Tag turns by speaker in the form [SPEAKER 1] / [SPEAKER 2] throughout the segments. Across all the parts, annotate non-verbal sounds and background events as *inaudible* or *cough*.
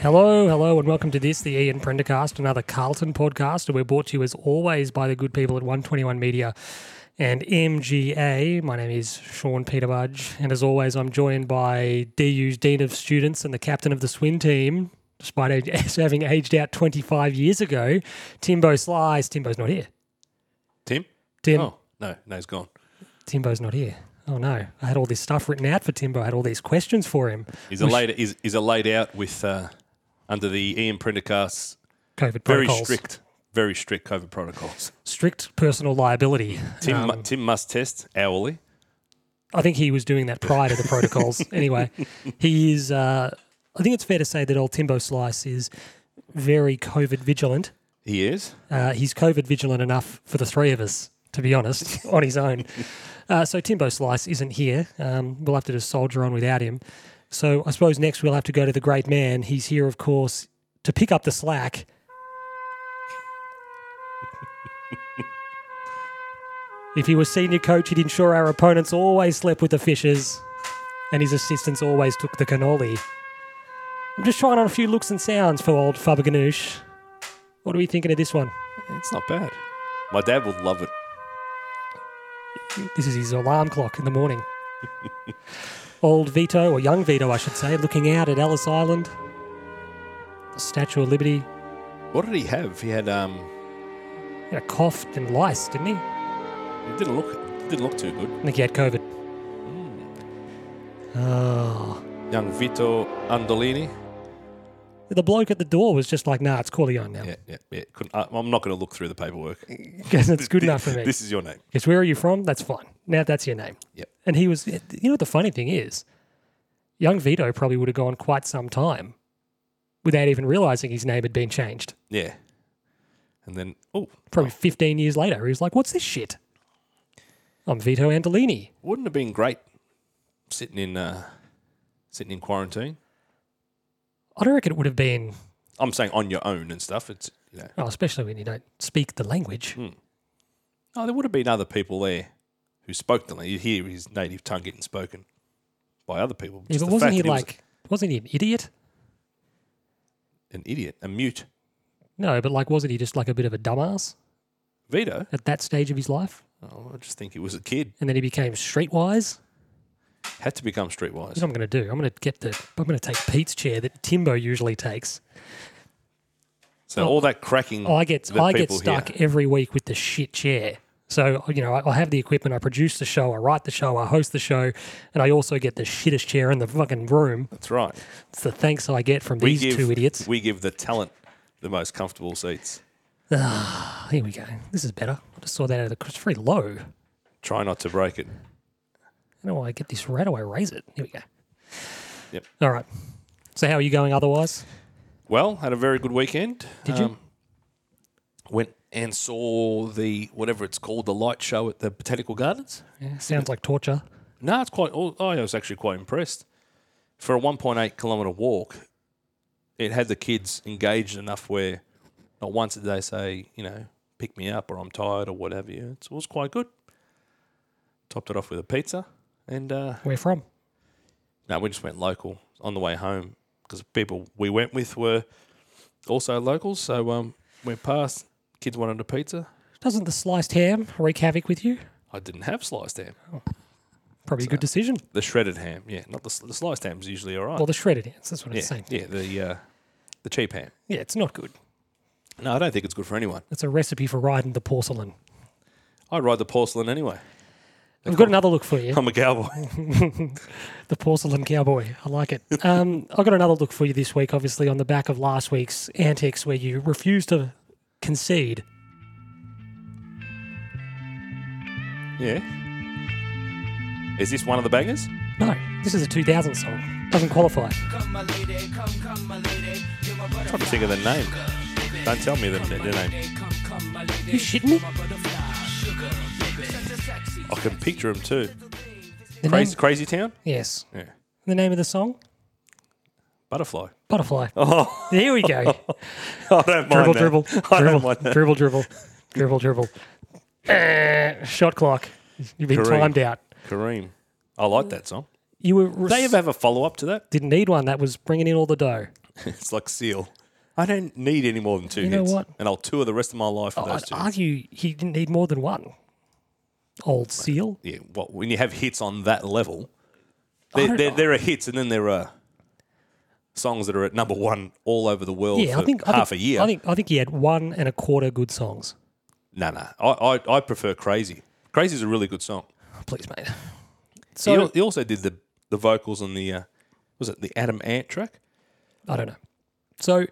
[SPEAKER 1] Hello, hello, and welcome to this, the Ian Prendercast, another Carlton podcast. And we're brought to you, as always, by the good people at 121 Media and MGA. My name is Sean Peter Budge, and as always, I'm joined by DU's Dean of Students and the captain of the swim team, despite age, *laughs* having aged out 25 years ago, Timbo Slice. Timbo's not here.
[SPEAKER 2] Tim?
[SPEAKER 1] Tim,
[SPEAKER 2] Oh, no, no, he's gone.
[SPEAKER 1] Timbo's not here. Oh no, I had all this stuff written out for Timbo, I had all these questions for him.
[SPEAKER 2] He's a laid, he's, he's a laid out with uh, under the Ian Prendercast's
[SPEAKER 1] COVID
[SPEAKER 2] very
[SPEAKER 1] protocols.
[SPEAKER 2] strict, very strict COVID protocols.
[SPEAKER 1] Strict personal liability.
[SPEAKER 2] Tim,
[SPEAKER 1] Um,
[SPEAKER 2] mu- Tim must test hourly.
[SPEAKER 1] I think he was doing that prior to the protocols. anyway, he is. Uh, I think it's fair to say that old Timbo Slice is very COVID vigilant.
[SPEAKER 2] He is.
[SPEAKER 1] Uh, he's COVID vigilant enough for the three of us, to be honest, *laughs* on his own. Uh, so Timbo Slice isn't here. Um, we'll have to just soldier on without him. So I suppose next we'll have to go to the great man. He's here, of course, to pick up the slack. *laughs* if he was senior coach, he'd ensure our opponents always slept with the fishes and his assistants always took the cannoli. I'm just trying on a few looks and sounds for old Faberganoush. What are we thinking of this one?
[SPEAKER 2] It's not bad. My dad would love it.
[SPEAKER 1] This is his alarm clock in the
[SPEAKER 2] *laughs*
[SPEAKER 1] morning. Old Vito, or young Vito, I should say, looking out at Ellis Island, the Statue of Liberty.
[SPEAKER 2] What did he have? He had. Um,
[SPEAKER 1] He had a cough and lice, didn't he? I
[SPEAKER 2] it didn't look. it Didn't look too good.
[SPEAKER 1] think he had COVID.
[SPEAKER 2] Mm.
[SPEAKER 1] Oh.
[SPEAKER 2] Young Vito Andolini.
[SPEAKER 1] The bloke at the door was just like, nah, it's Corleone now.
[SPEAKER 2] Yeah, yeah, yeah. Couldn't, I, I'm not going to look through the paperwork.
[SPEAKER 1] Because *laughs* it's good enough for me.
[SPEAKER 2] This is your name.
[SPEAKER 1] Because where are you from? That's fine. Now that's your name.
[SPEAKER 2] Yep.
[SPEAKER 1] And he was, you know what the funny thing is? Young Vito probably would have gone quite some time without even realizing his name had been changed.
[SPEAKER 2] Yeah. And then, oh,
[SPEAKER 1] Probably 15 years later, he was like, what's this shit? I'm Vito Antolini.
[SPEAKER 2] wouldn't have been great sitting in uh, sitting in quarantine.
[SPEAKER 1] I don't reckon it would have been,
[SPEAKER 2] I'm saying on your own and stuff. It's you know,
[SPEAKER 1] oh, especially when you don't speak the
[SPEAKER 2] Hmm,
[SPEAKER 1] language.
[SPEAKER 2] oh, there would have been other people there who spoke the language. You hear his native tongue getting spoken by other people.
[SPEAKER 1] Yeah,
[SPEAKER 2] Just
[SPEAKER 1] but
[SPEAKER 2] the
[SPEAKER 1] wasn't
[SPEAKER 2] fact
[SPEAKER 1] he
[SPEAKER 2] that was
[SPEAKER 1] like, was... not he an idiot?
[SPEAKER 2] an idiot, a mute
[SPEAKER 1] No, but like, wasn't he just like a bit of a dumbass
[SPEAKER 2] Vito?
[SPEAKER 1] at that stage of his life?
[SPEAKER 2] Oh, I just think he was a kid.
[SPEAKER 1] And then he became streetwise?
[SPEAKER 2] Had to become streetwise.
[SPEAKER 1] You know what I'm going to do? I'm going to get the. I'm going to take Pete's chair that Timbo usually takes.
[SPEAKER 2] so all that cracking.
[SPEAKER 1] oh, I get
[SPEAKER 2] that
[SPEAKER 1] I get
[SPEAKER 2] people hear.
[SPEAKER 1] stuck every week with the shit chair. So you know, I, I have the equipment. I produce the show. I write the show. I host the show, and I also get the shittest chair in the fucking room.
[SPEAKER 2] That's right.
[SPEAKER 1] It's the thanks I get from
[SPEAKER 2] We
[SPEAKER 1] these
[SPEAKER 2] give
[SPEAKER 1] two idiots.
[SPEAKER 2] We give the talent the most comfortable seats.
[SPEAKER 1] Oh, here we go. This is better. I just saw that out of the. It's very low.
[SPEAKER 2] Try not to break it.
[SPEAKER 1] I don't know why I get this right away. Raise it. Here we go.
[SPEAKER 2] Yep.
[SPEAKER 1] All right. So how are you going otherwise?
[SPEAKER 2] Well, had a very good weekend. Um,
[SPEAKER 1] Did you?
[SPEAKER 2] Went and saw the whatever it's called, the light show at the Botanical Gardens.
[SPEAKER 1] Yeah, sounds like torture.
[SPEAKER 2] No, it's quite. oh, I was actually quite impressed. For a 1.8 kilometre walk, it had the kids engaged enough where not once did they say, you know, pick me up or I'm tired or whatever. Yeah, it's- it was quite good. Topped it off with a pizza, and uh,
[SPEAKER 1] Where from?
[SPEAKER 2] no, we just went local on the way home because people we went with were also locals. So um, went past. Kids wanted a pizza.
[SPEAKER 1] Doesn't the sliced ham wreak havoc with you?
[SPEAKER 2] I didn't have sliced ham.
[SPEAKER 1] Probably a good decision.
[SPEAKER 2] The shredded ham, yeah, not the, sl- the sliced ham's usually all right.
[SPEAKER 1] Well, the shredded ants. That's what
[SPEAKER 2] yeah,
[SPEAKER 1] it's saying.
[SPEAKER 2] yeah, the uh, the cheap ham.
[SPEAKER 1] Yeah, it's not good.
[SPEAKER 2] No, I don't think it's good for anyone.
[SPEAKER 1] It's a recipe for riding the porcelain.
[SPEAKER 2] I'd ride the porcelain anyway. *laughs*
[SPEAKER 1] I've got another look for you.
[SPEAKER 2] I'm a cowboy.
[SPEAKER 1] The porcelain cowboy. I
[SPEAKER 2] *laughs*
[SPEAKER 1] like it. Um, I've got another look for you this week, obviously, on the back of last week's antics where you refused to concede.
[SPEAKER 2] yeah. Is this one of the bangers?
[SPEAKER 1] No, this is a 2000 song. Doesn't qualify.
[SPEAKER 3] Come, my lady, come, come, my lady. You're my
[SPEAKER 2] I'm trying to
[SPEAKER 3] butterfly.
[SPEAKER 2] think of the name. Don't tell me the, the, the name.
[SPEAKER 3] Lady, come, come, my lady.
[SPEAKER 1] You shitting me?
[SPEAKER 3] You're my butterfly, sugar, baby. Such a sexy
[SPEAKER 2] I can picture him too.
[SPEAKER 1] The
[SPEAKER 2] Crazy,
[SPEAKER 1] name-
[SPEAKER 2] crazy town.
[SPEAKER 1] yes.
[SPEAKER 2] Yeah.
[SPEAKER 1] The name of the song?
[SPEAKER 2] Butterfly.
[SPEAKER 1] Butterfly. There we go.
[SPEAKER 2] *laughs* Oh. I don't mind
[SPEAKER 1] dribble,
[SPEAKER 2] that.
[SPEAKER 1] dribble,
[SPEAKER 2] *laughs* I don't
[SPEAKER 1] dribble,
[SPEAKER 2] mind that.
[SPEAKER 1] dribble, dribble, dribble, dribble. Eh, Shot clock. You've been
[SPEAKER 2] Correct.
[SPEAKER 1] timed out.
[SPEAKER 2] Kareem. I like that song.
[SPEAKER 1] *laughs* You were.
[SPEAKER 2] Do they ever have a follow up to that?
[SPEAKER 1] didn't need one. That was bringing in all the dough.
[SPEAKER 2] *laughs* it's like Seal. I don't need any more than two
[SPEAKER 1] You know
[SPEAKER 2] hits,
[SPEAKER 1] what? Oh,
[SPEAKER 2] and I'll tour the rest of my life with
[SPEAKER 1] I'd
[SPEAKER 2] those two.
[SPEAKER 1] argue he didn't need more than one. Old Seal.
[SPEAKER 2] yeah, well, when you have hits on that level,
[SPEAKER 1] I
[SPEAKER 2] there,
[SPEAKER 1] don't
[SPEAKER 2] there,
[SPEAKER 1] know.
[SPEAKER 2] there are hits, and then there are songs that are at number one all over the world
[SPEAKER 1] Yeah,
[SPEAKER 2] for
[SPEAKER 1] I think I
[SPEAKER 2] half
[SPEAKER 1] think-
[SPEAKER 2] a year.
[SPEAKER 1] I think I think he had one and a quarter good songs.
[SPEAKER 2] no, no, I, I, I prefer Crazy. Crazy's a really good song.
[SPEAKER 1] Please, mate.
[SPEAKER 2] He
[SPEAKER 1] So
[SPEAKER 2] al- he also did the the vocals on the uh, was it the Adam Ant track?
[SPEAKER 1] I don't know. So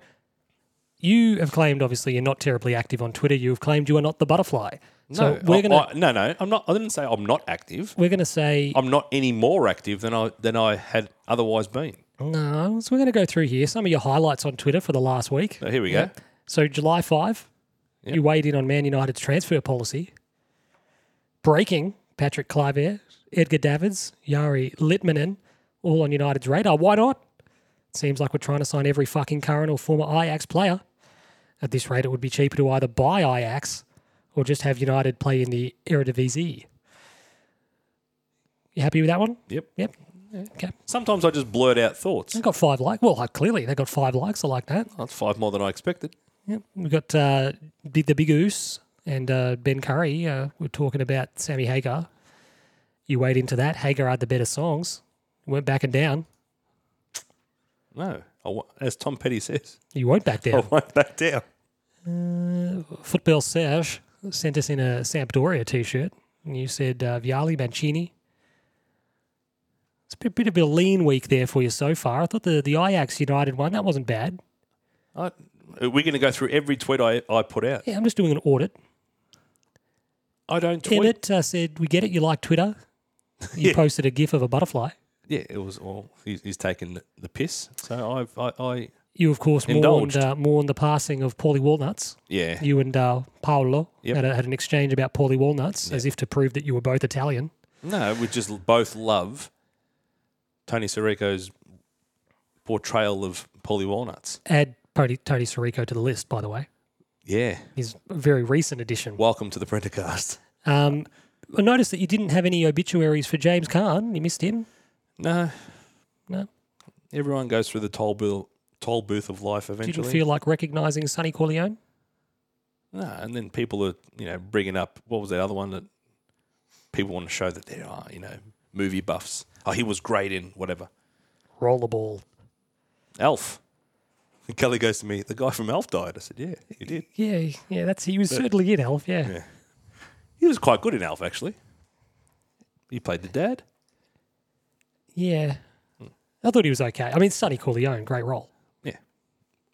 [SPEAKER 1] you have claimed obviously you're not terribly active on Twitter. You've claimed you are not the butterfly. so
[SPEAKER 2] I-
[SPEAKER 1] we're gonna
[SPEAKER 2] I- no, no. I'm not. I didn't say I'm not active.
[SPEAKER 1] we're gonna say
[SPEAKER 2] I'm not any more active than I than I had otherwise been.
[SPEAKER 1] no. So we're gonna go through here some of your highlights on Twitter for the last week.
[SPEAKER 2] So here we go.
[SPEAKER 1] So July five, you weighed in on Man United's transfer policy. Breaking Patrick Clivert, Edgar Davids, Yari Litmanen, all on United's radar. Why not? Seems like we're trying to sign every fucking current or former Ajax player. At this rate, it would be cheaper to either buy Ajax or just have United play in the Eredivisie. You happy with that one?
[SPEAKER 2] Yep.
[SPEAKER 1] Yep. Okay.
[SPEAKER 2] Sometimes I just blurt out thoughts.
[SPEAKER 1] They got five likes. Well, I- clearly they got five likes. I like that.
[SPEAKER 2] That's five more than I expected.
[SPEAKER 1] Yep. We've got uh, Big- the Big Goose and uh, Ben Curry. Uh, we're talking about Sammy Hagar. You weighed into that. Hagar had the better songs. Went back and down.
[SPEAKER 2] No, I wa- as Tom Petty says,
[SPEAKER 1] You won't back *laughs* down.
[SPEAKER 2] I won't back down.
[SPEAKER 1] Football Serge sent us in a Sampdoria t shirt. And you said uh, Viali, Mancini. It's a bit, bit of a lean week there for you so far. I thought the, the Ajax United one, that wasn't bad.
[SPEAKER 2] I, we're going to go through every tweet I, I put out.
[SPEAKER 1] Yeah, I'm just doing an audit.
[SPEAKER 2] I don't tweet.
[SPEAKER 1] Emmett uh, said, We get it. You like Twitter. *laughs* You
[SPEAKER 2] Yeah.
[SPEAKER 1] posted a GIF of a butterfly.
[SPEAKER 2] Yeah, it was all. He's, he's taken the- the piss. So I've, I, I,
[SPEAKER 1] You, of course, mourned,
[SPEAKER 2] Indulged.
[SPEAKER 1] uh, mourned the passing of Paulie
[SPEAKER 2] *laughs*
[SPEAKER 1] Walnuts.
[SPEAKER 2] yeah,
[SPEAKER 1] You and uh, Paolo
[SPEAKER 2] Yep.
[SPEAKER 1] had, a, had an exchange about Paulie Walnuts as if to prove that you were both Italian.
[SPEAKER 2] no, we just both love Tony Sirico's portrayal of Polly Walnuts.
[SPEAKER 1] Add Tony, Tony Sirico to the list, by the way.
[SPEAKER 2] Yeah,
[SPEAKER 1] He's a very recent addition.
[SPEAKER 2] welcome to the Prendercast.
[SPEAKER 1] Um, I noticed that you didn't have any obituaries for James Kahn. You missed him.
[SPEAKER 2] No,
[SPEAKER 1] No.
[SPEAKER 2] everyone goes through the toll bill, toll booth of life eventually.
[SPEAKER 1] Didn't feel like recognising Sonny Corleone.
[SPEAKER 2] No, and then people are you know bringing up what was that other one that people want to show that there are you know movie buffs. Oh, he was great in whatever
[SPEAKER 1] Rollerball.
[SPEAKER 2] Elf. *laughs* And Kelly goes to me, the guy from Elf died. I said, yeah, he did.
[SPEAKER 1] Yeah, yeah, that's he was certainly in Elf. Yeah.
[SPEAKER 2] Yeah. He was quite good in Elf actually. He played the dad.
[SPEAKER 1] yeah. I thought he was okay. I mean, Sonny Corleone, great role.
[SPEAKER 2] Yeah,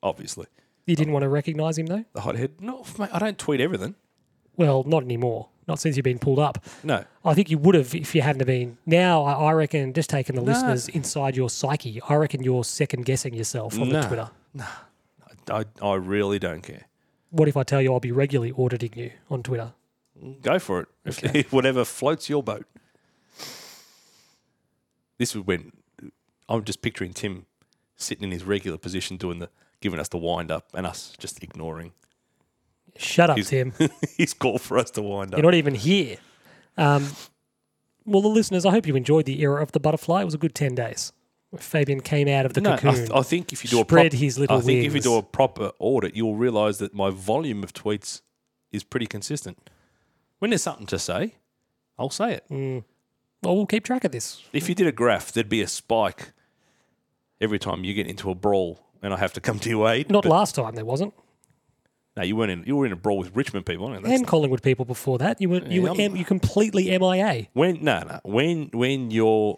[SPEAKER 2] obviously
[SPEAKER 1] You
[SPEAKER 2] Oh.
[SPEAKER 1] didn't want to recognise him though.
[SPEAKER 2] the hothead. No, mate, I don't tweet everything.
[SPEAKER 1] Well, not anymore. Not since you've been pulled up.
[SPEAKER 2] No,
[SPEAKER 1] I think you would have if you hadn't have been. Now, I I reckon, just taking the listeners inside your psyche, I reckon you're second guessing yourself on the
[SPEAKER 2] No.
[SPEAKER 1] Twitter.
[SPEAKER 2] I, I really don't care.
[SPEAKER 1] What if I tell you I'll be regularly auditing you on Twitter?
[SPEAKER 2] Go for it. If- *laughs* Whatever floats your boat. This was when I'm just picturing Tim sitting in his regular position doing the giving us the wind up and us just ignoring *laughs*
[SPEAKER 1] Shut up,
[SPEAKER 2] He's- *laughs*
[SPEAKER 1] Tim.
[SPEAKER 2] his call for us to wind up.
[SPEAKER 1] You're not even here. Um, well, the listeners, I hope you enjoyed the era of the butterfly. It was a good 10 days. where Fabian came out of the
[SPEAKER 2] no, I,
[SPEAKER 1] cocoon.
[SPEAKER 2] th- I think if you do a
[SPEAKER 1] Spread
[SPEAKER 2] proper,
[SPEAKER 1] his little
[SPEAKER 2] I think if you do a
[SPEAKER 1] wings.
[SPEAKER 2] proper audit, you'll realise that my volume of tweets is pretty consistent. When there's something to say, I'll say it.
[SPEAKER 1] Mm. well, we'll keep track of this.
[SPEAKER 2] If you did a graph, there'd be a spike every time you get into a brawl and I have to come to your aid.
[SPEAKER 1] Not
[SPEAKER 2] but-
[SPEAKER 1] last time there wasn't.
[SPEAKER 2] No, you weren't in. You were in a brawl with Richmond people. Weren't you? That's-
[SPEAKER 1] And Collingwood people before that. You were you
[SPEAKER 2] Yeah,
[SPEAKER 1] were
[SPEAKER 2] I'm-
[SPEAKER 1] M, you completely MIA.
[SPEAKER 2] when no, no. When when you're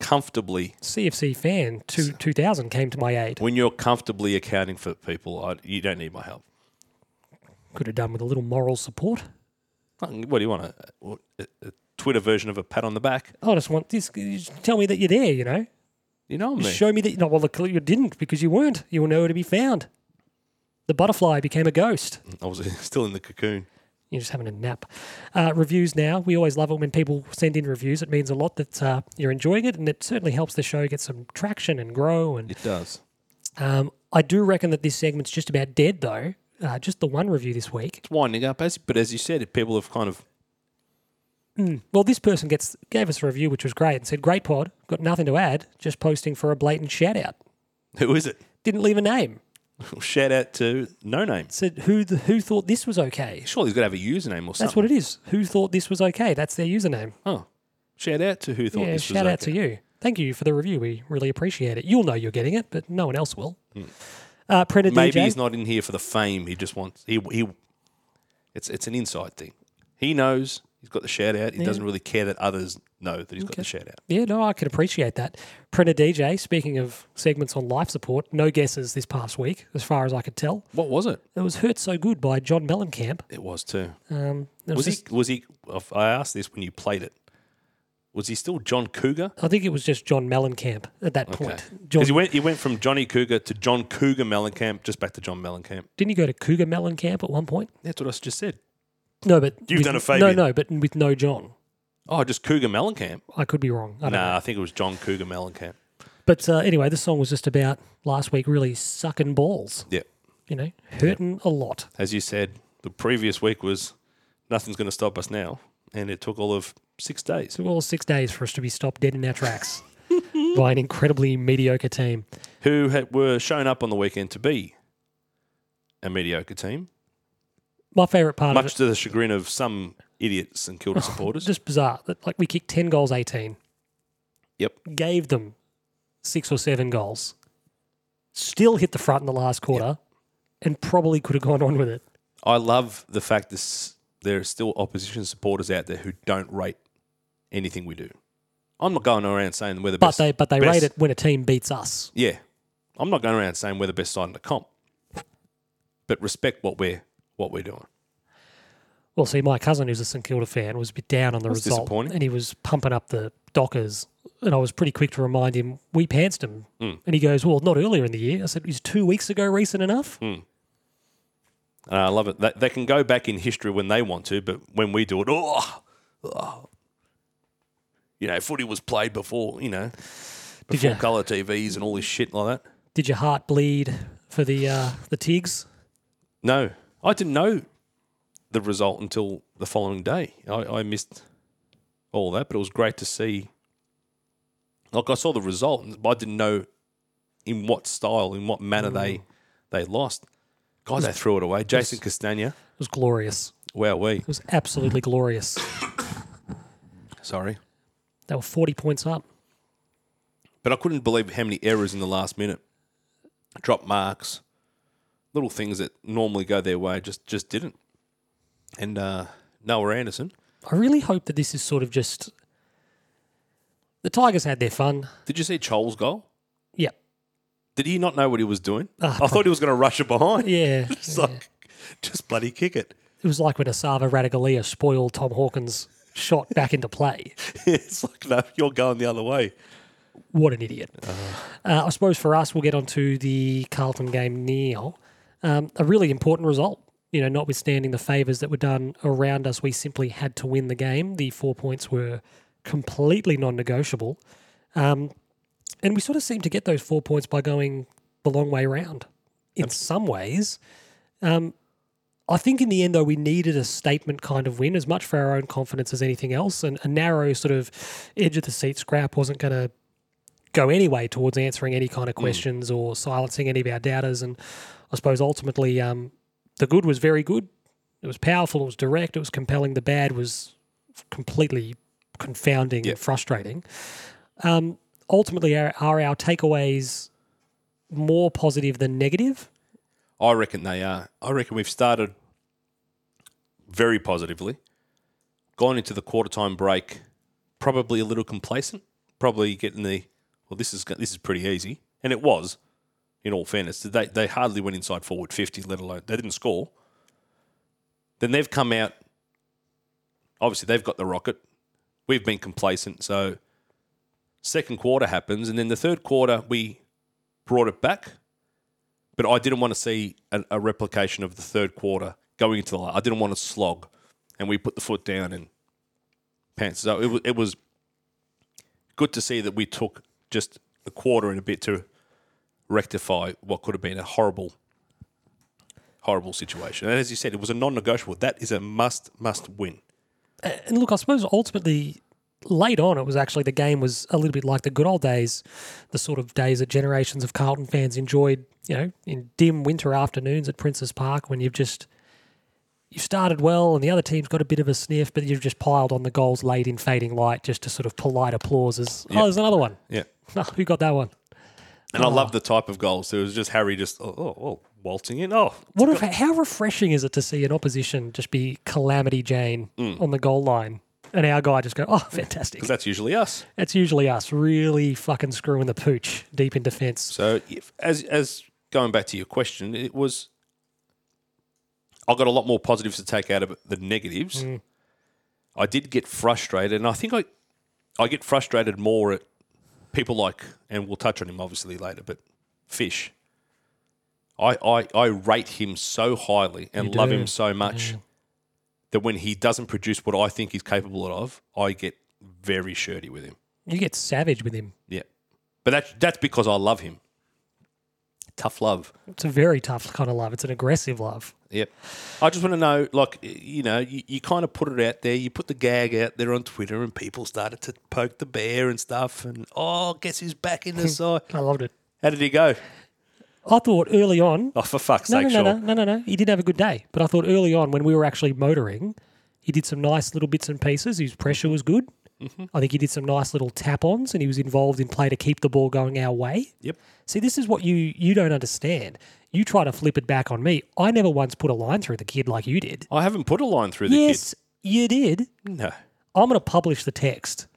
[SPEAKER 2] comfortably
[SPEAKER 1] CFC fan two, 2000 came to my aid.
[SPEAKER 2] when you're comfortably accounting for people, I, you don't need my help.
[SPEAKER 1] Could have done with a little moral support.
[SPEAKER 2] What do you want? A, what- a, a Twitter version of a pat on the back?
[SPEAKER 1] I just want this. you just Tell me that you're there, you know?
[SPEAKER 2] You know me.
[SPEAKER 1] Just show me that. No, well, look, you didn't because you weren't. You were nowhere to be found. The butterfly became a ghost.
[SPEAKER 2] I was *laughs* still in the cocoon.
[SPEAKER 1] You're just having a nap. Uh, reviews now. We always love it when people send in reviews. It means a lot that uh, you're enjoying it, and it certainly helps the show get some traction and grow. And
[SPEAKER 2] It does.
[SPEAKER 1] um, I do reckon that this segment's just about dead, though. Uh, just the one review this week.
[SPEAKER 2] It's winding up, as but as you said, people have kind of *laughs*
[SPEAKER 1] Well, this person gets gave us a review, which was great, and said, "Great pod, got nothing to add. Just posting for a blatant shout out."
[SPEAKER 2] Who is it?
[SPEAKER 1] Didn't leave a name.
[SPEAKER 2] Shout out to No Name.
[SPEAKER 1] Said who the, who thought this was okay.
[SPEAKER 2] Surely he's got to have a username or something.
[SPEAKER 1] That's what it is. Who thought this was okay? That's their username.
[SPEAKER 2] Oh, shout out to who thought
[SPEAKER 1] Yeah,
[SPEAKER 2] this
[SPEAKER 1] shout
[SPEAKER 2] was
[SPEAKER 1] out to you. Thank you for the review. We really appreciate it. You'll know you're getting it, but no one else will. Uh, Predator
[SPEAKER 2] Hmm. Maybe
[SPEAKER 1] DJ.
[SPEAKER 2] he's not in here for the fame. He just wants he he. It's it's an inside thing. He knows he's got the shout out. He doesn't really care that others know that he's got the shout out.
[SPEAKER 1] Yeah, no, I could appreciate that. Printer DJ, speaking of segments on life support, no guesses this past week, as far as I could tell.
[SPEAKER 2] What was it?
[SPEAKER 1] It was Hurt So Good by John Mellencamp.
[SPEAKER 2] It was too.
[SPEAKER 1] Um, it was
[SPEAKER 2] Was
[SPEAKER 1] just-
[SPEAKER 2] he was he? I asked this when you played it. Was he still John Cougar?
[SPEAKER 1] I think it was just John Mellencamp at that point. John,
[SPEAKER 2] Because he went he went from Johnny Cougar to John Cougar Mellencamp, just back to John Mellencamp.
[SPEAKER 1] didn't he go to Cougar Mellencamp at one point?
[SPEAKER 2] That's what I just said.
[SPEAKER 1] No, but
[SPEAKER 2] You've
[SPEAKER 1] with-
[SPEAKER 2] done a
[SPEAKER 1] No,
[SPEAKER 2] favour.
[SPEAKER 1] no, but with no John.
[SPEAKER 2] Oh, just Cougar Mellencamp.
[SPEAKER 1] I could be wrong. I don't know.
[SPEAKER 2] Nah, I think it was John Cougar Mellencamp.
[SPEAKER 1] But uh, anyway, this song was just about last week really sucking balls,
[SPEAKER 2] Yeah.
[SPEAKER 1] you know, hurting a lot.
[SPEAKER 2] as you said, the previous week was nothing's going to stop us now, and it took all of six days.
[SPEAKER 1] Took all six days for us to be stopped dead in our tracks by an incredibly mediocre team.
[SPEAKER 2] Who had, were shown up on the weekend to be a mediocre team,
[SPEAKER 1] My favourite part of it.
[SPEAKER 2] much to the chagrin of some idiots and
[SPEAKER 1] *laughs*
[SPEAKER 2] Kilda supporters.
[SPEAKER 1] just bizarre that like we kicked 10 goals 18
[SPEAKER 2] Yep,
[SPEAKER 1] gave them six or seven goals still hit the front in the last quarter and probably could have gone on with it
[SPEAKER 2] I love the fact that there are still opposition supporters out there who don't rate anything we do. I'm not going around saying we're the
[SPEAKER 1] but
[SPEAKER 2] best.
[SPEAKER 1] they but they
[SPEAKER 2] best-
[SPEAKER 1] rate it when a team beats us
[SPEAKER 2] Yeah. I'm not going around saying we're the best side in the comp, but respect what we're what we're doing.
[SPEAKER 1] well see my cousin who's a st kilda fan was a bit down on the
[SPEAKER 2] That's
[SPEAKER 1] result
[SPEAKER 2] disappointing.
[SPEAKER 1] and he was pumping up the dockers and i was pretty quick to remind him we pantsed him
[SPEAKER 2] Mm.
[SPEAKER 1] and he goes well not earlier in the year i said is two weeks ago recent enough
[SPEAKER 2] Mm. And I love it. They, they can go back in history when they want to, but when we do it, oh, oh. you know, footy was played before, you know,
[SPEAKER 1] Did
[SPEAKER 2] before
[SPEAKER 1] ya-
[SPEAKER 2] colour TVs and all this shit like that.
[SPEAKER 1] did your heart bleed for the uh the tigs
[SPEAKER 2] No, I didn't know the result until the following day. I, I missed all that, but it was great to see. Like I saw the result, but I didn't know in what style, in what manner they they lost. God, they threw it away. Jason Castagna,
[SPEAKER 1] it was glorious
[SPEAKER 2] wow, we
[SPEAKER 1] it was absolutely glorious
[SPEAKER 2] sorry.
[SPEAKER 1] They were 40 points up.
[SPEAKER 2] But I couldn't believe how many errors in the last minute. Drop marks, little things that normally go their way just just didn't. And uh, Noah Anderson,
[SPEAKER 1] I really hope that this is sort of just. The Tigers had their fun.
[SPEAKER 2] did you see Chole's goal?
[SPEAKER 1] Yep.
[SPEAKER 2] Did he not know what he was doing? I thought he was going to rush it
[SPEAKER 1] *laughs*
[SPEAKER 2] behind.
[SPEAKER 1] Yeah.
[SPEAKER 2] It's like, just bloody kick it. *laughs*
[SPEAKER 1] it was like when Asava Radigalia spoiled Tom Hawkins' shot back into play.
[SPEAKER 2] it's like, no, you're going the other way.
[SPEAKER 1] What an idiot. Uh, I suppose for us, we'll get onto the Carlton game now. Um, a really important result. You know, notwithstanding the favours that were done around us, we simply had to win the game. The four points were completely non negotiable. Um, and we sort of seemed to get those four points by going the long way round in some ways. Um, I think in the end, though, we needed a statement kind of win as much for our own confidence as anything else. And a narrow sort of edge of the seat scrap wasn't going to go anyway towards answering any kind of questions or silencing any of our doubters. And I suppose ultimately, um, the good was very good. It was powerful. It was direct. It was compelling. The bad was completely confounding
[SPEAKER 2] Yep.
[SPEAKER 1] and frustrating. Um, ultimately, are, are our takeaways more positive than negative?
[SPEAKER 2] I reckon they are. I reckon we've started very positively, gone into the quarter time break, probably a little complacent, probably getting the well. This is go- this is pretty easy, and it was. In all fairness, they they hardly went inside forward fifty, let alone they didn't score. Then they've come out. Obviously, they've got the rocket. We've been complacent, so second quarter happens, and then the third quarter we brought it back but I didn't want to see a, a replication of the third quarter going into the last. I didn't want to slog, and we put the foot down and pants. So it was it was good to see that we took just a quarter and a bit to rectify what could have been a horrible, horrible situation. And as you said, it was a non-negotiable. That is a must must win.
[SPEAKER 1] And look, I suppose ultimately late on, it was actually the game was a little bit like the good old days, the sort of days that generations of Carlton fans enjoyed. You know, in dim winter afternoons at Prince's Park when you've just you've started well and the other team's got a bit of a sniff, but you've just piled on the goals late in fading light just to sort of polite applause as oh, there's another one. *laughs*
[SPEAKER 2] Yeah.
[SPEAKER 1] Oh, who got that one?
[SPEAKER 2] And I love the type of goals. So it was just Harry just, oh, oh, oh waltzing in. Oh,
[SPEAKER 1] What if, how refreshing is it to see an opposition just be calamity Jane on the goal line, and our guy just go, "Oh, fantastic!"
[SPEAKER 2] because that's usually us.
[SPEAKER 1] That's usually us really fucking screwing the pooch deep in defence.
[SPEAKER 2] So if, as as going back to your question, it was I got a lot more positives to take out of it than negatives.
[SPEAKER 1] Mm.
[SPEAKER 2] I did get frustrated, and I think I I get frustrated more at people like, and we'll touch on him obviously later, but Fish. I, I, I rate him so highly and
[SPEAKER 1] You
[SPEAKER 2] love
[SPEAKER 1] do. Mm.
[SPEAKER 2] him so much that when he doesn't produce what I think he's capable of, I get very shirty with him.
[SPEAKER 1] You get savage with him.
[SPEAKER 2] Yeah. But that's that's because I love him. Tough love.
[SPEAKER 1] It's a very tough kind of love. It's an aggressive love.
[SPEAKER 2] Yep. I just want to know, like, you know, you, you kind of put it out there, you put the gag out there on Twitter, and people started to poke the bear and stuff. And oh, guess who's back
[SPEAKER 1] Hmm.
[SPEAKER 2] in the side?
[SPEAKER 1] I loved it.
[SPEAKER 2] How did he go?
[SPEAKER 1] I thought early on.
[SPEAKER 2] Oh, for fuck's
[SPEAKER 1] No,
[SPEAKER 2] sake,
[SPEAKER 1] no, no,
[SPEAKER 2] Shaw.
[SPEAKER 1] no, no, no, no. He did have a good day, but I thought early on when we were actually motoring, he did some nice little bits and pieces. His pressure was good. I think he did some nice little tap-ons, and he was involved in play to keep the ball going our way.
[SPEAKER 2] Yep.
[SPEAKER 1] See, this is what you you don't understand. You try to flip it back on me. I never once put a line through the kid like you did.
[SPEAKER 2] I haven't put a line through the
[SPEAKER 1] Yes, you did.
[SPEAKER 2] kid. No.
[SPEAKER 1] I'm going to publish the text,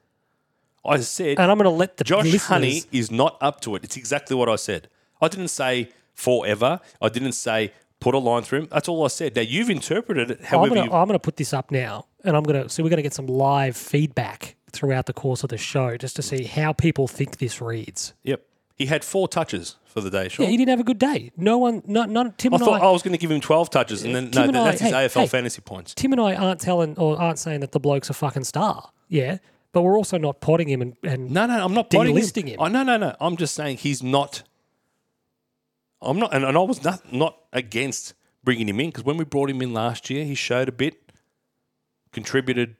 [SPEAKER 2] I said,
[SPEAKER 1] and I'm going to let the
[SPEAKER 2] Josh
[SPEAKER 1] Um, listeners-
[SPEAKER 2] Honey is not up to it. It's exactly what I said. I didn't say forever. I didn't say put a line through him. That's all I said. Now, you've interpreted it
[SPEAKER 1] I'm
[SPEAKER 2] however
[SPEAKER 1] going
[SPEAKER 2] you.
[SPEAKER 1] to I'm going to put this up now, and I'm going to so we're going to get some live feedback throughout the course of the show just to see how people think this reads.
[SPEAKER 2] Yep. He had four touches for the day, Sean.
[SPEAKER 1] Yeah, he didn't have a good day. No one, not not Tim
[SPEAKER 2] I
[SPEAKER 1] and
[SPEAKER 2] thought
[SPEAKER 1] I.
[SPEAKER 2] I was going to give him 12 touches, and then
[SPEAKER 1] Tim
[SPEAKER 2] no,
[SPEAKER 1] and
[SPEAKER 2] that's
[SPEAKER 1] I-
[SPEAKER 2] his
[SPEAKER 1] hey,
[SPEAKER 2] AFL
[SPEAKER 1] hey.
[SPEAKER 2] fantasy points.
[SPEAKER 1] Tim and I aren't telling or aren't saying that the bloke's a fucking star. Yeah, but we're also not potting him and, and
[SPEAKER 2] No, no, I'm not biting
[SPEAKER 1] Delisting him.
[SPEAKER 2] Oh, no, no, no. I'm just saying he's not. I'm not, and, and I was not, not against bringing him in because when we brought him in last year, he showed a bit, contributed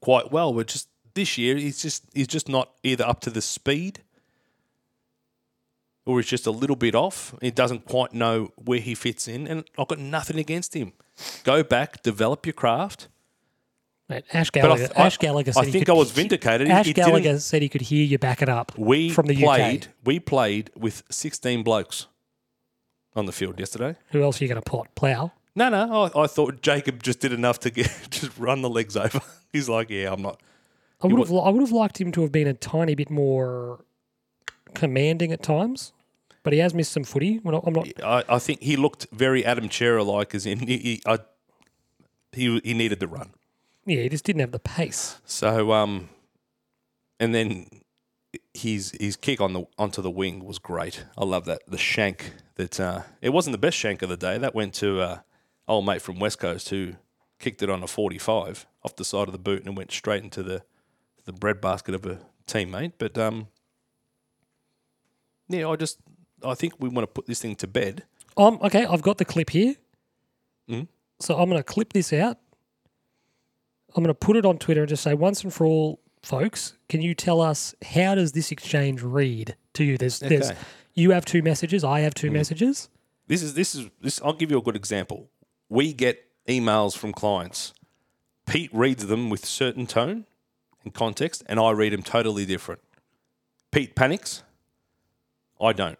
[SPEAKER 2] quite well. But just this year, he's just he's just not either up to the speed, or he's just a little bit off. He doesn't quite know where he fits in, and I've got nothing against him. Go back, develop your craft.
[SPEAKER 1] Mate, Ash
[SPEAKER 2] I
[SPEAKER 1] Gallagher.
[SPEAKER 2] th- I-
[SPEAKER 1] Ash Gallagher. Said
[SPEAKER 2] I
[SPEAKER 1] he
[SPEAKER 2] think
[SPEAKER 1] could
[SPEAKER 2] I was
[SPEAKER 1] he-
[SPEAKER 2] vindicated. He-
[SPEAKER 1] Ash
[SPEAKER 2] he didn't-
[SPEAKER 1] Gallagher said he could hear you back it up.
[SPEAKER 2] We
[SPEAKER 1] from the
[SPEAKER 2] played.
[SPEAKER 1] UK.
[SPEAKER 2] We played with sixteen blokes on the field yesterday.
[SPEAKER 1] Who else are you going to pot? Plough.
[SPEAKER 2] No, no, I, I thought Jacob just did enough to get *laughs* just run the legs over. *laughs* He's like, yeah, I'm not.
[SPEAKER 1] I would have. I would have liked him to have been a tiny bit more commanding at times, but he has missed some footy. We're not- I'm not.
[SPEAKER 2] I, I think he looked very Adam Chera like, as in he he, I, he he needed the run.
[SPEAKER 1] Yeah, he just didn't have the pace.
[SPEAKER 2] So um, and then his his kick on the onto the wing was great. I love that the shank that uh, it wasn't the best shank of the day. That went to uh, old mate from West Coast who kicked it on a forty five off the side of the boot and went straight into the the breadbasket of a teammate. But um, yeah, I just I think we want to put this thing to bed.
[SPEAKER 1] Um, okay, I've got the clip here. So I'm going to clip this out. I'm going to put it on Twitter and just say once and for all, folks, can you tell us how does this exchange read to you? There's, there's,
[SPEAKER 2] Okay.
[SPEAKER 1] you have two messages. I have two messages.
[SPEAKER 2] This is this is this. I'll give you a good example. We get emails from clients. Pete reads them with certain tone and context, and I read them totally different. Pete panics. I don't.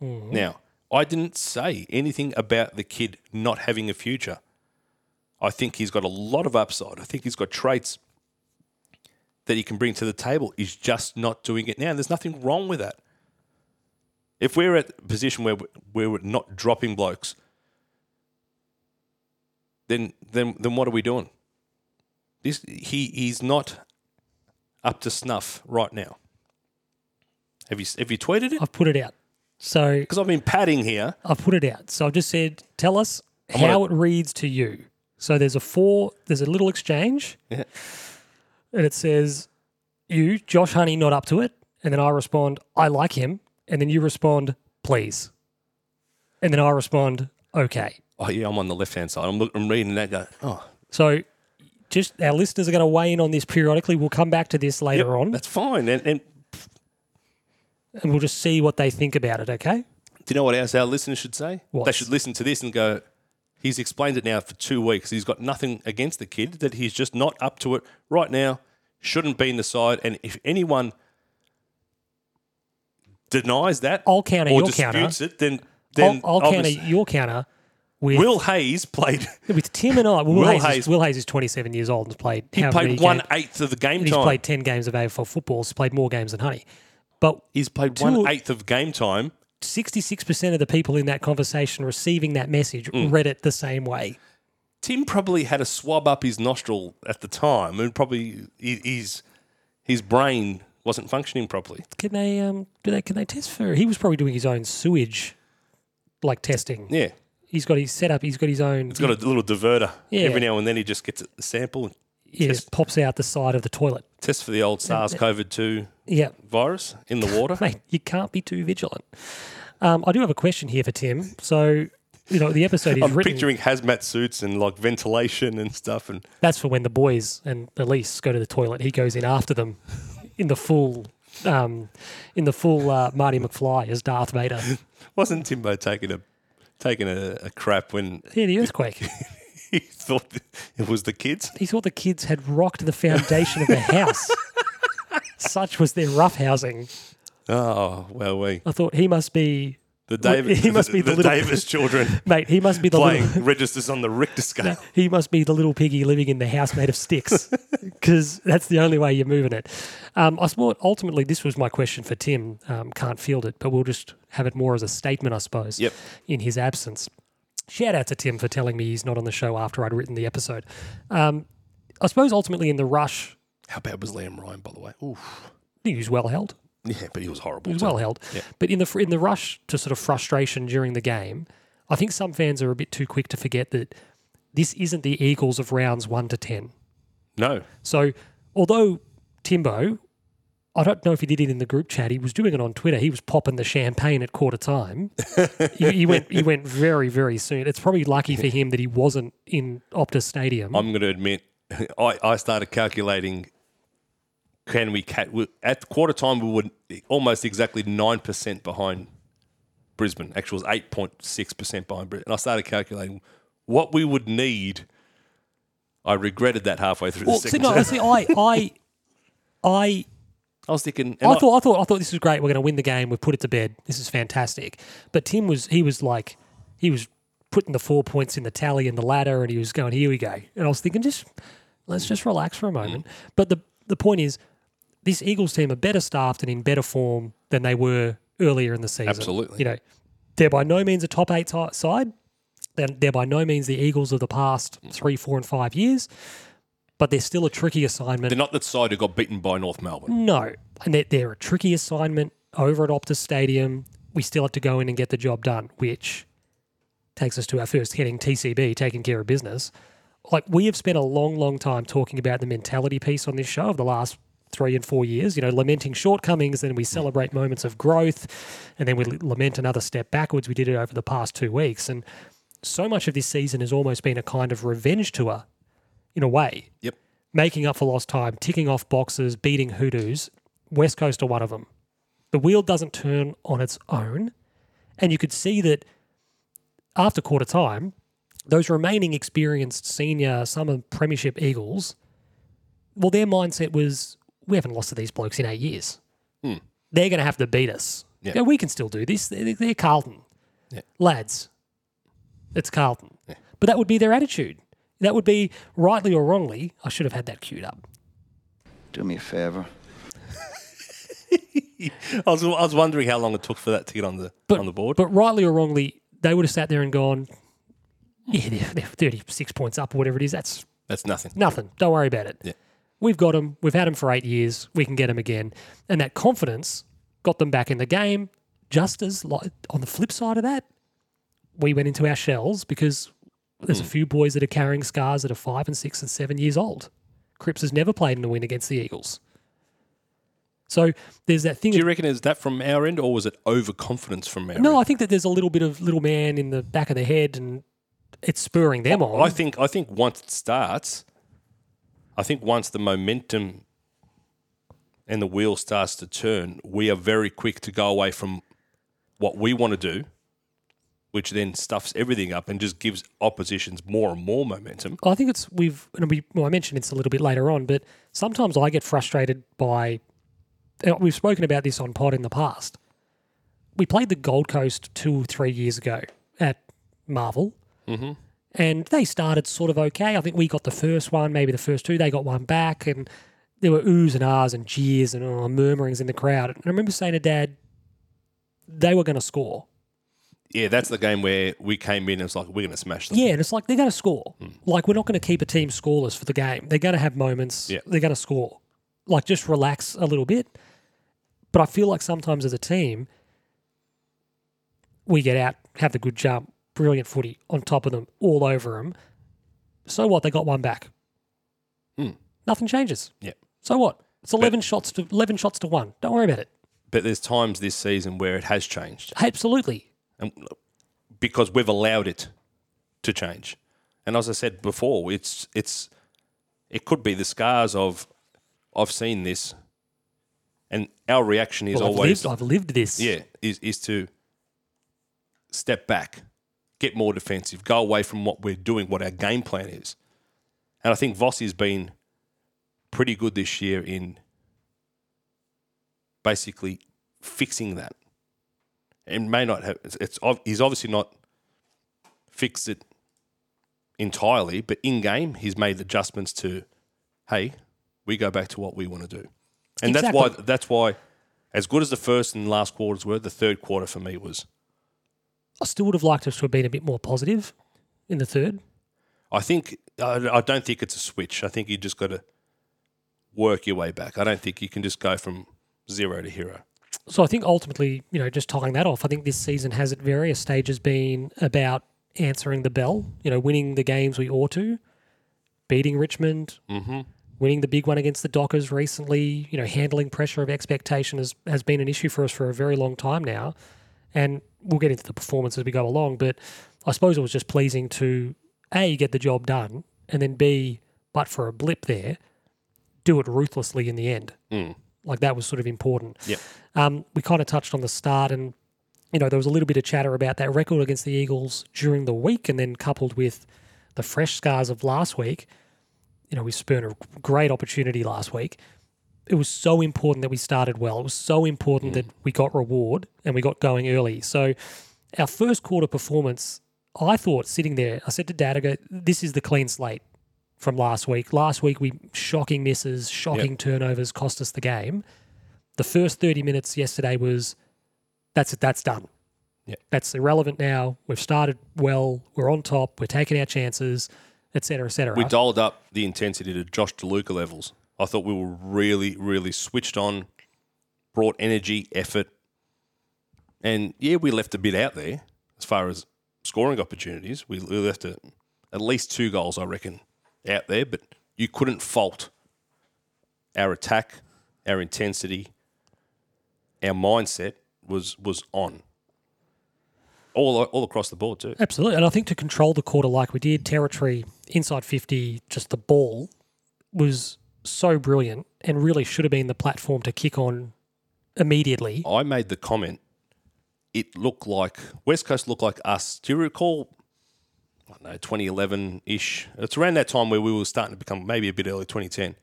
[SPEAKER 2] Now, I didn't say anything about the kid not having a future. I think he's got a lot of upside. I think he's got traits that he can bring to the table. He's just not doing it now. There's nothing wrong with that if we're at a position where we- where we're not dropping blokes, then then then what are we doing? This he he's not up to snuff right now. Have you have you tweeted it?
[SPEAKER 1] I've put it out. So
[SPEAKER 2] Because I've been padding here.
[SPEAKER 1] I've put it out. So I've just said, tell us
[SPEAKER 2] gonna-
[SPEAKER 1] how it reads to you. So there's a four, there's a little exchange.
[SPEAKER 2] Yeah.
[SPEAKER 1] And it says, you, Josh Honey, not up to it. And then I respond, I like him. And then you respond, please. And then I respond, okay.
[SPEAKER 2] Oh yeah, I'm on the left hand side. I'm look, I'm reading that. Go. Oh,
[SPEAKER 1] So just our listeners are going to weigh in on this periodically. We'll come back to this later on,
[SPEAKER 2] That's fine. And, and
[SPEAKER 1] and we'll just see what they think about it. Okay?
[SPEAKER 2] do you know what else our listeners should say? They
[SPEAKER 1] What?
[SPEAKER 2] should listen to this and go, he's explained it now for two weeks. He's got nothing against the kid, that he's just not up to it right now, shouldn't be in the side. And if anyone denies that
[SPEAKER 1] I'll counter
[SPEAKER 2] or
[SPEAKER 1] your counter.
[SPEAKER 2] disputes it, then, then
[SPEAKER 1] I'll, I'll counter
[SPEAKER 2] obviously-
[SPEAKER 1] your counter with
[SPEAKER 2] Will Hayes played.
[SPEAKER 1] with Tim and I. Will,
[SPEAKER 2] Will
[SPEAKER 1] Hayes,
[SPEAKER 2] Hayes-
[SPEAKER 1] Is, Will Hayes is 27 years old and has played
[SPEAKER 2] He
[SPEAKER 1] how many
[SPEAKER 2] played one
[SPEAKER 1] games?
[SPEAKER 2] eighth of the game
[SPEAKER 1] He's
[SPEAKER 2] time.
[SPEAKER 1] played 10 games of AFL football. He's played more games than Honey. But
[SPEAKER 2] he's played
[SPEAKER 1] two-
[SPEAKER 2] one eighth of game time.
[SPEAKER 1] 66% of the people in that conversation receiving that message
[SPEAKER 2] Mm.
[SPEAKER 1] read it the same way.
[SPEAKER 2] Tim probably had a swab up his nostril at the time, and probably he- his his brain wasn't functioning properly.
[SPEAKER 1] Can they um do they can they test for he was probably doing his own sewage like testing.
[SPEAKER 2] Yeah,
[SPEAKER 1] He's got his setup, he's got his own
[SPEAKER 2] he's got a little diverter
[SPEAKER 1] Yeah.
[SPEAKER 2] every now and then. He just gets a sample and
[SPEAKER 1] he just pops out the side of the toilet.
[SPEAKER 2] tests for the old SARS-CoV-2
[SPEAKER 1] Yeah.
[SPEAKER 2] virus in the water.
[SPEAKER 1] *laughs* Mate, you can't be too vigilant. Um, I do have a question here for Tim. So, you know, the episode is
[SPEAKER 2] *laughs* I'm
[SPEAKER 1] written
[SPEAKER 2] picturing hazmat suits and like ventilation and stuff, and
[SPEAKER 1] That's for when the boys and Elise go to the toilet. He goes in after them, in the full, um, in the full uh, Marty McFly as Darth Vader.
[SPEAKER 2] wasn't Timbo taking a taking a, a crap when *laughs*
[SPEAKER 1] Yeah, the earthquake.
[SPEAKER 2] he thought it was the kids?
[SPEAKER 1] He thought the kids had rocked the foundation of the house. Such was their roughhousing.
[SPEAKER 2] Oh, well, we
[SPEAKER 1] I thought he must be,
[SPEAKER 2] the Davis
[SPEAKER 1] he must be the
[SPEAKER 2] the,
[SPEAKER 1] little- *laughs*
[SPEAKER 2] Davis children
[SPEAKER 1] mate. He must be the
[SPEAKER 2] playing
[SPEAKER 1] little,
[SPEAKER 2] registers on the Richter scale.
[SPEAKER 1] he must be *laughs* the little piggy living in the house made of sticks because that's the only way you're moving it. Um, I suppose ultimately this was my question for Tim. Um, can't field it, but we'll just have it more as a statement, I suppose.
[SPEAKER 2] Yep.
[SPEAKER 1] In his absence, shout out to Tim for telling me he's not on the show after I'd written the episode. Um, I suppose ultimately in the rush,
[SPEAKER 2] How bad was Liam Ryan, by the way? Oof.
[SPEAKER 1] he was well held.
[SPEAKER 2] Yeah, but he was horrible.
[SPEAKER 1] He was
[SPEAKER 2] too.
[SPEAKER 1] well held. But in the fr- in the rush to sort of frustration during the game, I think some fans are a bit too quick to forget that this isn't the Eagles of rounds one to ten.
[SPEAKER 2] No.
[SPEAKER 1] So, although Timbo, I don't know if he did it in the group chat, he was doing it on Twitter. He was popping the champagne at quarter time. he, he went, he went very, very soon. It's probably lucky for him that he wasn't in Optus Stadium.
[SPEAKER 2] I'm going to admit, *laughs* I, I started calculating can we cat we- at quarter time we were almost exactly 9% behind Brisbane. Actually, it was 8.6% behind Brisbane. And I started calculating what we would need. I regretted that halfway through
[SPEAKER 1] well, see,
[SPEAKER 2] the second
[SPEAKER 1] no,
[SPEAKER 2] half.
[SPEAKER 1] see, I, I, I,
[SPEAKER 2] *laughs* I was thinking, and
[SPEAKER 1] I thought, I thought, I thought this was great. We're going to win the game. We've put it to bed. This is fantastic. But Tim was, he was like, he was putting the four points in the tally and the ladder, and he was going, "Here we go." And I was thinking, just let's just relax
[SPEAKER 2] Mm.
[SPEAKER 1] for a moment. But the the point is, this Eagles team are better staffed and in better form than they were earlier in the season.
[SPEAKER 2] Absolutely.
[SPEAKER 1] You know, they're by no means a top eight ti- side. They're, they're by no means the Eagles of the past
[SPEAKER 2] Mm.
[SPEAKER 1] three, four, and five years. But they're still a tricky assignment.
[SPEAKER 2] they're not the side who got beaten by North Melbourne.
[SPEAKER 1] No, and they're, they're a tricky assignment over at Optus Stadium. We still have to go in and get the job done, which takes us to our first heading TCB, taking care of business. Like, we have spent a long, long time talking about the mentality piece on this show of the last three and four years, you know, lamenting shortcomings, then we celebrate moments of growth, and then we l- lament another step backwards. We did it over the past two weeks. And so much of this season has almost been a kind of revenge tour in a way
[SPEAKER 2] Yep. *laughs*
[SPEAKER 1] making up for lost time, ticking off boxes, beating hoodoos. West Coast are one of them. The wheel doesn't turn on its own. And you could see that after quarter time, those remaining experienced senior summer premiership Eagles, well, their mindset was we haven't lost to these blokes in eight years. They're going to have to beat us.
[SPEAKER 2] Hmm. Yeah.
[SPEAKER 1] Yeah, we can still do this. They're, they're Carlton.
[SPEAKER 2] Yeah.
[SPEAKER 1] Lads, it's Carlton. But that would be their attitude. That would be, rightly or wrongly, I should have had that queued up.
[SPEAKER 4] Do me a favor.
[SPEAKER 2] I was, I was wondering how long it took for that to get on the
[SPEAKER 1] But,
[SPEAKER 2] on the board.
[SPEAKER 1] But rightly or wrongly, they would have sat there and gone, yeah, they're, they're 36 points up or whatever it is. That's
[SPEAKER 2] That's nothing.
[SPEAKER 1] nothing. Don't worry about it.
[SPEAKER 2] Yeah.
[SPEAKER 1] We've got them. We've had them for eight years. We can get them again. And that confidence got them back in the game. Just as, like, on the flip side of that, we went into our shells because there's a few boys that are carrying scars that are five and six and seven years old. Cripps has never played in a win against the Eagles. So there's that thing.
[SPEAKER 2] Do you reckon is that from our end or was it overconfidence from our
[SPEAKER 1] No, I think that there's a little bit of little man in the Oh, back of the head, and it's spurring them on.
[SPEAKER 2] I think I think once it starts, I think once the momentum and the wheel starts to turn, we are very quick to go away from what we want to do, which then stuffs everything up and just gives oppositions more and more momentum.
[SPEAKER 1] Well, I think it's we've and we well, I mentioned it's a little bit later on, but sometimes I get frustrated by and we've spoken about this on pod in the past. We played the Gold Coast two, three years ago at Marvel. Mm-hmm. And they started sort of okay. I think we got the first one, maybe the first two. They got one back, and there were oohs and ahs and jeers and uh, murmurings in the crowd. And I remember saying to Dad, they were going to score.
[SPEAKER 2] Yeah, that's the game where we came in and it's like, we're going to smash them.
[SPEAKER 1] Yeah, and it's like they're going to score.
[SPEAKER 2] Hmm.
[SPEAKER 1] Like we're not going to keep a team scoreless for the game. They're going to have moments.
[SPEAKER 2] Yeah.
[SPEAKER 1] They're going to score. Like just relax a little bit. But I feel like sometimes as a team, we get out, have the good jump, brilliant footy on top of them, all over them. So what? They got one back.
[SPEAKER 2] Hmm.
[SPEAKER 1] Nothing changes.
[SPEAKER 2] Yeah.
[SPEAKER 1] So what? It's eleven shots to eleven shots to one. Don't worry about it.
[SPEAKER 2] But there's times this season where it has changed.
[SPEAKER 1] Absolutely.
[SPEAKER 2] and because we've allowed it to change. And as I said before, it's it's it could be the scars of I've seen this, and our reaction is
[SPEAKER 1] Well, I've
[SPEAKER 2] always
[SPEAKER 1] lived. I've lived this.
[SPEAKER 2] yeah is is to step back, get more defensive, go away from what we're doing, what our game plan is. And I think Vossi's been pretty good this year in basically fixing that. It may not have. It's, it's ob- he's obviously not fixed it entirely, but in game he's made adjustments to, hey, we go back to what we want to do, and that's why
[SPEAKER 1] Exactly.
[SPEAKER 2] that's why, as good as the first and last quarters were, the third quarter for me was.
[SPEAKER 1] I still would have liked us to have been a bit more positive in the third.
[SPEAKER 2] I think I, I don't think it's a switch. I think you just got to work your way back. I don't think you can just go from zero to hero.
[SPEAKER 1] So I think ultimately, you know, just tying that off, I think this season has at various stages been about answering the bell, you know, winning the games we ought to, beating Richmond, winning the big one against the Dockers recently, you know, handling pressure of expectation has, has been an issue for us for a very long time now. And we'll get into the performance as we go along, but I suppose it was just pleasing to A, get the job done, and then B, but for a blip there, do it ruthlessly in the end. Like that was sort of important.
[SPEAKER 2] Yep.
[SPEAKER 1] Um, we kind of touched on the start, and you know there was a little bit of chatter about that record against the Eagles during the week, and then coupled with the fresh scars of last week, you know we spurned a great opportunity last week. It was so important that we started well. It was so important that we got reward and we got going early. So our first quarter performance, I thought sitting there, I said to Dad, I go, "This is the clean slate." From last week. Last week, we shocking misses, shocking turnovers cost us the game the first 30 minutes yesterday was that's it that's done
[SPEAKER 2] Yeah.
[SPEAKER 1] that's irrelevant now we've started well we're on top we're taking our chances etc cetera,
[SPEAKER 2] We
[SPEAKER 1] etc cetera.
[SPEAKER 2] dialed up the intensity to Josh DeLuca levels. I thought we were really, really switched on, brought energy, effort. And yeah, we left a bit out there as far as scoring opportunities. We we left a, at least two goals, I reckon, out there, but you couldn't fault our attack, our intensity, our mindset was was on. All, all across the board, too.
[SPEAKER 1] absolutely and i think to control the quarter like we did territory inside 50 just the ball was so brilliant and really should have been the platform to kick on immediately
[SPEAKER 2] I made the comment. It looked like West Coast looked like us. Do you recall? I don't know, 2011 ish. It's around that time where we were starting to become maybe a bit early 2010.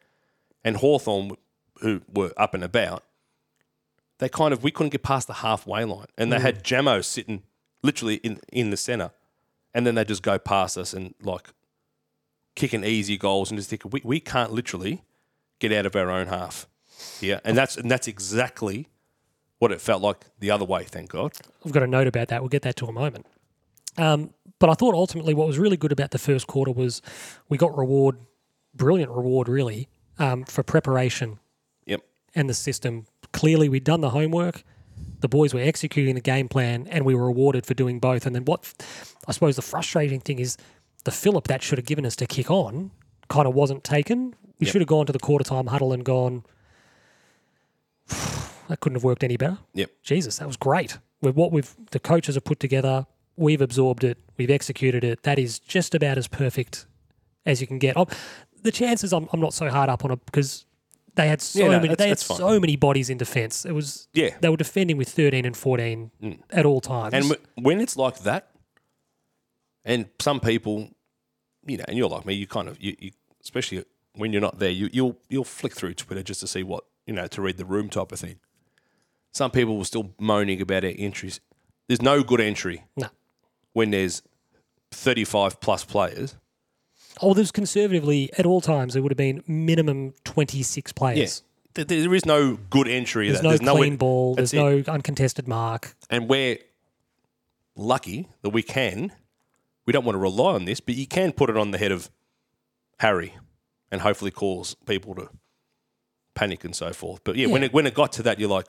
[SPEAKER 2] And Hawthorn, who were up and about, they kind of we couldn't get past the halfway line, and they had Jamo sitting literally in in the center, and then they just go past us and like kicking easy goals and just think we, we can't literally get out of our own half. Yeah, and that's and that's exactly what it felt like the other way. Thank God.
[SPEAKER 1] I've got a note about that. We'll get that to a moment. Um, but I thought ultimately what was really good about the first quarter was we got reward, brilliant reward, really, um, for preparation
[SPEAKER 2] Yep.
[SPEAKER 1] and the system. Clearly, we'd done the homework. The boys were executing the game plan, and we were rewarded for doing both. And then, what I suppose the frustrating thing is, the fillip that should have given us to kick on kind of wasn't taken. We should have gone to the quarter time huddle and gone. *sighs* That couldn't have worked any better.
[SPEAKER 2] Yep.
[SPEAKER 1] Jesus, that was great. With what we've the coaches have put together, we've absorbed it, we've executed it. That is just about as perfect as you can get. Oh, the chances I'm, I'm not so hard up on it because they had so
[SPEAKER 2] Yeah, no,
[SPEAKER 1] many
[SPEAKER 2] that's-
[SPEAKER 1] they had
[SPEAKER 2] that's fine.
[SPEAKER 1] so many bodies in defence. It was
[SPEAKER 2] Yeah. Mm.
[SPEAKER 1] they were defending with 13 and 14 at all times.
[SPEAKER 2] And w- when it's like that, and some people, you know, and you're like me, you kind of, you, you especially when you're not there, you, you'll you'll flick through Twitter just to see what you know to read the room type of thing. Some people were still moaning about our entries. There's no good entry
[SPEAKER 1] no.
[SPEAKER 2] when there's 35 plus players.
[SPEAKER 1] Oh, there's conservatively at all times there would have been minimum 26 players.
[SPEAKER 2] Th- There is no good entry.
[SPEAKER 1] There's
[SPEAKER 2] that-
[SPEAKER 1] no clean
[SPEAKER 2] way-
[SPEAKER 1] ball. There's
[SPEAKER 2] That's it.
[SPEAKER 1] no uncontested mark.
[SPEAKER 2] and we're lucky that we can. We don't want to rely on this, but you can put it on the head of Harry, and hopefully cause people to panic and so forth. But yeah, when
[SPEAKER 1] Yeah.
[SPEAKER 2] it when it got to that, you're like,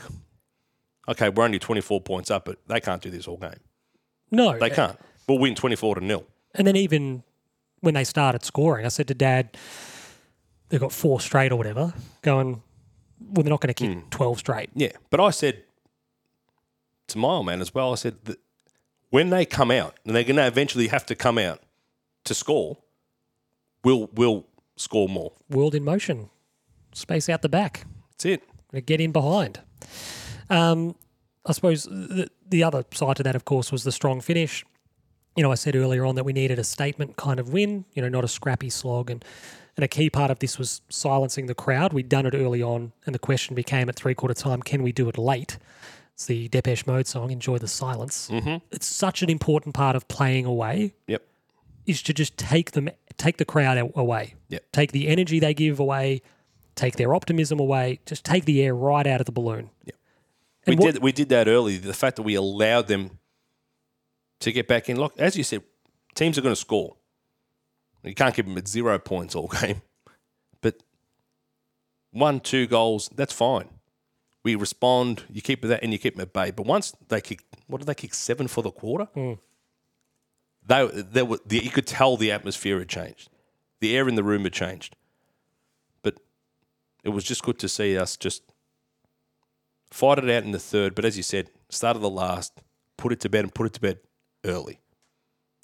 [SPEAKER 2] okay, we're only 24 points up, but they can't do this all game.
[SPEAKER 1] No,
[SPEAKER 2] They can't. We'll win 24 to nil.
[SPEAKER 1] And then even when they started scoring, I said to Dad, "They've got four straight or whatever." Going, well, they're not going to kick 12 straight.
[SPEAKER 2] Yeah, but I said to my old man as well. I said that when they come out, and they're going to eventually have to come out to score, we'll we'll score more.
[SPEAKER 1] World in motion, space out the back.
[SPEAKER 2] That's it.
[SPEAKER 1] to get in behind. Um, I suppose the, the other side to that, of course, was the strong finish. You know, I said earlier on that we needed a statement kind of win, you know, not a scrappy slog. And, and a key part of this was silencing the crowd. We'd done it early on, and the question became at three quarter time can we do it late? It's the Depeche Mode song, Enjoy the Silence. It's such an important part of playing away
[SPEAKER 2] Yep.
[SPEAKER 1] is to just take them, take the crowd out, away.
[SPEAKER 2] Yep.
[SPEAKER 1] Take the energy they give away, take their optimism away, just take the air right out of the balloon. Yep.
[SPEAKER 2] We
[SPEAKER 1] And what-
[SPEAKER 2] did we did that early. The fact that we allowed them to get back in, like as you said, teams are going to score. You can't keep them at zero points all *laughs* game, but one, two goals, that's fine. We respond. You keep that, and you keep them at bay. But once they kick, what did they kick? Seven for the quarter. They, they were, the, you could tell the atmosphere had changed. The air in the room had changed. But it was just good to see us just fight it out in the third, but as you said, start at the last, put it to bed, and put it to bed early.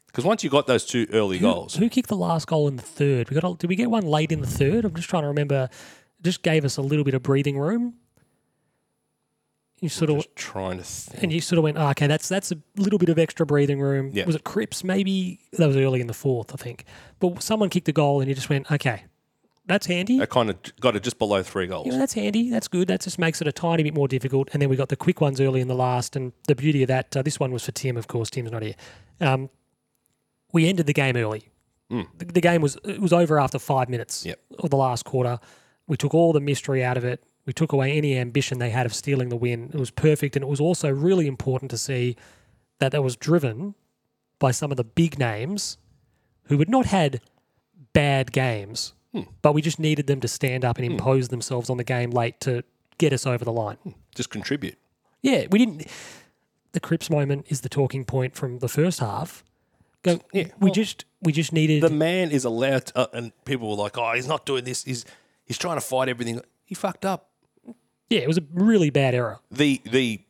[SPEAKER 2] Because once you got those two early goals,
[SPEAKER 1] Who kicked the last goal in the third? We got a, did we get one late in the third? I'm just trying to remember. It just gave us a little bit of breathing room. You sort of
[SPEAKER 2] just trying to think.
[SPEAKER 1] and you sort of went, oh, okay, that's that's a little bit of extra breathing room.
[SPEAKER 2] Yeah.
[SPEAKER 1] Was it Cripps? Maybe that was early in the fourth, I think. But someone kicked a goal, and you just went, okay, that's handy.
[SPEAKER 2] I kind of got it just below three goals.
[SPEAKER 1] you know, that's handy. That's good. That just makes it a tiny bit more difficult. And then we got the quick ones early in the last. And the beauty of that, uh, this one was for Tim, of course. Tim's not here. Um, we ended the game early. The, the game was it was over after five minutes
[SPEAKER 2] Yep.
[SPEAKER 1] of the last quarter. We took all the mystery out of it. We took away any ambition they had of stealing the win. It was perfect, and it was also really important to see that that was driven by some of the big names who had not had bad games,
[SPEAKER 2] Hmm.
[SPEAKER 1] but we just needed them to stand up and impose themselves on the game late to get us over the line.
[SPEAKER 2] Just contribute.
[SPEAKER 1] Yeah, we didn't. The Crips moment is the talking point from the first half. Go,
[SPEAKER 2] Yeah,
[SPEAKER 1] we
[SPEAKER 2] well-
[SPEAKER 1] just we just needed.
[SPEAKER 2] The man is allowed to, uh, and people were like, oh, he's not doing this. He's, he's trying to fight everything. He fucked up.
[SPEAKER 1] yeah, it was a really bad error.
[SPEAKER 2] the the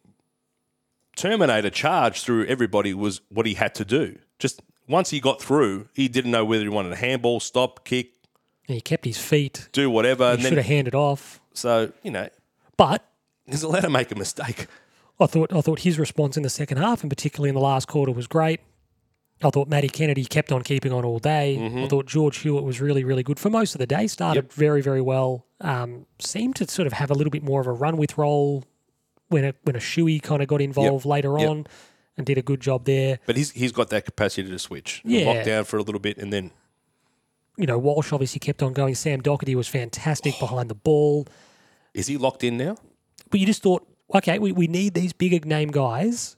[SPEAKER 2] Terminator charge through everybody was what he had to do. Just once he got through, he didn't know whether he wanted a handball, stop, kick,
[SPEAKER 1] And he kept his feet.
[SPEAKER 2] do whatever.
[SPEAKER 1] He
[SPEAKER 2] And
[SPEAKER 1] should have
[SPEAKER 2] then,
[SPEAKER 1] handed off,
[SPEAKER 2] so you know,
[SPEAKER 1] but.
[SPEAKER 2] he's allowed to make a mistake.
[SPEAKER 1] I thought I thought his response in the second half, and particularly in the last quarter, was great. I thought Matty Kennedy kept on keeping on all day.
[SPEAKER 2] Mm-hmm.
[SPEAKER 1] I thought George Hewitt was really, really good for most of the day. Started very, very well. Um, seemed to sort of have a little bit more of a run with role when a, when a shoey kind of got involved later
[SPEAKER 2] Yep.
[SPEAKER 1] on and did a good job there.
[SPEAKER 2] But he's he's got that capacity to switch,
[SPEAKER 1] Yeah.
[SPEAKER 2] lock down for a little bit, and then
[SPEAKER 1] You know, Walsh obviously kept on going. Sam Doherty was fantastic
[SPEAKER 2] Oh.
[SPEAKER 1] behind the ball.
[SPEAKER 2] is he locked in now?
[SPEAKER 1] But you just thought, okay, we, we need these bigger name guys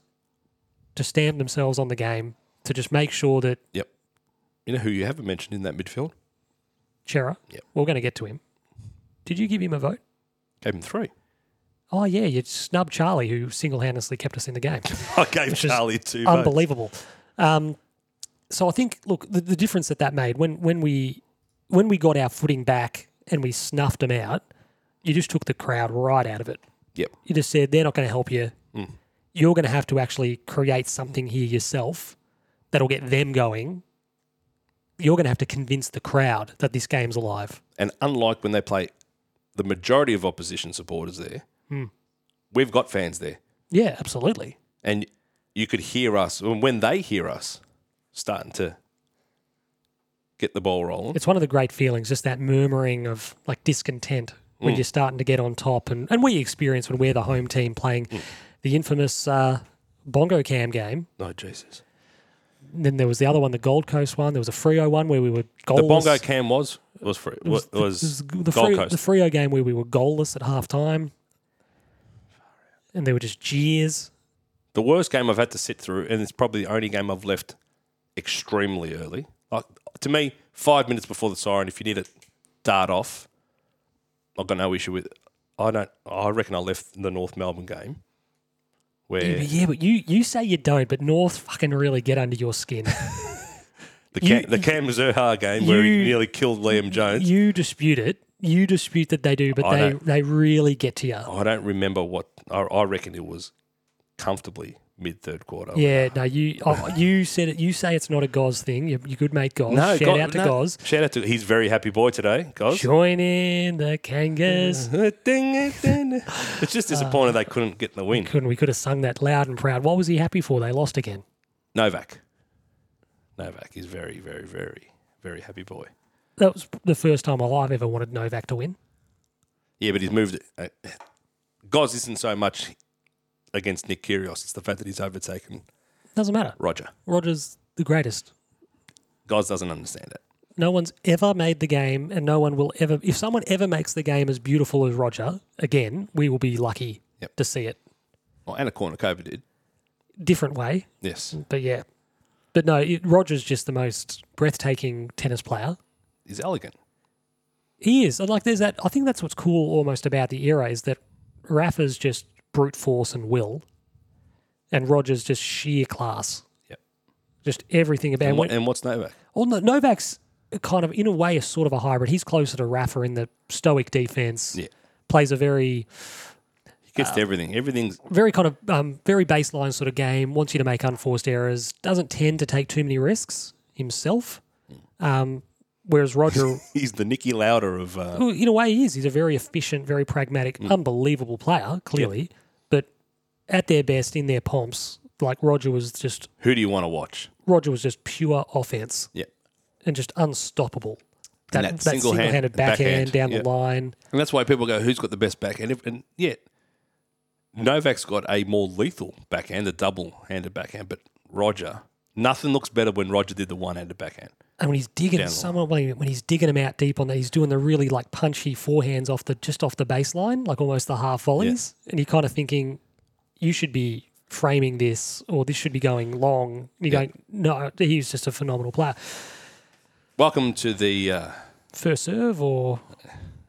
[SPEAKER 1] to stamp themselves on the game to just make sure that
[SPEAKER 2] Yep. You know who you haven't mentioned in that midfield?
[SPEAKER 1] Chera.
[SPEAKER 2] Yep.
[SPEAKER 1] We're going to get to him. Did you give him a vote?
[SPEAKER 2] Gave
[SPEAKER 1] *laughs*
[SPEAKER 2] him three.
[SPEAKER 1] Oh, yeah, you snubbed Charlie, who single handedly kept us in the game.
[SPEAKER 2] I gave
[SPEAKER 1] is
[SPEAKER 2] Charlie two. votes.
[SPEAKER 1] Unbelievable. Um, so I think, look, the, the difference that that made when, when, we, when we got our footing back and we snuffed them out, you just took the crowd right out of it.
[SPEAKER 2] Yep.
[SPEAKER 1] You just said, they're not going to help you. You're going to have to actually create something here yourself that'll get them going. you're going to have to convince the crowd that this game's alive.
[SPEAKER 2] And unlike when they play the majority of opposition supporters there,
[SPEAKER 1] Hmm.
[SPEAKER 2] we've got fans there.
[SPEAKER 1] Yeah, absolutely.
[SPEAKER 2] And you could hear us, and when they hear us, starting to get the ball rolling.
[SPEAKER 1] It's one of the great feelings, just that murmuring of like discontent
[SPEAKER 2] Mm.
[SPEAKER 1] when you're starting to get on top, and, and we experience when we're the home team playing
[SPEAKER 2] Mm.
[SPEAKER 1] the infamous uh, Bongo Cam game.
[SPEAKER 2] No, Jesus.
[SPEAKER 1] And then there was the other one, the Gold Coast one. There was a Frio one where we were goalless.
[SPEAKER 2] The bongo cam was was free. Was, was
[SPEAKER 1] the,
[SPEAKER 2] Gold
[SPEAKER 1] Frio,
[SPEAKER 2] Coast.
[SPEAKER 1] the Frio game where we were goalless at half time. And there were just jeers.
[SPEAKER 2] the worst game I've had to sit through, and it's probably the only game I've left extremely early. Like to me, five minutes before the siren, if you need it, dart off. I've got no issue with. I don't. I reckon I left the North Melbourne game
[SPEAKER 1] Yeah,
[SPEAKER 2] where
[SPEAKER 1] but, yeah, but you, you say you don't, but North fucking really get under your
[SPEAKER 2] *laughs*
[SPEAKER 1] skin.
[SPEAKER 2] the Cam,
[SPEAKER 1] you-
[SPEAKER 2] the Cam Zerha game where
[SPEAKER 1] you-
[SPEAKER 2] he nearly killed Liam Jones.
[SPEAKER 1] you dispute it. You dispute that they do, but
[SPEAKER 2] I
[SPEAKER 1] they,
[SPEAKER 2] don't-
[SPEAKER 1] they really get to you.
[SPEAKER 2] I don't remember what. I, I reckon it was comfortably mid third quarter.
[SPEAKER 1] Yeah, no, you oh, you said it. You say it's not a Goz thing. You, you could make Goz. Shout
[SPEAKER 2] Go-
[SPEAKER 1] out to
[SPEAKER 2] no.
[SPEAKER 1] Goz.
[SPEAKER 2] Shout out to he's very happy boy today, Goz.
[SPEAKER 1] Join in the
[SPEAKER 2] *laughs*
[SPEAKER 1] Kangas.
[SPEAKER 2] it's just disappointing they couldn't get the win.
[SPEAKER 1] Couldn't we could have sung that loud and proud? What was he happy for? They lost again.
[SPEAKER 2] Novak. Novak is very, very, very, very happy boy.
[SPEAKER 1] That was the first time I've ever wanted Novak to win.
[SPEAKER 2] Yeah, but he's moved. Uh, Goz isn't so much against Nick Kyrgios. It's the fact that he's overtaken
[SPEAKER 1] Doesn't matter.
[SPEAKER 2] Roger.
[SPEAKER 1] Roger's the greatest.
[SPEAKER 2] Goz doesn't understand it.
[SPEAKER 1] No one's ever made the game, and no one will ever. If someone ever makes the game as beautiful as Roger again, we will be lucky
[SPEAKER 2] Yep.
[SPEAKER 1] to see it.
[SPEAKER 2] Oh, Anna Kournikova did.
[SPEAKER 1] Different way,
[SPEAKER 2] Yes.
[SPEAKER 1] but yeah. But no, it, Roger's just the most breathtaking tennis player.
[SPEAKER 2] He's elegant.
[SPEAKER 1] He is. And, Like there's that I think that's what's cool almost about the era is that Rafa's just brute force and will. And Rogers just sheer class.
[SPEAKER 2] Yep.
[SPEAKER 1] Just everything about
[SPEAKER 2] And, what,
[SPEAKER 1] when,
[SPEAKER 2] and what's Novak?
[SPEAKER 1] well, no, Novak's kind of in a way a sort of a hybrid. He's closer to Rafa in the stoic defense.
[SPEAKER 2] Yeah.
[SPEAKER 1] Plays a very
[SPEAKER 2] He gets
[SPEAKER 1] Uh,
[SPEAKER 2] to everything. Everything's
[SPEAKER 1] very kind of um, very baseline sort of game. Wants you to make unforced errors. Doesn't tend to take too many risks himself.
[SPEAKER 2] Hmm.
[SPEAKER 1] Um, whereas
[SPEAKER 2] *laughs*
[SPEAKER 1] Roger
[SPEAKER 2] he's the Nicky Lauder of uh,
[SPEAKER 1] Well, in a way, he is. He's E a very efficient, very pragmatic,
[SPEAKER 2] Mm.
[SPEAKER 1] unbelievable player, clearly. But at their best, in their pomps, like Roger was just
[SPEAKER 2] who do you want to watch?
[SPEAKER 1] Roger was just pure offense
[SPEAKER 2] Yeah.
[SPEAKER 1] and just unstoppable. That,
[SPEAKER 2] And
[SPEAKER 1] that,
[SPEAKER 2] that single hand-
[SPEAKER 1] single-handed backhand,
[SPEAKER 2] backhand,
[SPEAKER 1] down
[SPEAKER 2] yeah.
[SPEAKER 1] the line.
[SPEAKER 2] And that's why people go, who's got the best backhand? And if- And yet, Novak's got a more lethal backhand, a double handed backhand. But Roger, nothing looks better when Roger did the one handed backhand.
[SPEAKER 1] And when he's digging
[SPEAKER 2] Down the
[SPEAKER 1] someone, when, he- when he's digging him out deep on that, he's doing the really like punchy forehands off the just off the baseline, like almost the half volleys. And you're kind of thinking, you should be framing this, or this should be going long. You're going, no, he's just a phenomenal player.
[SPEAKER 2] Welcome to the. Uh,
[SPEAKER 1] first serve or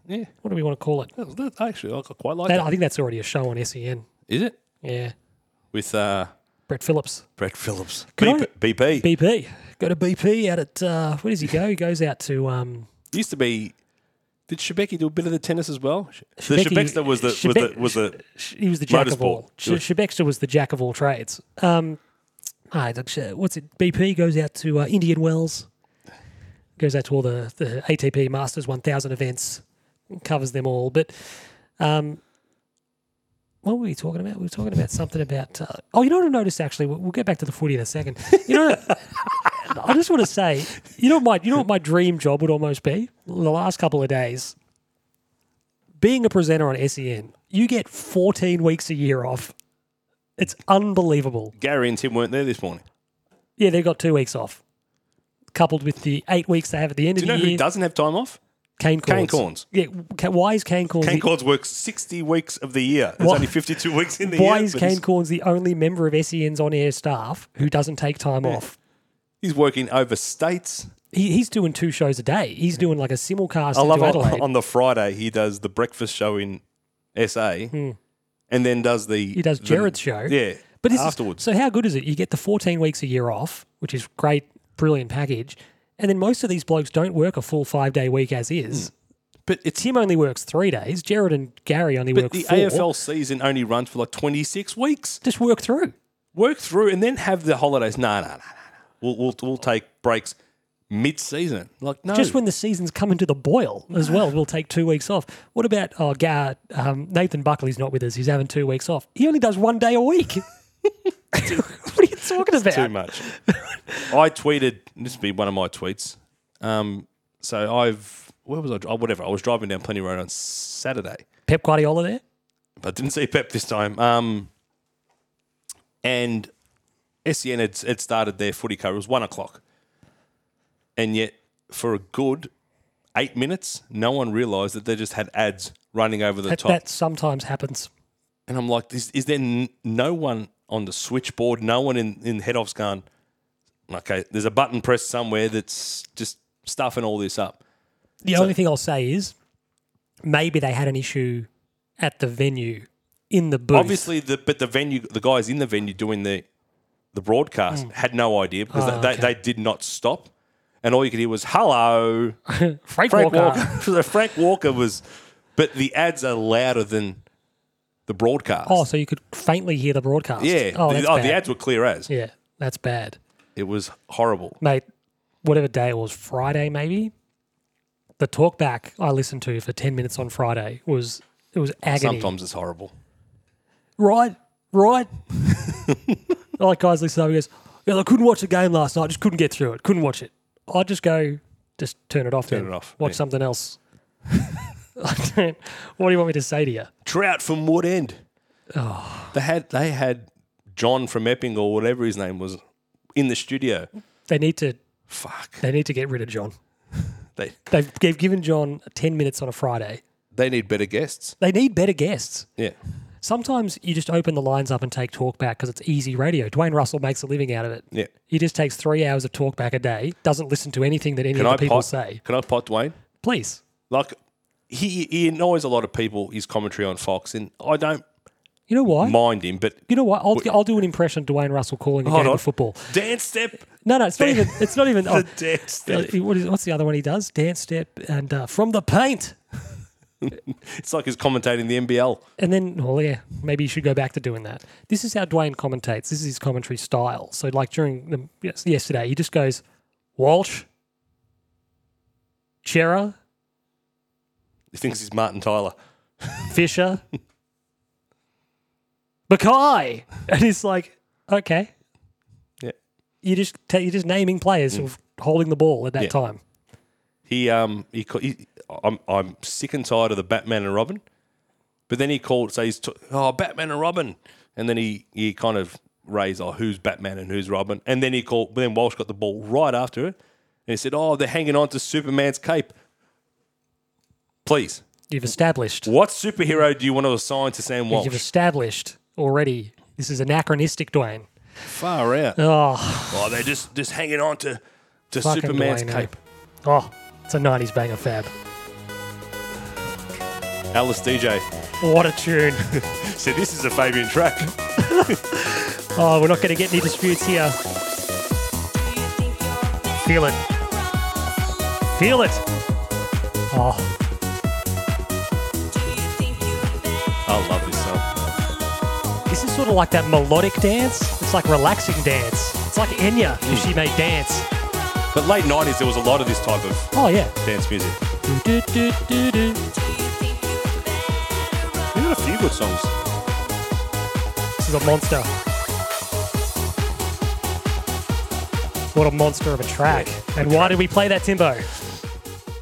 [SPEAKER 2] yeah,
[SPEAKER 1] what do we want to call it?
[SPEAKER 2] that, oh, that- actually, I quite like
[SPEAKER 1] That,
[SPEAKER 2] that.
[SPEAKER 1] I think that's already a show on SEN.
[SPEAKER 2] Is it?
[SPEAKER 1] Yeah,
[SPEAKER 2] With uh,
[SPEAKER 1] Brett Phillips,
[SPEAKER 2] Brett Phillips.
[SPEAKER 1] Can
[SPEAKER 2] BP, BP.
[SPEAKER 1] BP. Go to BP out at uh, where does he go? He goes out to um,
[SPEAKER 2] Used to be. Did Shebeki do a bit of the tennis as well? The
[SPEAKER 1] Shebeki-
[SPEAKER 2] Shebekster was the, was the
[SPEAKER 1] Shebe-
[SPEAKER 2] was the
[SPEAKER 1] sh- he was the jack of all.
[SPEAKER 2] Motorsport.
[SPEAKER 1] She- Shebexter was the jack of all trades. Um, ah, that's, uh, what's it? BP goes out to uh, Indian Wells, goes out to all the the ATP Masters 1000 events, covers them all. But um, what were we talking about? We were talking about something about. Uh, oh, you know what I noticed actually. We'll, we'll get back to the footy in a second. You know. *laughs* I just want to say, you know, what my you know what my dream job would almost be the last couple of days. Being a presenter on SEN, you get 14 weeks a year off. It's unbelievable.
[SPEAKER 2] Gary and Tim weren't there this morning.
[SPEAKER 1] Yeah, they've got two weeks off, coupled with the eight weeks they have at the end
[SPEAKER 2] Do you
[SPEAKER 1] of
[SPEAKER 2] know
[SPEAKER 1] the
[SPEAKER 2] who
[SPEAKER 1] year.
[SPEAKER 2] doesn't have time off?
[SPEAKER 1] Kane Corns.
[SPEAKER 2] Kane Corns.
[SPEAKER 1] Yeah, Ca- why is Kane Corns?
[SPEAKER 2] Kane
[SPEAKER 1] the-
[SPEAKER 2] Corns works sixty weeks of the year. There's
[SPEAKER 1] Why-
[SPEAKER 2] only fifty-two weeks in the year.
[SPEAKER 1] why is
[SPEAKER 2] but he's-
[SPEAKER 1] Kane Corns the only member of SEN's on-air staff who doesn't take time off?
[SPEAKER 2] He's working over states.
[SPEAKER 1] He, he's doing two shows a day. He's doing like a simulcast
[SPEAKER 2] I love
[SPEAKER 1] into
[SPEAKER 2] on,
[SPEAKER 1] Adelaide.
[SPEAKER 2] on the Friday he does the breakfast show in SA, and then does the
[SPEAKER 1] Hmm. He does
[SPEAKER 2] the-
[SPEAKER 1] Jared's show.
[SPEAKER 2] Yeah,
[SPEAKER 1] But this
[SPEAKER 2] afterwards,
[SPEAKER 1] Is, so how good is it? You get the 14 weeks a year off, which is great, brilliant package. And then most of these blokes don't work a full five day week as is.
[SPEAKER 2] Hmm. but it's
[SPEAKER 1] Tim only works three days. Jared and Gary only
[SPEAKER 2] but
[SPEAKER 1] work
[SPEAKER 2] the
[SPEAKER 1] four.
[SPEAKER 2] AFL season only runs for like twenty six weeks.
[SPEAKER 1] Just work through.
[SPEAKER 2] Work through and then have the holidays. No, no, no, no. no. We'll, we'll we'll take breaks. mid-season. Like no,
[SPEAKER 1] Just when the season's coming to the boil as well, we'll take two weeks off. What about oh, Gar, um, Nathan Buckley's not with us. He's having two weeks off. He only does one day a
[SPEAKER 2] *laughs*
[SPEAKER 1] week. *laughs* what are you talking about?
[SPEAKER 2] too much. I tweeted. This would be one of my tweets. Um, so I've where was I? dri- Oh, whatever. I was driving down Plenty Road on Saturday.
[SPEAKER 1] Pep Guardiola there.
[SPEAKER 2] but I didn't see Pep this time. Um, and SEN had, had started their footy cover. It was one o'clock, and yet for a good eight minutes, no one realised that they just had ads running over the
[SPEAKER 1] That,
[SPEAKER 2] top.
[SPEAKER 1] that sometimes happens.
[SPEAKER 2] And I'm like, is, is there n- no one on the switchboard? No one in in head off's gone. Okay, there's a button pressed somewhere that's just stuffing all this up.
[SPEAKER 1] The only thing I'll say is maybe they had an issue at the venue in the booth.
[SPEAKER 2] Obviously, the but the venue, the guys in the venue doing the the broadcast had no idea because
[SPEAKER 1] Mm. Oh,
[SPEAKER 2] they,
[SPEAKER 1] okay.
[SPEAKER 2] they, they did not stop, and all you could hear was "Hello,
[SPEAKER 1] Frank,
[SPEAKER 2] Frank
[SPEAKER 1] Walker.
[SPEAKER 2] Walker." *laughs* so Frank Walker was, but the ads are louder than the broadcast.
[SPEAKER 1] Oh, so you could faintly hear the broadcast.
[SPEAKER 2] yeah,
[SPEAKER 1] Oh,
[SPEAKER 2] the,
[SPEAKER 1] that's
[SPEAKER 2] oh
[SPEAKER 1] bad.
[SPEAKER 2] the ads were clear as
[SPEAKER 1] Yeah, that's bad.
[SPEAKER 2] it was horrible.
[SPEAKER 1] mate, whatever day it was, Friday maybe. The talkback I listened to for ten minutes on Friday was it was agony.
[SPEAKER 2] Sometimes it's horrible.
[SPEAKER 1] Right, right. *laughs* like guys listen up and goes, Yeah, I couldn't watch the game last night, just couldn't get through it, couldn't watch it. I just go, just turn it off. Turn
[SPEAKER 2] it off,
[SPEAKER 1] Watch
[SPEAKER 2] yeah.
[SPEAKER 1] something else. *laughs* I don't, what do you want me to say to you?
[SPEAKER 2] Trout from Wood End.
[SPEAKER 1] Oh.
[SPEAKER 2] They had they had John from Epping or whatever his name was in the studio.
[SPEAKER 1] They need to
[SPEAKER 2] Fuck.
[SPEAKER 1] they need to get rid of John.
[SPEAKER 2] They
[SPEAKER 1] They've, they've given John ten minutes on a Friday.
[SPEAKER 2] they need better guests.
[SPEAKER 1] They need better guests.
[SPEAKER 2] Yeah.
[SPEAKER 1] Sometimes you just open the lines up and take talk back because it's easy radio. Dwayne Russell makes a living out of it.
[SPEAKER 2] Yeah.
[SPEAKER 1] He just takes three hours of talk back a day, doesn't listen to anything that any
[SPEAKER 2] Can
[SPEAKER 1] of
[SPEAKER 2] I
[SPEAKER 1] the people
[SPEAKER 2] pot?
[SPEAKER 1] say.
[SPEAKER 2] Can I pot Dwayne?
[SPEAKER 1] Please.
[SPEAKER 2] Like he he annoys a lot of people his commentary on Fox and I don't
[SPEAKER 1] You know why?
[SPEAKER 2] mind him, but
[SPEAKER 1] you know what? I'll, I'll do an impression of Dwayne Russell calling a game
[SPEAKER 2] on.
[SPEAKER 1] of football.
[SPEAKER 2] dance step
[SPEAKER 1] No, no, it's
[SPEAKER 2] *laughs*
[SPEAKER 1] not even. It's not even. oh, *laughs*
[SPEAKER 2] the dance
[SPEAKER 1] uh,
[SPEAKER 2] step.
[SPEAKER 1] what is, what's the other one he does? Dance step and uh, from the paint.
[SPEAKER 2] It's like he's commentating the NBL.
[SPEAKER 1] And then, well, yeah, maybe you should go back to doing that. This is how Dwayne commentates. This is his commentary style. So, like during the yes, yesterday, he just goes Walsh, Chera,
[SPEAKER 2] He thinks he's Martin Tyler.
[SPEAKER 1] Fisher, *laughs* Mackay, and it's like, okay,
[SPEAKER 2] Yeah.
[SPEAKER 1] you just ta you're just naming players who holding the ball at that
[SPEAKER 2] Mm. Yeah.
[SPEAKER 1] time.
[SPEAKER 2] He um he, ca- he I'm I'm sick and tired of the Batman and Robin, but then he called so he's t- oh Batman and Robin, and then he he kind of raised oh who's Batman and who's Robin, and then he called but then Walsh got the ball right after it, and he said oh they're hanging on to Superman's cape. Please,
[SPEAKER 1] You've established.
[SPEAKER 2] what superhero do you want to assign to Sam Walsh?
[SPEAKER 1] You've established already. This is anachronistic, Dwayne.
[SPEAKER 2] Far out.
[SPEAKER 1] Oh,
[SPEAKER 2] Oh, they're just just hanging on to to
[SPEAKER 1] Fucking
[SPEAKER 2] Superman's
[SPEAKER 1] Dwayne, eh?
[SPEAKER 2] cape.
[SPEAKER 1] oh, it's a '90s banger, Fab.
[SPEAKER 2] Alice DJ
[SPEAKER 1] What a tune.
[SPEAKER 2] said this is a Fabian track.
[SPEAKER 1] Oh, we're not going to get any disputes here. Feel it. Feel it. Oh,
[SPEAKER 2] I love this song.
[SPEAKER 1] this is sort of like that melodic dance. It's like relaxing dance. It's like Enya if she made dance.
[SPEAKER 2] But late nineties, there was a lot of this type of
[SPEAKER 1] Oh yeah.
[SPEAKER 2] dance music.
[SPEAKER 1] Do, do, do, do, do.
[SPEAKER 2] We got a few good songs.
[SPEAKER 1] This is a monster. What a monster of a track. and why did we play that, Timbo?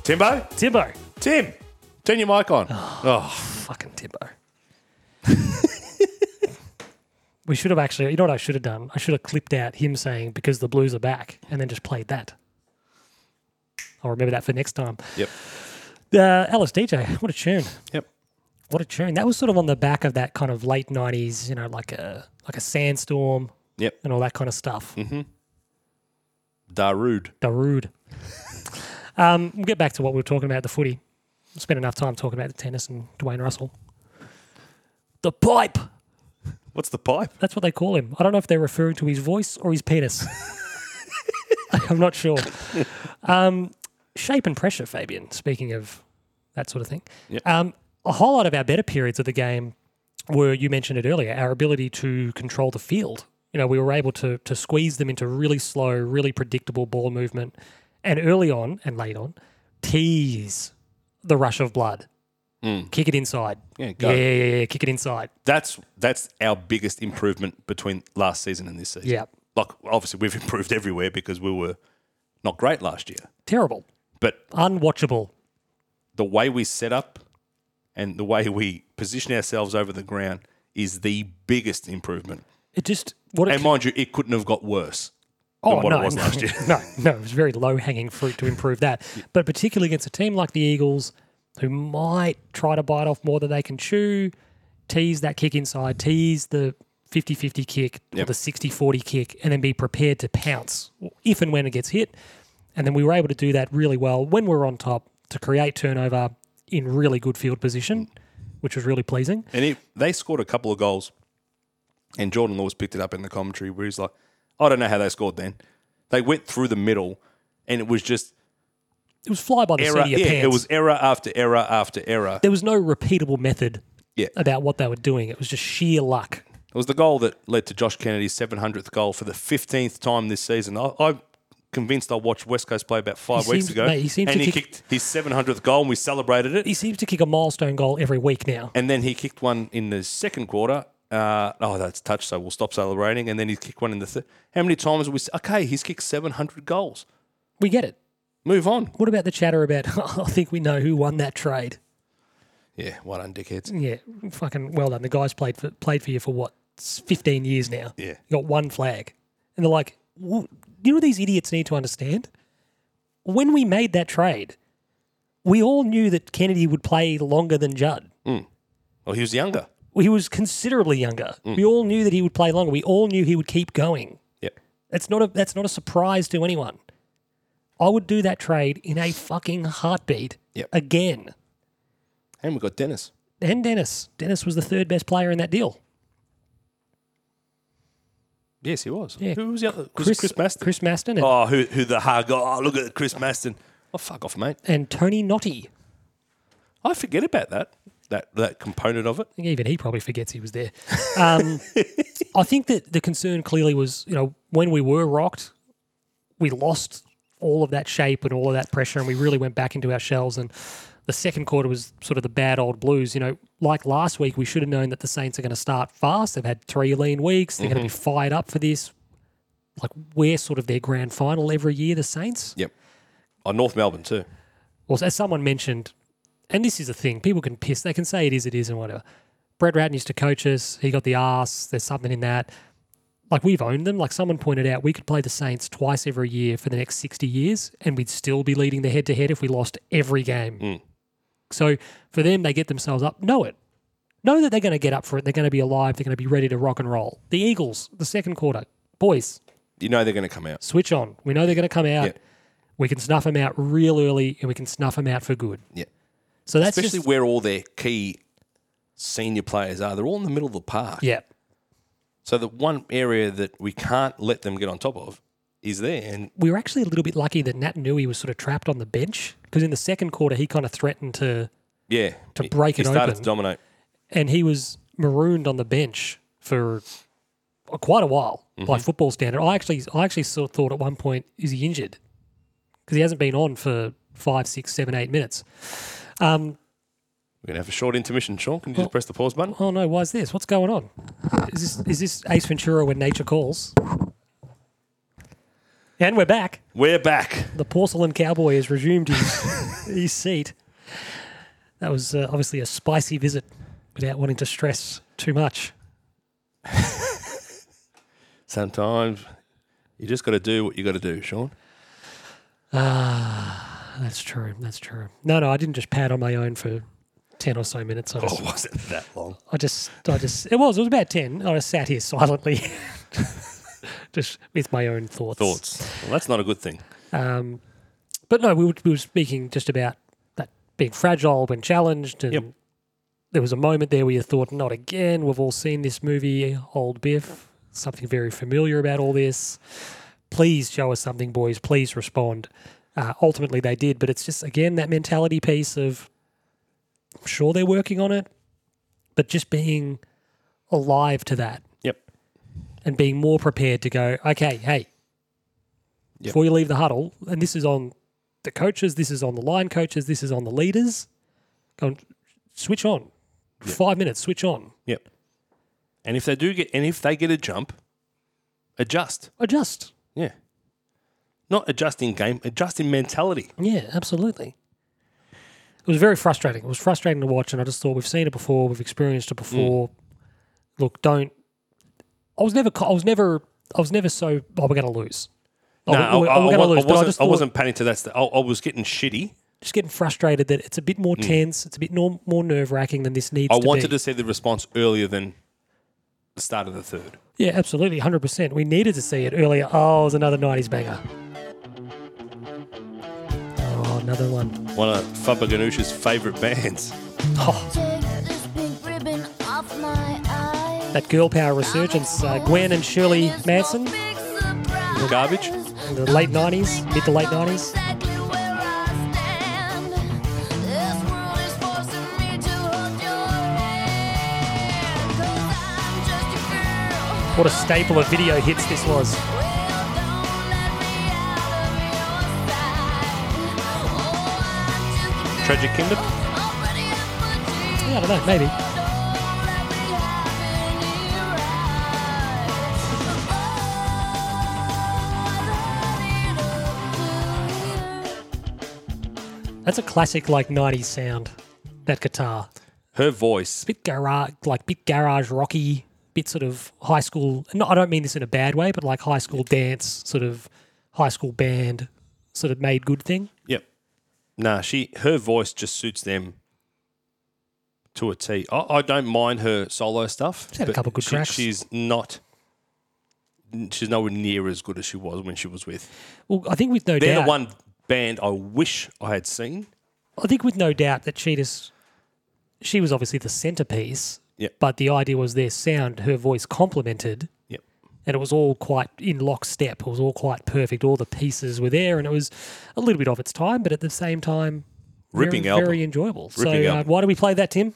[SPEAKER 2] Timbo,
[SPEAKER 1] Timbo.
[SPEAKER 2] Tim, turn your mic on. Oh,
[SPEAKER 1] Fucking Timbo. *laughs* we should have actually, you know what I should have done? I should have clipped out him saying, because the Blues are back, and then just played that. I'll remember that for next time.
[SPEAKER 2] yep,
[SPEAKER 1] Uh, Alice DJ, what a tune.
[SPEAKER 2] yep.
[SPEAKER 1] What a tune. That was sort of on the back of that kind of late 90s, you know, like a, like a sandstorm
[SPEAKER 2] Yep.
[SPEAKER 1] and all that kind of stuff.
[SPEAKER 2] Darude.
[SPEAKER 1] Darude. um, we'll get back to what we were talking about the footy. Spent enough time talking about the tennis and Dwayne Russell. The pipe.
[SPEAKER 2] What's the pipe?
[SPEAKER 1] That's what they call him. I don't know if they're referring to his voice or
[SPEAKER 5] *laughs*
[SPEAKER 1] his penis. I'm not sure. Um, shape and pressure, Fabian, speaking of that sort of thing.
[SPEAKER 2] Yep.
[SPEAKER 1] Um, a whole lot of our better periods of the game were, you mentioned it earlier, our ability to control the field. You know, we were able to, to squeeze them into really slow, really predictable ball movement and early on and late on, tease the rush of blood. Kick it inside.
[SPEAKER 5] Mm. Yeah, go.
[SPEAKER 1] yeah, yeah, yeah, yeah. Kick it inside.
[SPEAKER 2] That's that's our biggest improvement between last season and this season.
[SPEAKER 1] Yeah.
[SPEAKER 2] Like obviously we've *laughs* improved everywhere because we were not great last year.
[SPEAKER 1] Terrible.
[SPEAKER 2] But
[SPEAKER 1] Unwatchable.
[SPEAKER 2] the way we set up and the way we position ourselves over the ground is the biggest improvement.
[SPEAKER 1] It just what it
[SPEAKER 2] And mind you, it couldn't have got worse.
[SPEAKER 1] oh,
[SPEAKER 2] what it
[SPEAKER 1] no,
[SPEAKER 2] was
[SPEAKER 1] no,
[SPEAKER 2] last year.
[SPEAKER 1] *laughs* no, no, it was very low hanging fruit to improve
[SPEAKER 2] *laughs*
[SPEAKER 1] that. But particularly against a team like the Eagles, who might try to bite off more than they can chew, tease that kick inside, tease the 50 50 kick or
[SPEAKER 2] Yep.
[SPEAKER 1] the 60 40 kick, and then be prepared to pounce if and when it gets hit. And then we were able to do that really well when we were on top to create turnover in really good field
[SPEAKER 2] Mm.
[SPEAKER 1] position, which was really pleasing.
[SPEAKER 2] And it, they scored a couple of goals, and Jordan Lewis picked it up in the commentary where he's like, I don't know how they scored then. They went through the middle, and it was just
[SPEAKER 1] It was fly by the seat
[SPEAKER 2] error.
[SPEAKER 1] of your
[SPEAKER 2] Yeah,
[SPEAKER 1] pants.
[SPEAKER 2] it was error after error after error.
[SPEAKER 1] there was no repeatable method
[SPEAKER 2] Yeah.
[SPEAKER 1] about what they were doing. It was just sheer luck.
[SPEAKER 2] It was the goal that led to Josh Kennedy's 700th goal for the 15th time this season. I, I'm convinced I watched West Coast play about five
[SPEAKER 1] He
[SPEAKER 2] weeks
[SPEAKER 1] seems-
[SPEAKER 2] ago,
[SPEAKER 1] mate, he seems
[SPEAKER 2] and
[SPEAKER 1] to
[SPEAKER 2] he
[SPEAKER 1] kick-
[SPEAKER 2] kicked his 700th goal, and we celebrated it.
[SPEAKER 1] He seems to kick a milestone goal every week now.
[SPEAKER 2] And then he kicked one in the second quarter. Uh, oh, that's touched, so we'll stop celebrating. And then he kicked one in the third. How many times have we? s- Okay, he's kicked 700 goals.
[SPEAKER 1] We get it.
[SPEAKER 2] Move on.
[SPEAKER 1] What about the chatter about, *laughs* "Oh, I think we know who won that trade?
[SPEAKER 2] Yeah, well done, dickheads.
[SPEAKER 1] Yeah, fucking well done. The guy's played for, played for you for what, s- 15 years now?
[SPEAKER 2] Yeah.
[SPEAKER 1] You got one flag. And they're like, "Wh- you know what these idiots need to understand? When we made that trade, we all knew that Kennedy would play longer than Judd.
[SPEAKER 2] Well, Oh, he was younger.
[SPEAKER 1] He was considerably younger.
[SPEAKER 2] Mm.
[SPEAKER 1] We all knew that he would play longer. We all knew he would keep going.
[SPEAKER 2] Yep.
[SPEAKER 1] That's not a that's not a surprise to anyone. I would do that trade in a fucking heartbeat
[SPEAKER 2] Yep.
[SPEAKER 1] again.
[SPEAKER 2] And we got Dennis.
[SPEAKER 1] And Dennis. Dennis was the third best player in that deal.
[SPEAKER 2] Yes, he was.
[SPEAKER 1] Yeah.
[SPEAKER 2] Who was the other? Chris, Chris Maston.
[SPEAKER 1] Chris Maston and,
[SPEAKER 2] Oh, who, who the hard guy? Oh, look at Chris Maston. Oh, fuck off, mate.
[SPEAKER 1] and Tony Notty.
[SPEAKER 2] I forget about that. That that component of it.
[SPEAKER 1] I think even he probably forgets he was there. Um, I think that the concern clearly was, you know, when we were rocked, we lost all of that shape and all of that pressure, and we really went back into our shells. And the second quarter was sort of the bad old blues. You know, like last week, we should have known that the Saints are going to start fast. They've had three lean weeks. They're going to be fired up for this. Like we're sort of their grand final every year, the Saints.
[SPEAKER 2] Yep. Oh, North Melbourne too.
[SPEAKER 1] Well, as someone mentioned, and this is the thing, people can piss, they can say it is, it is, and whatever. Brad Ratton used to coach us. He got the arse. There's something in that. Like, we've owned them. Like, someone pointed out, we could play the Saints twice every year for the next 60 years, and we'd still be leading the head to head if we lost every game. So, for them, they get themselves up. Know it. Know that they're going to get up for it. They're going to be alive. They're going to be ready to rock and roll. The Eagles, the second quarter. Boys,
[SPEAKER 2] You know they're going to come out.
[SPEAKER 1] switch on. We know they're going to come out.
[SPEAKER 2] Yeah.
[SPEAKER 1] We can snuff them out real early, and we can snuff them out for good.
[SPEAKER 2] Yeah.
[SPEAKER 1] So that's
[SPEAKER 2] Especially
[SPEAKER 1] just,
[SPEAKER 2] where all their key senior players are. They're all in the middle of the park.
[SPEAKER 1] yeah,
[SPEAKER 2] So the one area that we can't let them get on top of is there. And
[SPEAKER 1] we were actually a little bit lucky that Nat Nui was sort of trapped on the bench because in the second quarter he kind of threatened to,
[SPEAKER 2] yeah,
[SPEAKER 1] To break
[SPEAKER 2] he
[SPEAKER 1] it
[SPEAKER 2] started
[SPEAKER 1] open.
[SPEAKER 2] to dominate.
[SPEAKER 1] and he was marooned on the bench for quite a while by
[SPEAKER 2] Mm-hmm.
[SPEAKER 1] football standard. I actually, I actually sort of thought at one point, is he injured? Because he hasn't been on for five, six, seven, eight minutes. Um,
[SPEAKER 2] We're going to have a short intermission. Sean, can you just press the pause button?
[SPEAKER 1] oh no, why is this? What's going on? Is this is this Ace Ventura when nature calls? And we're back.
[SPEAKER 2] We're back.
[SPEAKER 1] the porcelain cowboy has resumed *laughs* his, his seat. That was uh, obviously a spicy visit without wanting to stress too much.
[SPEAKER 2] Sometimes you just got to do what you got to do, Sean.
[SPEAKER 1] That's true. That's true. No, no, I didn't just pad on my own for 10 or so minutes. I just,
[SPEAKER 2] was Oh, it that long?
[SPEAKER 1] I just, I just, it was, it was about 10. I just sat here *laughs* silently, just with my own thoughts.
[SPEAKER 2] Thoughts. Well, that's not a good thing.
[SPEAKER 1] Um, but no, we were, we were speaking just about that being fragile when challenged. And
[SPEAKER 2] Yep.
[SPEAKER 1] there was a moment there where you thought, not again. We've all seen this movie, Old Biff, something very familiar about all this. Please show us something, boys. Please respond. Uh, ultimately, they did. But it's just, again, that mentality piece of I'm sure they're working on it, but just being alive to that
[SPEAKER 2] Yep.
[SPEAKER 1] and being more prepared to go, okay, hey, before you leave the huddle, and this is on the coaches, this is on the line coaches, this is on the leaders. Go and switch on. Five minutes, switch on.
[SPEAKER 2] Yep. And if they do get, and if they get a jump, adjust.
[SPEAKER 1] Adjust.
[SPEAKER 2] Yeah. Not adjust in game, adjust in mentality.
[SPEAKER 1] Yeah, absolutely. It was very frustrating. It was frustrating to watch, and I just thought we've seen it before, we've experienced it
[SPEAKER 2] Mm.
[SPEAKER 1] before. Look, don't. I was never. co- I was never. I was never so. Oh, we're going to lose. Oh,
[SPEAKER 2] No,
[SPEAKER 1] we- we-
[SPEAKER 2] I, I,
[SPEAKER 1] oh, we're
[SPEAKER 2] I,
[SPEAKER 1] gonna
[SPEAKER 2] wa- I
[SPEAKER 1] lose, but I
[SPEAKER 2] wasn't,
[SPEAKER 1] just
[SPEAKER 2] I
[SPEAKER 1] thought-
[SPEAKER 2] wasn't panicking to that. st- I, I was getting shitty.
[SPEAKER 1] Just getting frustrated that it's a bit more tense. It's a bit nor, more nerve wracking than this needs.
[SPEAKER 2] Mm. I
[SPEAKER 1] to
[SPEAKER 2] wanted
[SPEAKER 1] be.
[SPEAKER 2] to see the response earlier than the start of the third.
[SPEAKER 1] Yeah, absolutely, hundred percent. We needed to see it earlier. Oh, it was another '90s banger. Oh, another one.
[SPEAKER 2] One of Faber Ganoush's favourite bands.
[SPEAKER 1] Oh,
[SPEAKER 6] Take this pink ribbon off my eye.
[SPEAKER 1] that girl power resurgence. Uh, Gwen and Shirley Manson.
[SPEAKER 2] Garbage?
[SPEAKER 6] In
[SPEAKER 1] the late 90s, mid to late 90s. What a staple of video hits this was.
[SPEAKER 6] Oh,
[SPEAKER 2] Tragic Kingdom?
[SPEAKER 1] Yeah, I don't know, maybe. That's a classic like '90s sound. That guitar,
[SPEAKER 2] Her voice.
[SPEAKER 1] bit garage, like bit garage rocky, bit sort of high school. No, I don't mean this in a bad way, but like high school dance, sort of high school band, sort of made good thing.
[SPEAKER 2] Yep. Nah, she her voice just suits them to a T. I, I don't mind her solo stuff.
[SPEAKER 1] She's had a
[SPEAKER 2] but
[SPEAKER 1] couple good
[SPEAKER 2] she-
[SPEAKER 1] tracks.
[SPEAKER 2] She's not. She's nowhere near as good as she was when she was with.
[SPEAKER 1] Well, I think with no
[SPEAKER 2] They're
[SPEAKER 1] doubt,
[SPEAKER 2] the one band I wish I had seen.
[SPEAKER 1] I think with no doubt that she just she was obviously the centerpiece.
[SPEAKER 2] Yep.
[SPEAKER 1] But the idea was their sound, her voice complemented,
[SPEAKER 2] Yep.
[SPEAKER 1] and it was all quite in lockstep. It was all quite perfect. All the pieces were there, and it was a little bit of its time, but at the same time, very-
[SPEAKER 2] Ripping
[SPEAKER 1] very,
[SPEAKER 2] album.
[SPEAKER 1] enjoyable.
[SPEAKER 2] Ripping
[SPEAKER 1] so, uh,
[SPEAKER 2] album.
[SPEAKER 1] why do we play that, Tim?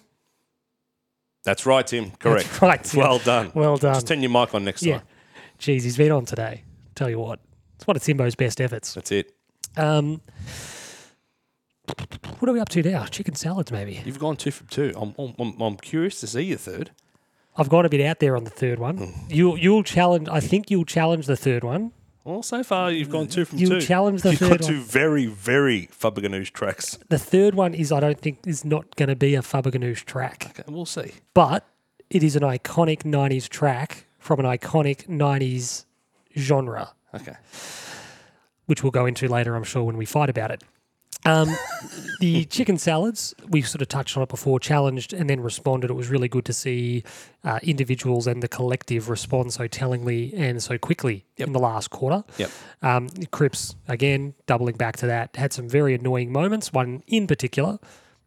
[SPEAKER 2] That's right, Tim. Correct.
[SPEAKER 1] That's right. Tim.
[SPEAKER 2] Well done.
[SPEAKER 1] Well done.
[SPEAKER 2] Just turn your mic on next
[SPEAKER 1] Yeah.
[SPEAKER 2] time.
[SPEAKER 1] Jeez, he's been on today. Tell you what, it's one of Timbo's best efforts.
[SPEAKER 2] That's it.
[SPEAKER 1] Um, what are we up to now? Chicken salads, maybe.
[SPEAKER 2] You've gone two for two. I'm, I'm- I'm, I'm curious to see your third.
[SPEAKER 1] I've gone a bit out there on the third one. You'll you'll challenge. I think you'll challenge the third one.
[SPEAKER 2] Well, so far you've gone two from
[SPEAKER 1] You
[SPEAKER 2] two.
[SPEAKER 1] challenged the
[SPEAKER 2] You've
[SPEAKER 1] third
[SPEAKER 2] got two very, very Fabaganoush tracks.
[SPEAKER 1] The third one is I don't think is not going to be a Fabaganoush track,
[SPEAKER 2] Okay, we'll see.
[SPEAKER 1] but it is an iconic '90s track from an iconic '90s genre,
[SPEAKER 2] Okay.
[SPEAKER 1] which we'll go into later, I'm sure, when we fight about it. Um, the chicken salads we've sort of touched on it before, challenged and then responded. It was really good to see uh, individuals and the collective respond so tellingly and so quickly in the last quarter.
[SPEAKER 2] Yep.
[SPEAKER 1] Um, Cripps, again, doubling back to that, had some very annoying moments, one in particular,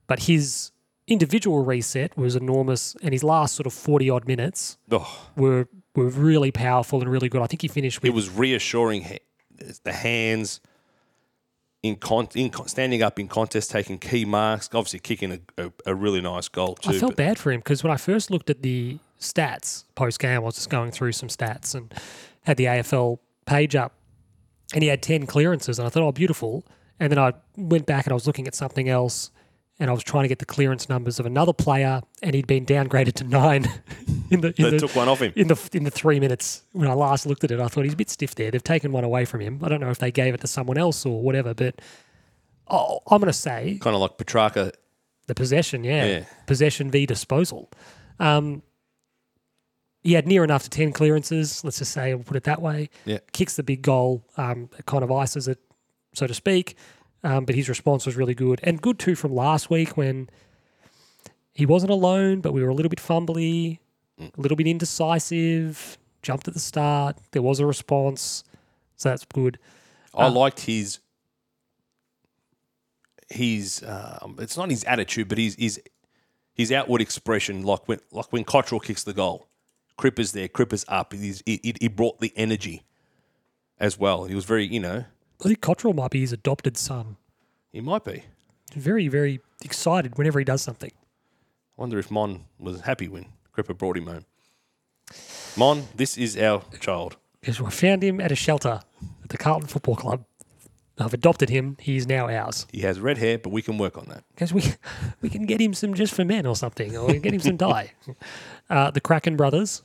[SPEAKER 1] but his individual reset was enormous, and his last sort of 40 odd minutes
[SPEAKER 2] Oh,
[SPEAKER 1] were were really powerful and really good. I think he finished
[SPEAKER 2] it
[SPEAKER 1] with.
[SPEAKER 2] was reassuring. ha- The hands in, con- in con- standing up in contest, taking key marks, obviously kicking a, a, a really nice goal too.
[SPEAKER 1] I felt
[SPEAKER 2] but
[SPEAKER 1] bad for him because when I first looked at the stats post game, I was just going through some stats and had the AFL page up, and he had 10 clearances, and I thought, oh, beautiful. And then I went back and I was looking at something else, and I was trying to get the clearance numbers of another player, and he'd been downgraded to nine *laughs* in the in
[SPEAKER 2] they
[SPEAKER 1] the,
[SPEAKER 2] took one off him.
[SPEAKER 1] in the in the three minutes when I last looked at it, I thought he's a bit stiff there. They've taken one away from him. I don't know if they gave it to someone else or whatever, but oh, I'm going to say
[SPEAKER 2] Kind of like Petrarca.
[SPEAKER 1] the possession, yeah,
[SPEAKER 2] Yeah.
[SPEAKER 1] possession v disposal. Um, he had near enough to ten clearances. Let's just say, we'll put it that way.
[SPEAKER 2] Yeah.
[SPEAKER 1] Kicks the big goal, um, kind of ices it, so to speak. Um, but his response was really good and good too from last week when he wasn't alone, but we were a little bit fumbly, a little bit indecisive. Jumped at the start. There was a response, so that's good.
[SPEAKER 2] I liked his his um, it's not his attitude, but his his his outward expression. Like when like when Cottrell kicks the goal, Cripper's there, Cripper's up. It is it, it, it brought the energy as well. He was very you know
[SPEAKER 1] I think Cottrell might be his adopted son.
[SPEAKER 2] he might be.
[SPEAKER 1] Very, very excited whenever he does something.
[SPEAKER 2] I wonder if Mon was happy when Cripper brought him home. Mon, this is our child.
[SPEAKER 1] Because I found him at a shelter at the Carlton Football Club. I've adopted him. He's now ours.
[SPEAKER 2] He has red hair, but we can work on that.
[SPEAKER 1] Because we, *laughs* we can get him some just for men or something, or we can get him some
[SPEAKER 2] *laughs*
[SPEAKER 1] dye. Uh, the Kraken brothers,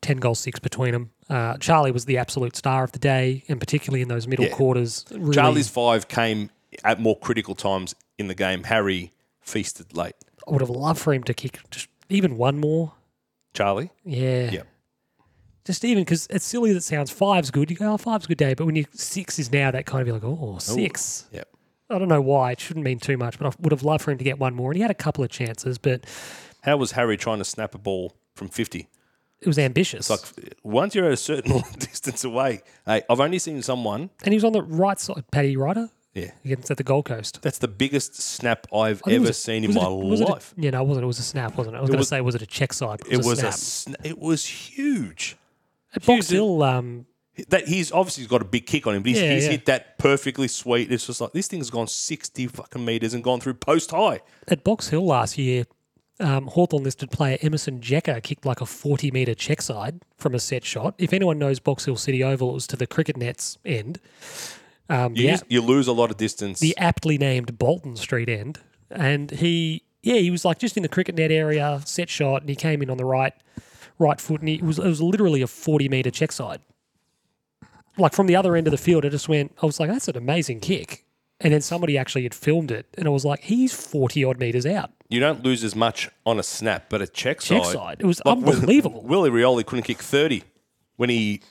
[SPEAKER 1] 10 goals, six between them. Uh, Charlie was the absolute star of the day, and particularly in those middle
[SPEAKER 2] Yeah.
[SPEAKER 1] quarters. Really,
[SPEAKER 2] Charlie's five came at more critical times in the game. Harry feasted late.
[SPEAKER 1] I would have loved for him to kick just even one more.
[SPEAKER 2] Charlie,
[SPEAKER 1] Yeah.
[SPEAKER 2] Yep.
[SPEAKER 1] Just even because it's silly that sounds five's good. You go, oh, five's a good day. But when you six is now, that kind of be like, oh, six.
[SPEAKER 2] Yep.
[SPEAKER 1] I don't know why. It shouldn't mean too much, but I would have loved for him to get one more. And he had a couple of chances, but
[SPEAKER 2] How was Harry trying to snap a ball from fifty?
[SPEAKER 1] it was ambitious.
[SPEAKER 2] Like once you're at a certain *laughs* distance away, hey, I've only seen someone.
[SPEAKER 1] and he was on the right side, Paddy Ryder
[SPEAKER 2] Yeah,
[SPEAKER 1] against at the Gold Coast.
[SPEAKER 2] that's the biggest snap I've
[SPEAKER 1] I think it
[SPEAKER 2] ever
[SPEAKER 1] was a-
[SPEAKER 2] seen in
[SPEAKER 1] was it
[SPEAKER 2] my
[SPEAKER 1] a- was it a-
[SPEAKER 2] life.
[SPEAKER 1] yeah, no, it wasn't. It was a snap, wasn't it? I was going to
[SPEAKER 2] was-
[SPEAKER 1] say, was it a check side? but
[SPEAKER 2] It was a,
[SPEAKER 1] snap.
[SPEAKER 2] sna- it was huge.
[SPEAKER 1] At Box
[SPEAKER 2] huge-
[SPEAKER 1] Hill, um,
[SPEAKER 2] That he's obviously got a big kick on him, but he's,
[SPEAKER 1] Yeah,
[SPEAKER 2] he's
[SPEAKER 1] yeah.
[SPEAKER 2] hit that perfectly sweet. It's just like this thing's gone sixty fucking meters and gone through post high.
[SPEAKER 1] at Box Hill last year, um, Hawthorn listed player Emerson Jecker kicked like a 40 metre check side from a set shot. If anyone knows Box Hill City Oval, it was to the cricket net's end. Um,
[SPEAKER 2] You,
[SPEAKER 1] the,
[SPEAKER 2] use- you lose a lot of distance.
[SPEAKER 1] the aptly named Bolton Street end. And he, yeah, he was like just in the cricket net area, set shot, and he came in on the right right foot, and he, it, was, it was literally a 40 metre check side. Like from the other end of the field, I just went, I was like, that's an amazing kick. And then somebody actually had filmed it, and I was like, he's 40 odd metres out.
[SPEAKER 2] you don't lose as much on a snap, but a check side.
[SPEAKER 1] check side. It was
[SPEAKER 2] Like,
[SPEAKER 1] *laughs*
[SPEAKER 2] Will-
[SPEAKER 1] unbelievable.
[SPEAKER 2] Willie Rioli couldn't kick 30 when he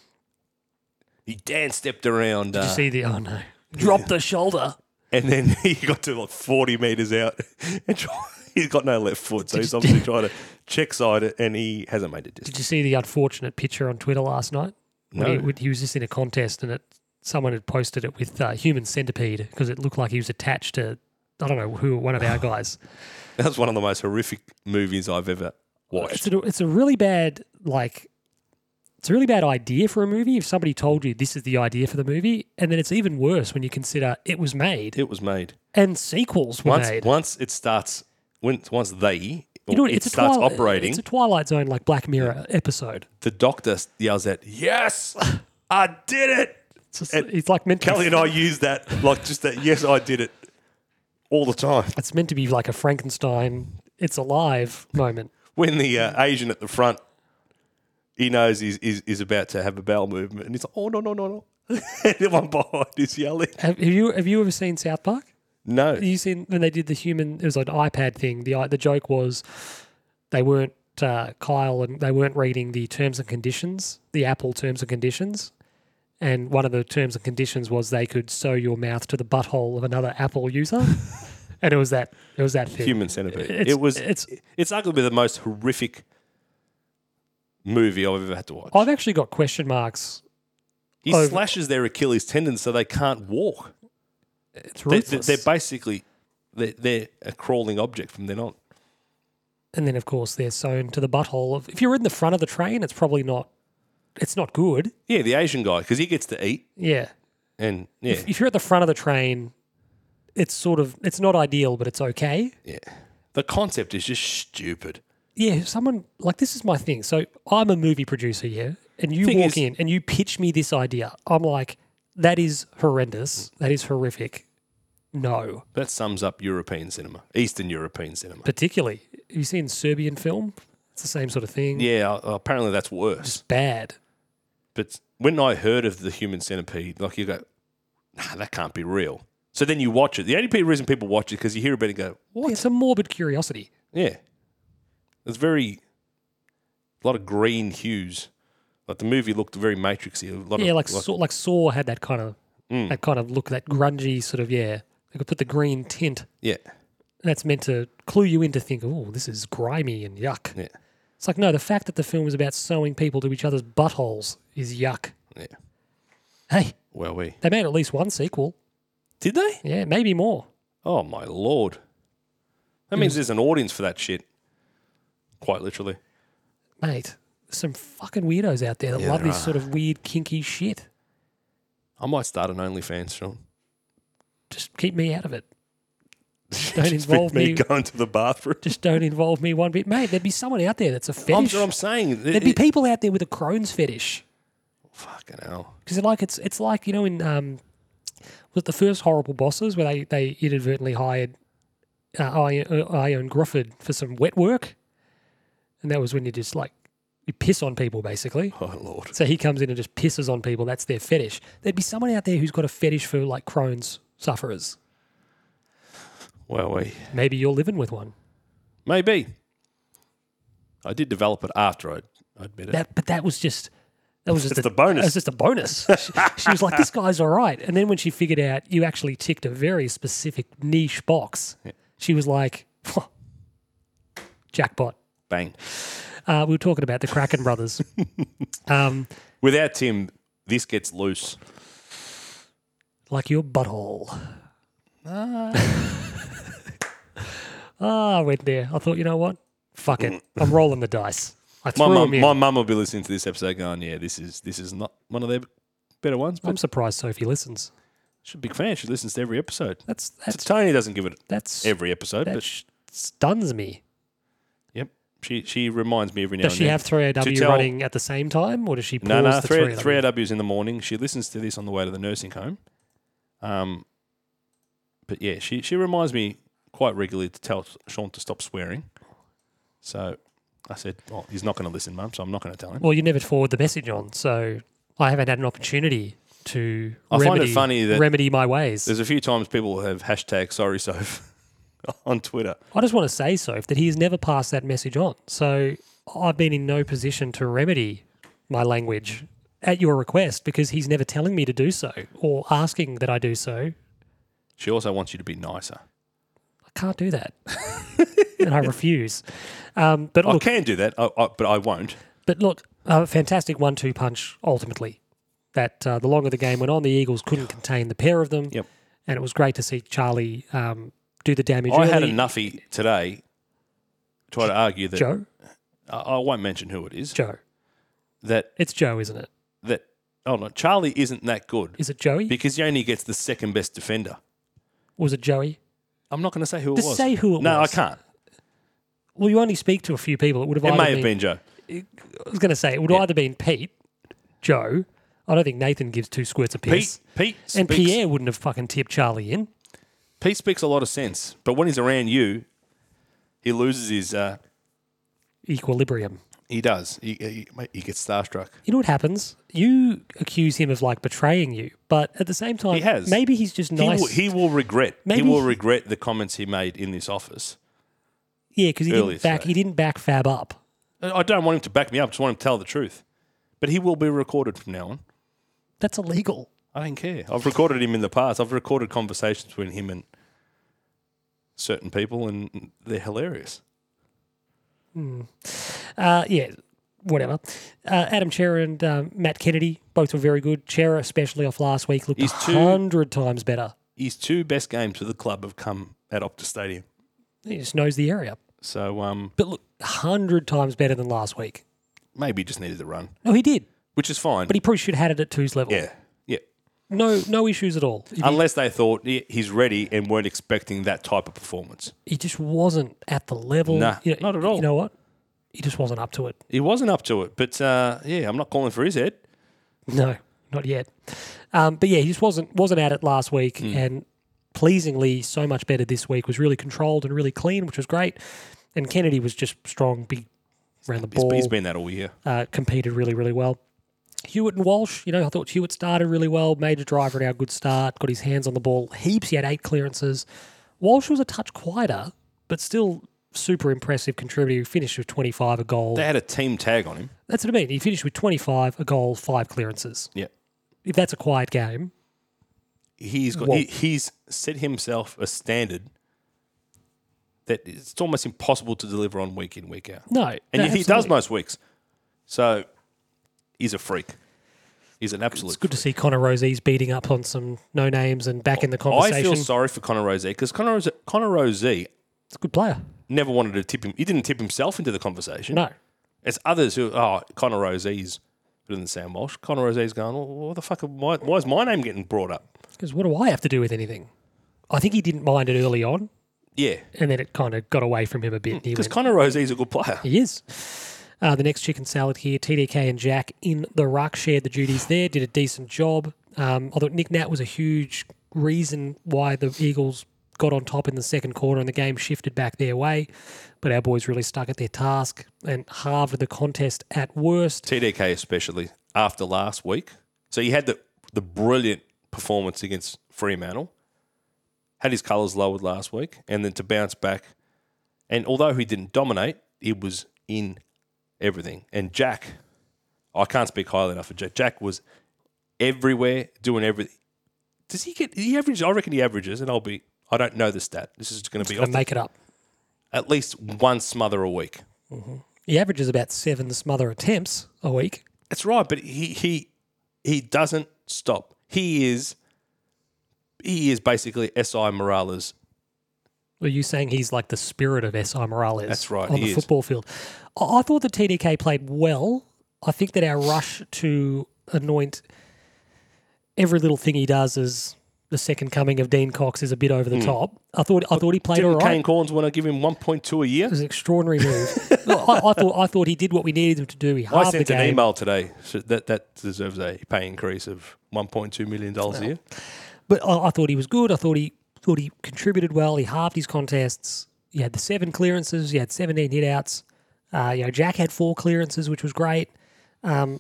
[SPEAKER 2] he dance stepped around uh,
[SPEAKER 1] you see the oh no, drop the shoulder.
[SPEAKER 2] and then *laughs* he got to like 40 metres out *laughs* and try, he's got no left foot. So
[SPEAKER 1] *laughs*
[SPEAKER 2] he's obviously trying to check side it and he hasn't made a
[SPEAKER 1] Did
[SPEAKER 2] distance.
[SPEAKER 1] you see the unfortunate picture on Twitter last night? When He,
[SPEAKER 2] No.
[SPEAKER 1] when he was just in a contest, and it someone had posted it with uh, human centipede because it looked like he was attached to I don't know who one of our
[SPEAKER 2] *sighs*
[SPEAKER 1] guys.
[SPEAKER 2] That's one of the most horrific movies I've ever
[SPEAKER 1] It's
[SPEAKER 2] watched.
[SPEAKER 1] a, it's a really bad like. It's a really bad idea for a movie if somebody told you this is the idea for the movie, and then it's even worse when you consider it was made
[SPEAKER 2] It was made.
[SPEAKER 1] and sequels were
[SPEAKER 2] Once
[SPEAKER 1] made.
[SPEAKER 2] once it starts when once they
[SPEAKER 1] You know,
[SPEAKER 2] it
[SPEAKER 1] it's a
[SPEAKER 2] starts
[SPEAKER 1] Twilight-
[SPEAKER 2] operating,
[SPEAKER 1] It's a Twilight Zone like Black Mirror episode.
[SPEAKER 2] the doctor yells out, Yes, I did it.
[SPEAKER 1] It's, just, it's like meant to be
[SPEAKER 2] Kelly and I *laughs* use that, like just that, yes, I did it all the time.
[SPEAKER 1] it's meant to be like a Frankenstein, it's alive moment.
[SPEAKER 2] When the uh, Asian at the front, he knows he's, he's, he's about to have a bowel movement and he's like, oh, no, no, no, *laughs* no. and the one behind is yelling.
[SPEAKER 1] Have, have you have you ever seen South Park?
[SPEAKER 2] No.
[SPEAKER 1] Have you seen when they did the human? It was like an iPad thing. The i- the joke was they weren't uh, Kyle and they weren't reading the terms and conditions, the Apple terms and conditions. And one of the terms and conditions was they could sew your mouth to the butthole of another Apple
[SPEAKER 2] *laughs*
[SPEAKER 1] user, and it was that it was that thing.
[SPEAKER 2] Human centipede.
[SPEAKER 1] It's-
[SPEAKER 2] it was,
[SPEAKER 1] it's-
[SPEAKER 2] it's, it's arguably the most horrific movie I've ever had to watch.
[SPEAKER 1] I've actually got question marks.
[SPEAKER 2] he
[SPEAKER 1] I've-
[SPEAKER 2] slashes their Achilles tendon so they can't walk.
[SPEAKER 1] It's
[SPEAKER 2] They,
[SPEAKER 1] ruthless.
[SPEAKER 2] are basically, they're, they're a crawling object from then on.
[SPEAKER 1] and then of course they're sewn to the butthole of if you're in the front of the train it's probably not it's not good
[SPEAKER 2] Yeah, the Asian guy, because he gets to eat
[SPEAKER 1] yeah
[SPEAKER 2] and yeah.
[SPEAKER 1] if you're at the front of the train it's sort of it's not ideal but it's okay
[SPEAKER 2] Yeah. The concept is just stupid.
[SPEAKER 1] yeah someone like this is my thing so i'm a movie producer yeah and you
[SPEAKER 2] Thing
[SPEAKER 1] walk
[SPEAKER 2] is-
[SPEAKER 1] in and you pitch me this idea i'm like that is horrendous that is horrific no
[SPEAKER 2] That sums up European cinema, Eastern European cinema.
[SPEAKER 1] particularly have you seen serbian film it's the same sort of thing
[SPEAKER 2] Yeah, uh, apparently that's worse.
[SPEAKER 1] bad
[SPEAKER 2] But when I heard of the human centipede, like you go, nah, that can't be real. So then you watch it. The only pe- reason people watch it because you hear about it and go,
[SPEAKER 1] what? it's a morbid curiosity
[SPEAKER 2] yeah. There's very, a lot of green hues. Like the movie looked very matrixy. A lot
[SPEAKER 1] Yeah,
[SPEAKER 2] of,
[SPEAKER 1] like Saw, like Saw had that kind of
[SPEAKER 2] Mm.
[SPEAKER 1] that kind of look, that grungy sort of yeah. They could put the green tint.
[SPEAKER 2] yeah,
[SPEAKER 1] That's meant to clue you in to think, oh, this is grimy and yuck.
[SPEAKER 2] yeah,
[SPEAKER 1] It's like no, the fact that the film is about sewing people to each other's buttholes is yuck.
[SPEAKER 2] yeah.
[SPEAKER 1] Hey,
[SPEAKER 2] Well, we
[SPEAKER 1] they made at least one sequel.
[SPEAKER 2] did they?
[SPEAKER 1] Yeah, maybe more.
[SPEAKER 2] Oh my lord! That means there's an audience for that shit. Quite literally.
[SPEAKER 1] Mate, some fucking weirdos out there that love this sort of weird kinky shit.
[SPEAKER 2] I might start an OnlyFans, Sean.
[SPEAKER 1] Just keep me out of it.
[SPEAKER 2] *laughs*
[SPEAKER 1] Don't involve me.
[SPEAKER 2] going to the bathroom.
[SPEAKER 1] Just don't involve me one bit, mate. There'd be someone out there that's a
[SPEAKER 2] I'm,
[SPEAKER 1] fetish.
[SPEAKER 2] what I'm saying.
[SPEAKER 1] There'd be people out there with a crone's fetish.
[SPEAKER 2] Fucking hell.
[SPEAKER 1] because like it's it's like you know in um was it the first horrible bosses where they they inadvertently hired uh, I- uh, Ion Grufford for some wet work, and that was when you just like you piss on people basically.
[SPEAKER 2] Oh lord.
[SPEAKER 1] So he comes in and just pisses on people. That's their fetish. There'd be someone out there who's got a fetish for like Crohn's sufferers.
[SPEAKER 2] Well, we
[SPEAKER 1] Maybe you're living with one.
[SPEAKER 2] maybe. I did develop it after I I admit it.
[SPEAKER 1] That, but that was just that was just
[SPEAKER 2] It's the bonus.
[SPEAKER 1] It was just a
[SPEAKER 2] *laughs*
[SPEAKER 1] bonus. she, she was like, "This guy's all right." And then when she figured out you actually ticked a very specific niche box, she was like, "Phew, "Jackpot."
[SPEAKER 2] Bang.
[SPEAKER 1] Uh, we were talking about the Kraken
[SPEAKER 2] *laughs*
[SPEAKER 1] brothers. um,
[SPEAKER 2] Without Tim, this gets loose.
[SPEAKER 1] like your
[SPEAKER 2] *laughs*
[SPEAKER 1] butthole. Ah, I went there. I thought, you know what? Fuck it. I'm rolling the dice. I
[SPEAKER 2] Mm. My
[SPEAKER 1] threw
[SPEAKER 2] mum,
[SPEAKER 1] 'em in.
[SPEAKER 2] my mum will be listening to this episode going, "Yeah, this is this is not one of their better ones." But
[SPEAKER 1] I'm surprised Sophie listens.
[SPEAKER 2] she's a big fan. She listens to every episode.
[SPEAKER 1] That's
[SPEAKER 2] So
[SPEAKER 1] that's
[SPEAKER 2] Tony doesn't give it
[SPEAKER 1] that's
[SPEAKER 2] every episode,
[SPEAKER 1] that
[SPEAKER 2] but
[SPEAKER 1] sh- stuns me.
[SPEAKER 2] yep, she she reminds me every now
[SPEAKER 1] Does
[SPEAKER 2] and
[SPEAKER 1] she
[SPEAKER 2] then.
[SPEAKER 1] have 3AW
[SPEAKER 2] To tell-
[SPEAKER 1] running at the same time, or does she pause
[SPEAKER 2] No, no,
[SPEAKER 1] the
[SPEAKER 2] three
[SPEAKER 1] 3AW?
[SPEAKER 2] three AWs in the morning. She listens to this on the way to the nursing home. Um, but yeah, she she reminds me quite regularly to tell Sean to stop swearing. So I said, "Well, he's not going to listen, Mum, so I'm not going to tell him."
[SPEAKER 1] Well, you never forward the message on, so I haven't had an opportunity to
[SPEAKER 2] I find it
[SPEAKER 1] remedy,
[SPEAKER 2] funny that
[SPEAKER 1] remedy my ways.
[SPEAKER 2] There's a few times people have hashtag sorry Soph *laughs* on Twitter.
[SPEAKER 1] I just want to say, Soph, that he has never passed that message on. So I've been in no position to remedy my language at your request because he's never telling me to do so or asking that I do so.
[SPEAKER 2] She also wants you to be nicer.
[SPEAKER 1] I can't do that. *laughs* and I refuse. Um, but
[SPEAKER 2] I
[SPEAKER 1] look,
[SPEAKER 2] can do that, I, I, but I won't.
[SPEAKER 1] But look, a fantastic one-two punch ultimately. That uh, the longer the game went on, the Eagles couldn't contain the pair of them.
[SPEAKER 2] Yep.
[SPEAKER 1] And it was great to see Charlie um, do the damage.
[SPEAKER 2] Oh, I had a
[SPEAKER 1] early.
[SPEAKER 2] nuffy today. Try to argue that
[SPEAKER 1] Joe,
[SPEAKER 2] I, I won't mention who it is.
[SPEAKER 1] Joe,
[SPEAKER 2] That
[SPEAKER 1] it's Joe, isn't it?
[SPEAKER 2] that oh no, Charlie isn't that good
[SPEAKER 1] Is it Joey?
[SPEAKER 2] because he only gets the second best defender.
[SPEAKER 1] was it Joey?
[SPEAKER 2] I'm not going to say who
[SPEAKER 1] Just
[SPEAKER 2] it was.
[SPEAKER 1] say who it
[SPEAKER 2] no,
[SPEAKER 1] was.
[SPEAKER 2] I can't.
[SPEAKER 1] Well, you only speak to a few people. It would have
[SPEAKER 2] It
[SPEAKER 1] either
[SPEAKER 2] may have been Joe.
[SPEAKER 1] I was going to say it would either been Pete, Joe. I don't think Nathan gives two squirts of
[SPEAKER 2] Pete.
[SPEAKER 1] piss.
[SPEAKER 2] Pete. Speaks,
[SPEAKER 1] and Pierre wouldn't have fucking tipped Charlie in.
[SPEAKER 2] Pete speaks a lot of sense, but when he's around you, he loses his. Uh,
[SPEAKER 1] Equilibrium.
[SPEAKER 2] he does. He, he, mate, he gets starstruck.
[SPEAKER 1] you know what happens? You accuse him of like betraying you, but at the same time,
[SPEAKER 2] He has.
[SPEAKER 1] Maybe he's just
[SPEAKER 2] He
[SPEAKER 1] nice.
[SPEAKER 2] will, he will regret.
[SPEAKER 1] Maybe-
[SPEAKER 2] He will regret the comments he made in this office.
[SPEAKER 1] yeah, because he
[SPEAKER 2] Earlier
[SPEAKER 1] didn't back. He
[SPEAKER 2] today.
[SPEAKER 1] didn't back Fab up.
[SPEAKER 2] I I don't want him to back me up. I just want him to tell the truth. But he will be recorded from now on.
[SPEAKER 1] That's illegal.
[SPEAKER 2] I don't care. I've recorded him in the past. I've recorded conversations between him and certain people, and they're hilarious.
[SPEAKER 1] Uh, yeah, whatever. Uh, Adam Chera and um, Matt Kennedy both were very good. Chera, especially off last week, looked a
[SPEAKER 2] He's too-
[SPEAKER 1] hundred times better.
[SPEAKER 2] His two best games for the club have come at Optus Stadium.
[SPEAKER 1] He just knows the area.
[SPEAKER 2] So um,
[SPEAKER 1] But look, a hundred times better than last week.
[SPEAKER 2] maybe he just needed the run,
[SPEAKER 1] No, he did,
[SPEAKER 2] which is fine.
[SPEAKER 1] but he probably should have had it at two's level.
[SPEAKER 2] yeah, yeah.
[SPEAKER 1] No, no issues at all. He-
[SPEAKER 2] Unless they thought "Yeah, he's ready and weren't expecting that type of performance.
[SPEAKER 1] He just wasn't at the level.
[SPEAKER 2] Nah,
[SPEAKER 1] you know,
[SPEAKER 2] not at all.
[SPEAKER 1] You know what? He just wasn't up to it.
[SPEAKER 2] He wasn't up to it. But uh, yeah, I'm not calling for his head.
[SPEAKER 1] No, not yet. Um, but yeah, he just wasn't wasn't at it last week,
[SPEAKER 2] Hmm.
[SPEAKER 1] and pleasingly so much better this week. Was really controlled and really clean, which was great. And Kennedy was just strong, big, ran the
[SPEAKER 2] He's-
[SPEAKER 1] ball,
[SPEAKER 2] he's been that all year.
[SPEAKER 1] uh, competed really, really well. Hewitt and Walsh, you know, I thought Hewitt started really well, made a driver at our good start, got his hands on the ball heaps. He had eight clearances. Walsh was a touch quieter, but still super impressive contributor. He finished with 25, a goal.
[SPEAKER 2] They had a team tag on him.
[SPEAKER 1] That's what I mean. He finished with 25, a goal, five clearances.
[SPEAKER 2] Yeah.
[SPEAKER 1] If that's a quiet game,
[SPEAKER 2] he's got
[SPEAKER 1] Whoa.
[SPEAKER 2] he, he's set himself a standard that it's almost impossible to deliver on week in week out.
[SPEAKER 1] No,
[SPEAKER 2] and
[SPEAKER 1] no,
[SPEAKER 2] yet he does
[SPEAKER 1] absolutely.
[SPEAKER 2] most weeks. So he's a freak. He's an absolute.
[SPEAKER 1] It's good to see Connor Rosie's beating up on some no names and back in the
[SPEAKER 2] freak.
[SPEAKER 1] conversation.
[SPEAKER 2] Oh, I feel sorry for Connor Rosé because Connor Rosé, Connor Rosé
[SPEAKER 1] it's a good player.
[SPEAKER 2] never wanted to tip him. He didn't tip himself into the conversation.
[SPEAKER 1] No,
[SPEAKER 2] It's others who oh Connor Rosé's better than Sam Walsh. Connor Rosé's going. Well, what the fuck? Why, why is my name getting brought up?
[SPEAKER 1] because what do I have to do with anything? I think he didn't mind it early on,
[SPEAKER 2] Yeah,
[SPEAKER 1] and then it kind of got away from him a bit. He
[SPEAKER 2] because
[SPEAKER 1] went,
[SPEAKER 2] Connor Rosé's a good player.
[SPEAKER 1] he is. Uh, the next chicken salad here, TDK and Jack in the ruck shared the duties there, did a decent job. Um, although Nick Nat was a huge reason why the Eagles got on top in the second quarter and the game shifted back their way. But our boys really stuck at their task and halved the contest at worst.
[SPEAKER 2] TDK especially after last week. So he had the the brilliant performance against Fremantle, had his colours lowered last week, and then to bounce back. And although he didn't dominate, he was in everything. And Jack, I can't speak highly enough of Jack. Jack was everywhere, doing everything. Does he get he averages? I reckon he averages, and I'll be I don't know the stat. This is going to be
[SPEAKER 1] Gonna
[SPEAKER 2] off the-
[SPEAKER 1] make it up.
[SPEAKER 2] at least one smother a week.
[SPEAKER 1] He averages about seven smother attempts a week.
[SPEAKER 2] That's right, but he he he doesn't stop. He is he is basically SI Morales.
[SPEAKER 1] Are you saying he's like the spirit of S.I. Morales?
[SPEAKER 2] That's right,
[SPEAKER 1] On
[SPEAKER 2] he
[SPEAKER 1] the
[SPEAKER 2] is.
[SPEAKER 1] football field. I I thought the TDK played well. I think that our rush to anoint every little thing he does as the second coming of Dean Cox is a bit over the top. I thought I thought he played all
[SPEAKER 2] Didn't
[SPEAKER 1] right.
[SPEAKER 2] Hmm. Kane Corns want to give him one point two a year?
[SPEAKER 1] It was an extraordinary
[SPEAKER 2] *laughs*
[SPEAKER 1] move. No, I, I thought I thought he did what we needed him to do. He
[SPEAKER 2] I
[SPEAKER 1] halved the
[SPEAKER 2] sent
[SPEAKER 1] game.
[SPEAKER 2] an email today so that that deserves a pay increase of one point two million dollars a year.
[SPEAKER 1] But I, I thought he was good. I thought he thought he contributed well. He halved his contests. He had the seven clearances. He had seventeen hit outs. Uh, you know, Jack had four clearances, which was great. Um,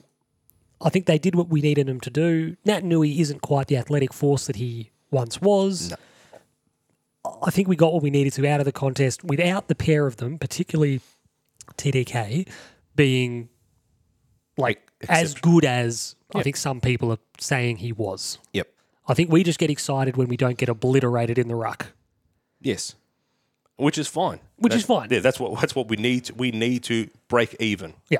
[SPEAKER 1] I think they did what we needed him to do. Nat Nui isn't quite the athletic force that he once was. I think we got what we needed to out of the contest without the pair of them, particularly TDK, being like as good as I think some people are saying he was.
[SPEAKER 2] Yep.
[SPEAKER 1] I think we just get excited when we don't get obliterated in the ruck.
[SPEAKER 2] Yes. Which is fine.
[SPEAKER 1] Which
[SPEAKER 2] That's-
[SPEAKER 1] is fine.
[SPEAKER 2] Yeah, that's what that's what we need. To, we need to break even.
[SPEAKER 1] Yeah.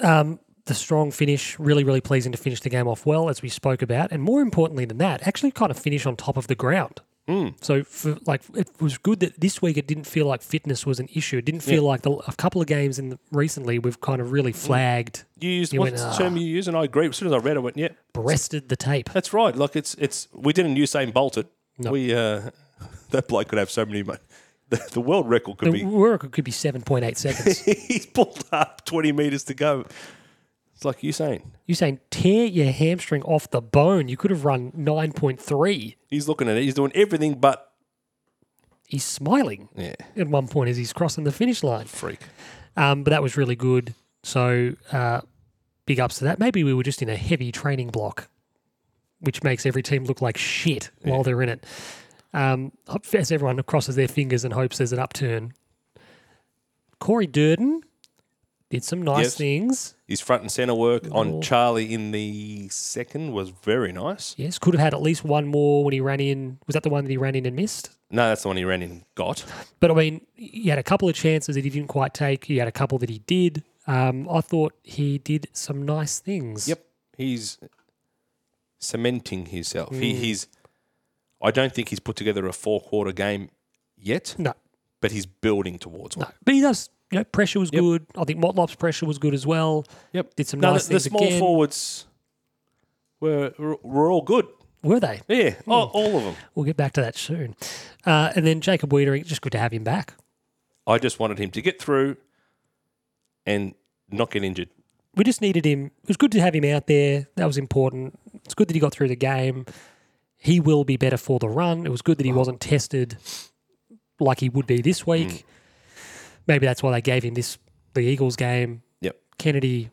[SPEAKER 1] Um, the strong finish, really, really pleasing to finish the game off well, as we spoke about. And more importantly than that, actually kind of finish on top of the ground.
[SPEAKER 2] Mm.
[SPEAKER 1] So, for, like, it was good that this week it didn't feel like fitness was an issue. It didn't feel like the, a couple of games in the, recently we've kind of
[SPEAKER 2] Mm.
[SPEAKER 1] really flagged,
[SPEAKER 2] You used
[SPEAKER 1] You uh,
[SPEAKER 2] what's
[SPEAKER 1] went,
[SPEAKER 2] the term you use, and I agree. As soon as I read, it, I went, "Yep,
[SPEAKER 1] breasted the tape.
[SPEAKER 2] That's right. Look, it's it's we didn't Usain Bolt it. We uh, *laughs* that bloke could have so many. Mo- *laughs* the, the world record could
[SPEAKER 1] The
[SPEAKER 2] be
[SPEAKER 1] work could be 7.8 seconds.
[SPEAKER 2] *laughs* he's pulled up twenty meters to go. It's like Usain.
[SPEAKER 1] You're saying tear your hamstring off the bone. You could have run 9.3.
[SPEAKER 2] He's looking at it. He's doing everything but
[SPEAKER 1] He's smiling
[SPEAKER 2] yeah,
[SPEAKER 1] at one point as he's crossing the finish line.
[SPEAKER 2] freak.
[SPEAKER 1] Um, but that was really good. So uh, big ups to that. Maybe we were just in a heavy training block, which makes every team look like shit while they're in it. Um, up- as everyone crosses their fingers and hopes there's an upturn. Corey Durden did some nice
[SPEAKER 2] Yes.
[SPEAKER 1] things.
[SPEAKER 2] His front and center work on Charlie in the second was very nice.
[SPEAKER 1] Yes, could have had at least one more when he ran in. Was that the one that he ran in and missed?
[SPEAKER 2] No, that's the one he ran in and got.
[SPEAKER 1] But I mean, he had a couple of chances that he didn't quite take. He had a couple that he did. Um, I thought he did some nice things.
[SPEAKER 2] Yep, he's cementing himself. He, he's. I don't think he's put together a four quarter game yet.
[SPEAKER 1] No,
[SPEAKER 2] but he's building towards one.
[SPEAKER 1] No, but he does. You know, pressure was good. I think Motlop's pressure was good as well.
[SPEAKER 2] Yep.
[SPEAKER 1] Did some
[SPEAKER 2] No,
[SPEAKER 1] nice
[SPEAKER 2] the, the
[SPEAKER 1] things
[SPEAKER 2] small
[SPEAKER 1] again.
[SPEAKER 2] forwards were, were were all good.
[SPEAKER 1] Were they?
[SPEAKER 2] Yeah, all,
[SPEAKER 1] mm.
[SPEAKER 2] all of them.
[SPEAKER 1] We'll get back to that soon. Uh, and then Jacob Wiedering, just good to have him back,
[SPEAKER 2] I just wanted him to get through and not get injured.
[SPEAKER 1] we just needed him. It was good to have him out there. That was important. It's good that he got through the game. He will be better for the run. It was good that he wasn't tested like he would be this week. Maybe that's why they gave him this the Eagles game.
[SPEAKER 2] Yep.
[SPEAKER 1] Kennedy,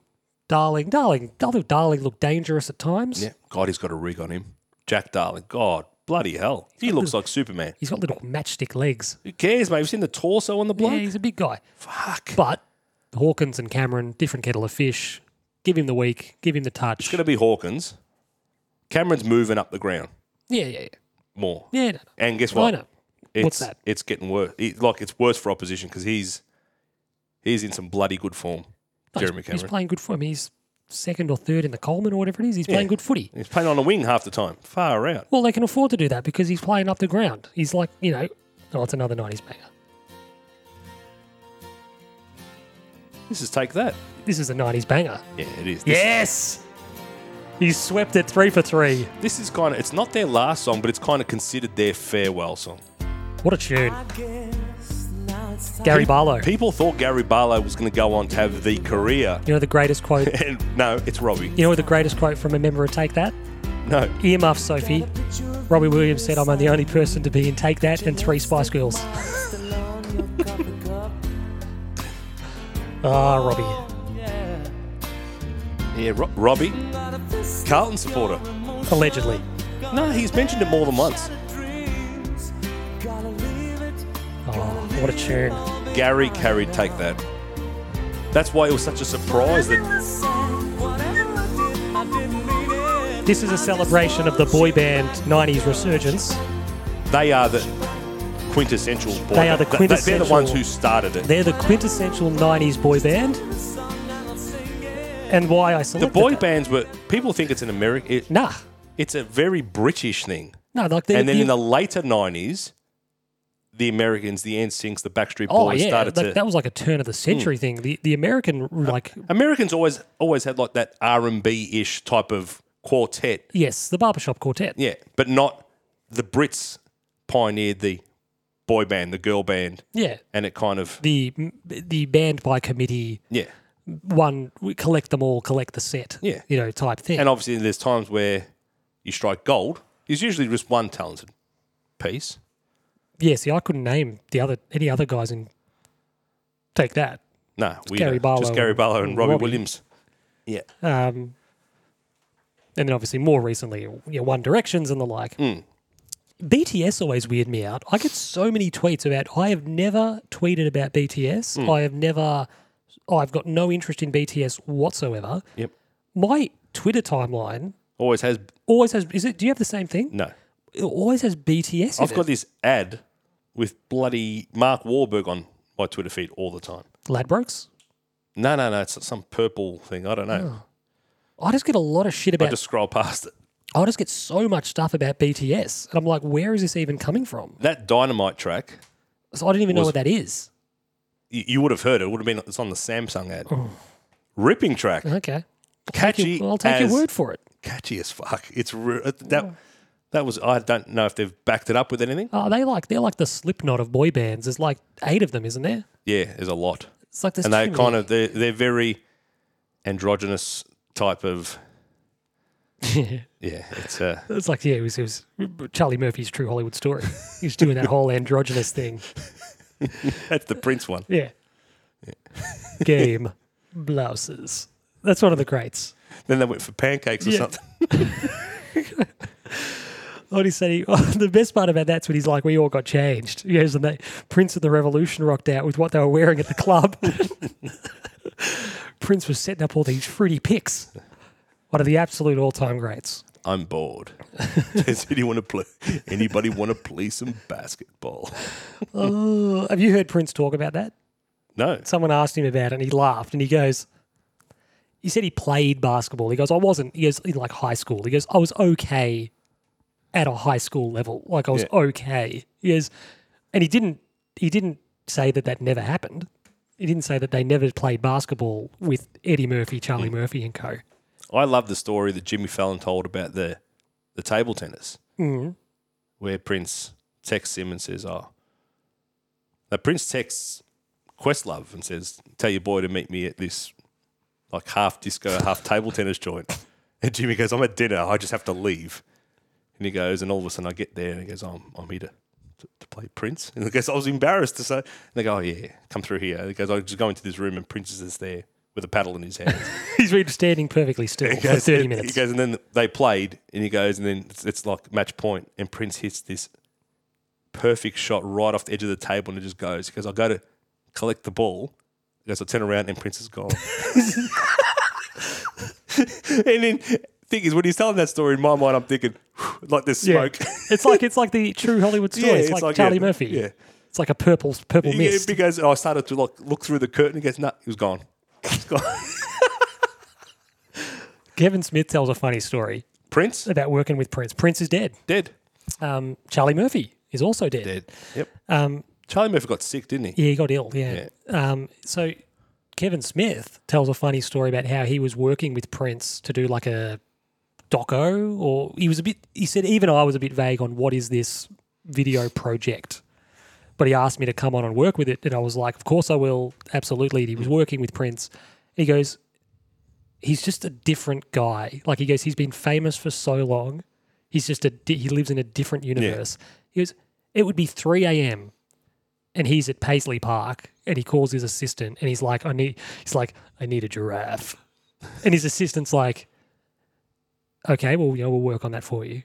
[SPEAKER 1] Darling, Darling, Darling, Darling looked dangerous at times.
[SPEAKER 2] Yeah. God, he's got a rig on him. Jack Darling. God, bloody hell. He
[SPEAKER 1] *laughs*
[SPEAKER 2] looks like Superman.
[SPEAKER 1] He's got little matchstick legs.
[SPEAKER 2] Who cares, mate? We've seen the torso on the bloke.
[SPEAKER 1] Yeah, he's a big guy.
[SPEAKER 2] Fuck.
[SPEAKER 1] But Hawkins and Cameron, different kettle of fish. Give him the week, give him the touch.
[SPEAKER 2] It's going to be Hawkins. Cameron's moving up the ground
[SPEAKER 1] Yeah, yeah, yeah.
[SPEAKER 2] more.
[SPEAKER 1] Yeah, no, no.
[SPEAKER 2] And guess
[SPEAKER 1] I
[SPEAKER 2] what?
[SPEAKER 1] know.
[SPEAKER 2] It's,
[SPEAKER 1] What's that?
[SPEAKER 2] It's getting worse. It, like it's worse for opposition because he's he's in some bloody good form. Jeremy Cameron.
[SPEAKER 1] He's playing good footy. I mean, he's second or third in the Coleman or whatever it is. He's playing good footy.
[SPEAKER 2] He's playing on a wing half the time. Far out.
[SPEAKER 1] Well, they can afford to do that because he's playing up the ground. He's like, you know, oh, it's another 90s banger.
[SPEAKER 2] This is take that.
[SPEAKER 1] This is a 90s banger.
[SPEAKER 2] Yeah, it is. This,
[SPEAKER 1] Yes! He swept it three for three.
[SPEAKER 2] This is kind of, it's not their last song, but it's kind of considered their farewell song.
[SPEAKER 1] What a tune.
[SPEAKER 7] I guess now it's
[SPEAKER 1] Gary Barlow.
[SPEAKER 2] People thought Gary Barlow was going to go on to have the career.
[SPEAKER 1] You know the greatest quote.
[SPEAKER 2] And no, it's Robbie.
[SPEAKER 1] You know the greatest quote from a member of Take That?
[SPEAKER 2] No.
[SPEAKER 1] Earmuff Sophie. Robbie Williams said, I'm the only person to be in Take That and three Spice Girls. *laughs* Ah, Robbie.
[SPEAKER 2] Yeah, Ro- Robbie. Carlton supporter.
[SPEAKER 1] Allegedly.
[SPEAKER 2] No, he's mentioned it more than once.
[SPEAKER 1] Oh, what a tune.
[SPEAKER 2] Gary carried take that. That's why it was such a surprise that
[SPEAKER 1] This is a celebration of the boy band 90s resurgence.
[SPEAKER 2] they are the quintessential boy.
[SPEAKER 1] They are the
[SPEAKER 2] band. Th- th- They're the ones
[SPEAKER 1] quintessential-
[SPEAKER 2] who started it.
[SPEAKER 1] They're the quintessential 90s boy band. And why I
[SPEAKER 2] The
[SPEAKER 1] selected
[SPEAKER 2] boy
[SPEAKER 1] that.
[SPEAKER 2] bands were. People think it's an American. It,
[SPEAKER 1] Nah.
[SPEAKER 2] It's a very British thing.
[SPEAKER 1] No, like the,
[SPEAKER 2] and then
[SPEAKER 1] the,
[SPEAKER 2] in the later nineties, the Americans, the NSYNCs, the Backstreet Boys
[SPEAKER 1] oh yeah,
[SPEAKER 2] started
[SPEAKER 1] that,
[SPEAKER 2] to. Hmm.
[SPEAKER 1] that was like a turn of the century thing. The the American like
[SPEAKER 2] Americans always always had like that R and B ish type of quartet
[SPEAKER 1] yes, the barbershop quartet.
[SPEAKER 2] Yeah, but not the Brits pioneered the boy band, the girl band,
[SPEAKER 1] Yeah.
[SPEAKER 2] and it kind of
[SPEAKER 1] The the band by committee
[SPEAKER 2] yeah.
[SPEAKER 1] one we collect them all, collect the set.
[SPEAKER 2] Yeah.
[SPEAKER 1] You know, type thing.
[SPEAKER 2] And obviously, there's times where you strike gold. There's usually just one talented piece.
[SPEAKER 1] yeah, see I couldn't name the other any other guys in Take That.
[SPEAKER 2] No, we
[SPEAKER 1] Gary
[SPEAKER 2] don't.
[SPEAKER 1] Barlow
[SPEAKER 2] just Gary
[SPEAKER 1] and-
[SPEAKER 2] Barlow and
[SPEAKER 1] and
[SPEAKER 2] Robbie,
[SPEAKER 1] Robbie.
[SPEAKER 2] Williams. Yeah,
[SPEAKER 1] Um and then obviously more recently, you know, One Directions and the like.
[SPEAKER 2] Hmm.
[SPEAKER 1] BTS always weird me out. I get so many tweets about I have never tweeted about BTS.
[SPEAKER 2] Hmm.
[SPEAKER 1] I have never I've got no interest in BTS whatsoever.
[SPEAKER 2] Yep.
[SPEAKER 1] My Twitter timeline
[SPEAKER 2] always has
[SPEAKER 1] always has is it do you have the same thing?
[SPEAKER 2] no.
[SPEAKER 1] It always has BTS. in
[SPEAKER 2] I've
[SPEAKER 1] it.
[SPEAKER 2] got this ad with bloody Mark Wahlberg on my Twitter feed all the time.
[SPEAKER 1] Ladbrokes.
[SPEAKER 2] No, no, no. It's some purple thing. I don't
[SPEAKER 1] Oh.
[SPEAKER 2] know.
[SPEAKER 1] I just get a lot of shit
[SPEAKER 2] I
[SPEAKER 1] about
[SPEAKER 2] just scroll past it.
[SPEAKER 1] I just get so much stuff about BTS. And I'm like, where is this even coming from?
[SPEAKER 2] That dynamite track.
[SPEAKER 1] So I didn't even know
[SPEAKER 2] Was-
[SPEAKER 1] what that is.
[SPEAKER 2] you, you would have heard it. It would have been it's on the Samsung ad.
[SPEAKER 1] Oh.
[SPEAKER 2] Ripping track,
[SPEAKER 1] Okay.
[SPEAKER 2] catchy.
[SPEAKER 1] Well, I'll take your
[SPEAKER 2] as-
[SPEAKER 1] word for it.
[SPEAKER 2] Catchy as fuck. It's re- uh, that. That was I don't know if they've backed it up with anything.
[SPEAKER 1] Oh, they like they're like the slipknot of boy bands. There's like eight of them, isn't there?
[SPEAKER 2] Yeah, there's a lot,
[SPEAKER 1] It's like this.
[SPEAKER 2] and they kind of they're, they're very androgynous type
[SPEAKER 1] *laughs*
[SPEAKER 2] of. yeah, it's uh, *laughs*
[SPEAKER 1] It's like yeah, it was, it was Charlie Murphy's True Hollywood Story. He's doing that whole androgynous thing.
[SPEAKER 2] that's the Prince one.
[SPEAKER 1] Yeah. Game blouses. That's one of the greats.
[SPEAKER 2] Then they went for pancakes or
[SPEAKER 1] Yeah.
[SPEAKER 2] something. *laughs*
[SPEAKER 1] What he said, he, *laughs* the best part about that's when he's like, we all got changed. He goes, and they, Prince of the Revolution rocked out with what they were wearing at the club. *laughs* Prince was setting up all these fruity picks. One of the absolute all-time greats.
[SPEAKER 2] I'm bored. *laughs* Does anyone want to play? Anybody want to play some basketball?
[SPEAKER 1] Uh, Have you heard Prince talk about that?
[SPEAKER 2] No,
[SPEAKER 1] someone asked him about it and he laughed and he goes he said he played basketball he goes i wasn't he goes in like high school he goes i was okay at a high school level like i was
[SPEAKER 2] Yeah.
[SPEAKER 1] okay he goes and he didn't he didn't say that that never happened he didn't say that they never played basketball with eddie murphy
[SPEAKER 2] Mm.
[SPEAKER 1] charlie murphy and co *laughs*
[SPEAKER 2] I love the story that Jimmy Fallon told about the the table tennis, mm. where Prince texts him and says, "Oh, now Prince texts Questlove and says, tell your boy to meet me at this like half disco, half table tennis joint.'" *laughs* And Jimmy goes, "I'm at dinner. I just have to leave." And he goes, and all of a sudden I get there and he goes, oh, "I'm I'm here to." to- To play Prince, and he goes, I was embarrassed to say. And they go, "Oh yeah, come through here." And he goes, "I just go into this room, and Prince is just there with a paddle in his hand."
[SPEAKER 1] he's been standing perfectly still
[SPEAKER 2] He
[SPEAKER 1] for
[SPEAKER 2] goes,
[SPEAKER 1] 30
[SPEAKER 2] and-
[SPEAKER 1] minutes
[SPEAKER 2] He goes, and then they played, and he goes, and then it's, it's like match point, and Prince hits this perfect shot right off the edge of the table, and it just goes. He goes, I'll go to collect the ball. He goes, I turn around, and Prince is gone. *laughs* and then thing is, when he's telling that story, in my mind, I'm thinking, *sighs* "Whew," like there's
[SPEAKER 1] yeah.
[SPEAKER 2] smoke.
[SPEAKER 1] *laughs*
[SPEAKER 2] *laughs*
[SPEAKER 1] it's like it's like the true hollywood story
[SPEAKER 2] Yeah,
[SPEAKER 1] it's,
[SPEAKER 2] it's
[SPEAKER 1] like,
[SPEAKER 2] like, yeah,
[SPEAKER 1] charlie murphy
[SPEAKER 2] yeah.
[SPEAKER 1] it's like a purple purple
[SPEAKER 2] He-
[SPEAKER 1] mist
[SPEAKER 2] He goes, I started to like look through the curtain. He goes, no, he was gone. He's gone.
[SPEAKER 1] kevin smith tells a funny story
[SPEAKER 2] Prince
[SPEAKER 1] about working with Prince. Prince is dead.
[SPEAKER 2] dead.
[SPEAKER 1] Um, Charlie Murphy is also dead.
[SPEAKER 2] Yep. Um, Charlie Murphy got sick, didn't he?
[SPEAKER 1] Yeah, he got ill. Yeah. Um, so Kevin Smith tells a funny story about how he was working with Prince to do like a doco, or he was a bit. He said even I was a bit vague on what is this video project, but he asked me to come on and work with it. And I was like, Of course I will. Absolutely. And he was working with Prince. He goes, He's just a different guy. Like, he goes, He's been famous for so long. He's just a, di- he lives in a different universe. He goes, It would be 3 a.m. and he's at Paisley Park and he calls his assistant and he's like, I need, he's like, I need a giraffe. And his assistant's like, okay, well, you know, we'll work on that for you.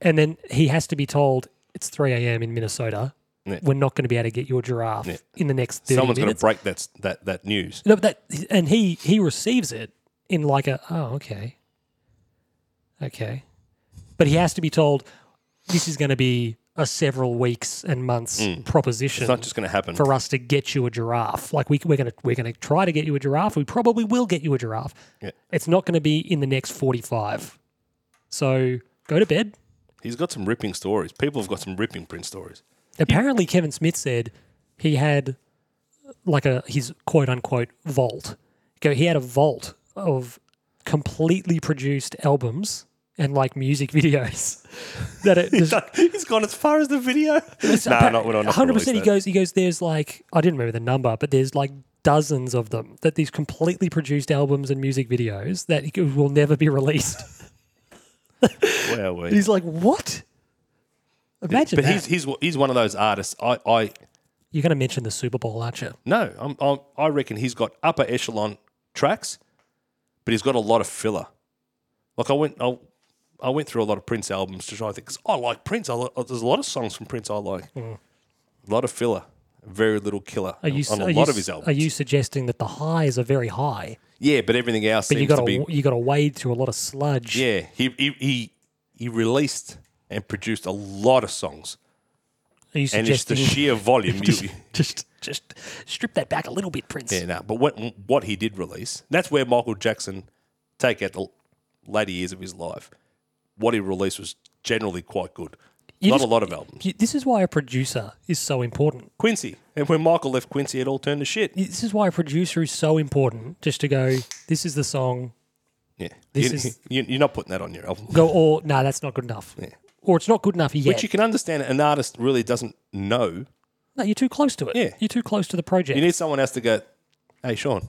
[SPEAKER 1] And then he has to be told it's 3 a.m. in Minnesota.
[SPEAKER 2] Yeah.
[SPEAKER 1] We're not going to be able to get your giraffe in the next 30
[SPEAKER 2] Someone's going to
[SPEAKER 1] minutes.
[SPEAKER 2] break that s- that that news.
[SPEAKER 1] No, but that, and he he receives it in like a oh okay, okay, but he has to be told this is going to be a several weeks and months proposition.
[SPEAKER 2] Mm. It's not just going to happen.
[SPEAKER 1] for us to get you a giraffe. Like we, we're gonna we're gonna try to get you a giraffe. We probably will get you a giraffe.
[SPEAKER 2] Yeah.
[SPEAKER 1] It's not going to be in the next forty five. So go to bed.
[SPEAKER 2] He's got some ripping stories. People have got some ripping print *laughs* stories.
[SPEAKER 1] Apparently, Kevin Smith said he had like a his quote unquote vault. Go, he had a vault of completely produced albums and like music *laughs* videos that it just
[SPEAKER 2] He's gone as far as the video. No, nah, not we're not. gonna
[SPEAKER 1] hundred
[SPEAKER 2] release
[SPEAKER 1] percent. He
[SPEAKER 2] that.
[SPEAKER 1] goes. He goes. There's like I didn't remember the number, but there's like dozens of them that these completely produced albums and music videos that he goes, will never be *laughs* released.
[SPEAKER 2] Wow, we-
[SPEAKER 1] and he's like, what? Imagine
[SPEAKER 2] But
[SPEAKER 1] that.
[SPEAKER 2] he's he's he's one of those artists. I I
[SPEAKER 1] You're going to mention the Super Bowl, aren't you?
[SPEAKER 2] no. I'm, I'm I reckon he's got upper echelon tracks, but he's got a lot of filler. Like I went I, I went through a lot of Prince albums to try and think. 'cause I like Prince. I lo- there's a lot of songs from Prince I like. A lot of filler, very little killer
[SPEAKER 1] Are you
[SPEAKER 2] on a
[SPEAKER 1] are
[SPEAKER 2] lot
[SPEAKER 1] you,
[SPEAKER 2] of his albums.
[SPEAKER 1] Are you suggesting that the highs are very high,
[SPEAKER 2] yeah, but everything else
[SPEAKER 1] but you
[SPEAKER 2] seems
[SPEAKER 1] got
[SPEAKER 2] to
[SPEAKER 1] to
[SPEAKER 2] be
[SPEAKER 1] you got to wade through a lot of sludge?
[SPEAKER 2] Yeah, he he he, he released and produced a lot of songs,
[SPEAKER 1] Are you
[SPEAKER 2] and it's
[SPEAKER 1] suggesting
[SPEAKER 2] the sheer volume.
[SPEAKER 1] just,
[SPEAKER 2] you,
[SPEAKER 1] just just strip that back a little bit, Prince?
[SPEAKER 2] yeah, nah, but what what he did release, that's where Michael Jackson take out the later years of his life. What he released was generally quite good.
[SPEAKER 1] You
[SPEAKER 2] Not
[SPEAKER 1] just-
[SPEAKER 2] a lot of albums.
[SPEAKER 1] You- This is why a producer is so important.
[SPEAKER 2] Quincy, and when Michael left Quincy, it all turned to shit.
[SPEAKER 1] this is why a producer is so important just to go this is the song
[SPEAKER 2] Yeah,
[SPEAKER 1] This
[SPEAKER 2] you,
[SPEAKER 1] is-
[SPEAKER 2] you, you're not putting that on your album.
[SPEAKER 1] go or no that's not good enough or it's not good enough yet
[SPEAKER 2] Which you can understand. An artist really doesn't know.
[SPEAKER 1] no you're too close to it
[SPEAKER 2] Yeah.
[SPEAKER 1] you're too close to the project
[SPEAKER 2] You need someone else to go. Hey, Sean,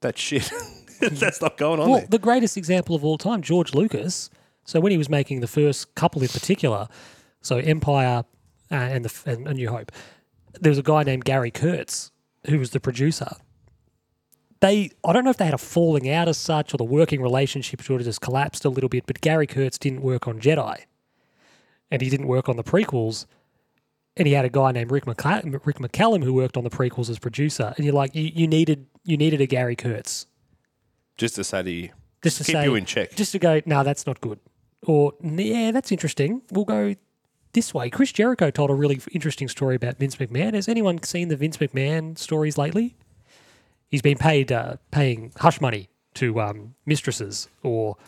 [SPEAKER 2] that's shit. *laughs* that's not going on
[SPEAKER 1] well
[SPEAKER 2] there.
[SPEAKER 1] the greatest example of all time george lucas so when he was making the first couple in particular so empire uh, and the f- and, and new hope there was a guy named gary kurtz who was the producer they I don't know if they had a falling out as such or the working relationship sort of just collapsed a little bit, but Gary Kurtz didn't work on Jedi. And he didn't work on the prequels. And he had a guy named Rick, McCall- Rick McCallum who worked on the prequels as producer. And you're like, you, you needed you needed a Gary Kurtz.
[SPEAKER 2] Just to say to you,
[SPEAKER 1] Just to
[SPEAKER 2] keep
[SPEAKER 1] say,
[SPEAKER 2] you in check.
[SPEAKER 1] Just to go, no, that's not good. Or "N- yeah, that's interesting. We'll go this way. Chris Jericho told a really interesting story about Vince McMahon. Has anyone seen the Vince McMahon stories lately? He's been paid uh, paying hush money to um, mistresses or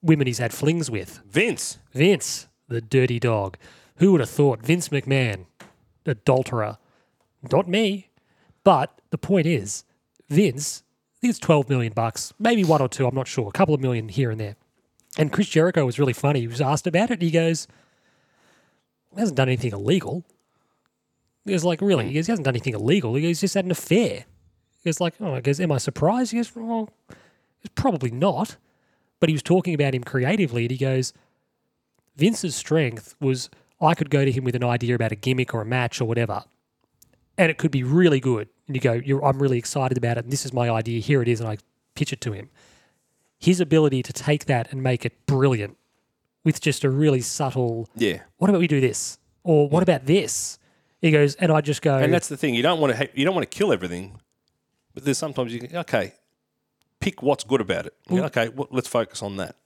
[SPEAKER 1] women he's had flings with.
[SPEAKER 2] Vince.
[SPEAKER 1] Vince, the dirty dog. Who would have thought Vince McMahon, adulterer? Not me. But the point is, Vince, I think it's 12 million bucks, maybe one or two, I'm not sure, a couple of million here and there. And Chris Jericho was really funny. He was asked about it and he goes, he hasn't done anything illegal. He goes, like, really? He goes, he hasn't done anything illegal. He goes, he's just had an affair. He goes, like, oh, he goes, am I surprised? He goes, well, probably not. But he was talking about him creatively and he goes, Vince's strength was I could go to him with an idea about a gimmick or a match or whatever, and it could be really good. And you go, You're, I'm really excited about it. And this is my idea. Here it is. And I pitch it to him. His ability to take that and make it brilliant with just a really subtle,
[SPEAKER 2] Yeah.
[SPEAKER 1] what about we do this? Or what about this? He goes, and I just go,
[SPEAKER 2] And that's the thing. You don't want to. Ha- you don't want to kill everything, but there's sometimes you can. Okay, pick what's good about it.
[SPEAKER 1] Mm.
[SPEAKER 2] You go, okay, well, let's focus on that.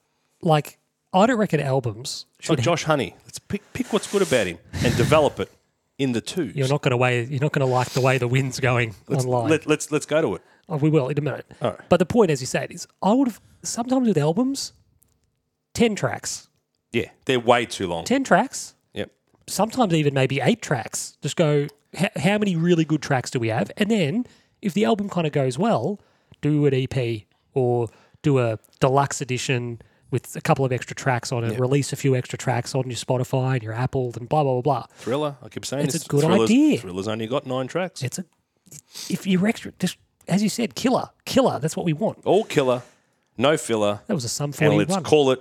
[SPEAKER 1] like, I don't reckon albums
[SPEAKER 2] So
[SPEAKER 1] should.
[SPEAKER 2] Josh Honey, let's pick pick what's good about him and develop it in the 2s
[SPEAKER 1] you're not going to way. You're not going to like the way the wind's going online.
[SPEAKER 2] Let, let's let's go to it.
[SPEAKER 1] Oh, we will in a minute.
[SPEAKER 2] All right.
[SPEAKER 1] But the point, as you said, is I would have sometimes with albums, ten tracks,
[SPEAKER 2] Yeah, they're way too long.
[SPEAKER 1] ten tracks,
[SPEAKER 2] Yep.
[SPEAKER 1] sometimes even maybe eight tracks. Just go. H- how many really good tracks do we have? And then if the E album kind of goes well, do an EP or do a deluxe edition. with a couple of extra tracks on it, release a few extra tracks on your Spotify and your Apple and blah, blah, blah, blah.
[SPEAKER 2] Thriller. I keep saying
[SPEAKER 1] It's
[SPEAKER 2] this.
[SPEAKER 1] a good
[SPEAKER 2] Thriller's,
[SPEAKER 1] idea.
[SPEAKER 2] Thriller's only got nine tracks.
[SPEAKER 1] It's a, if you're extra, just as you said, killer, killer, that's what we want.
[SPEAKER 2] All killer, no filler,
[SPEAKER 1] That was a Sum 41.
[SPEAKER 2] and let's call it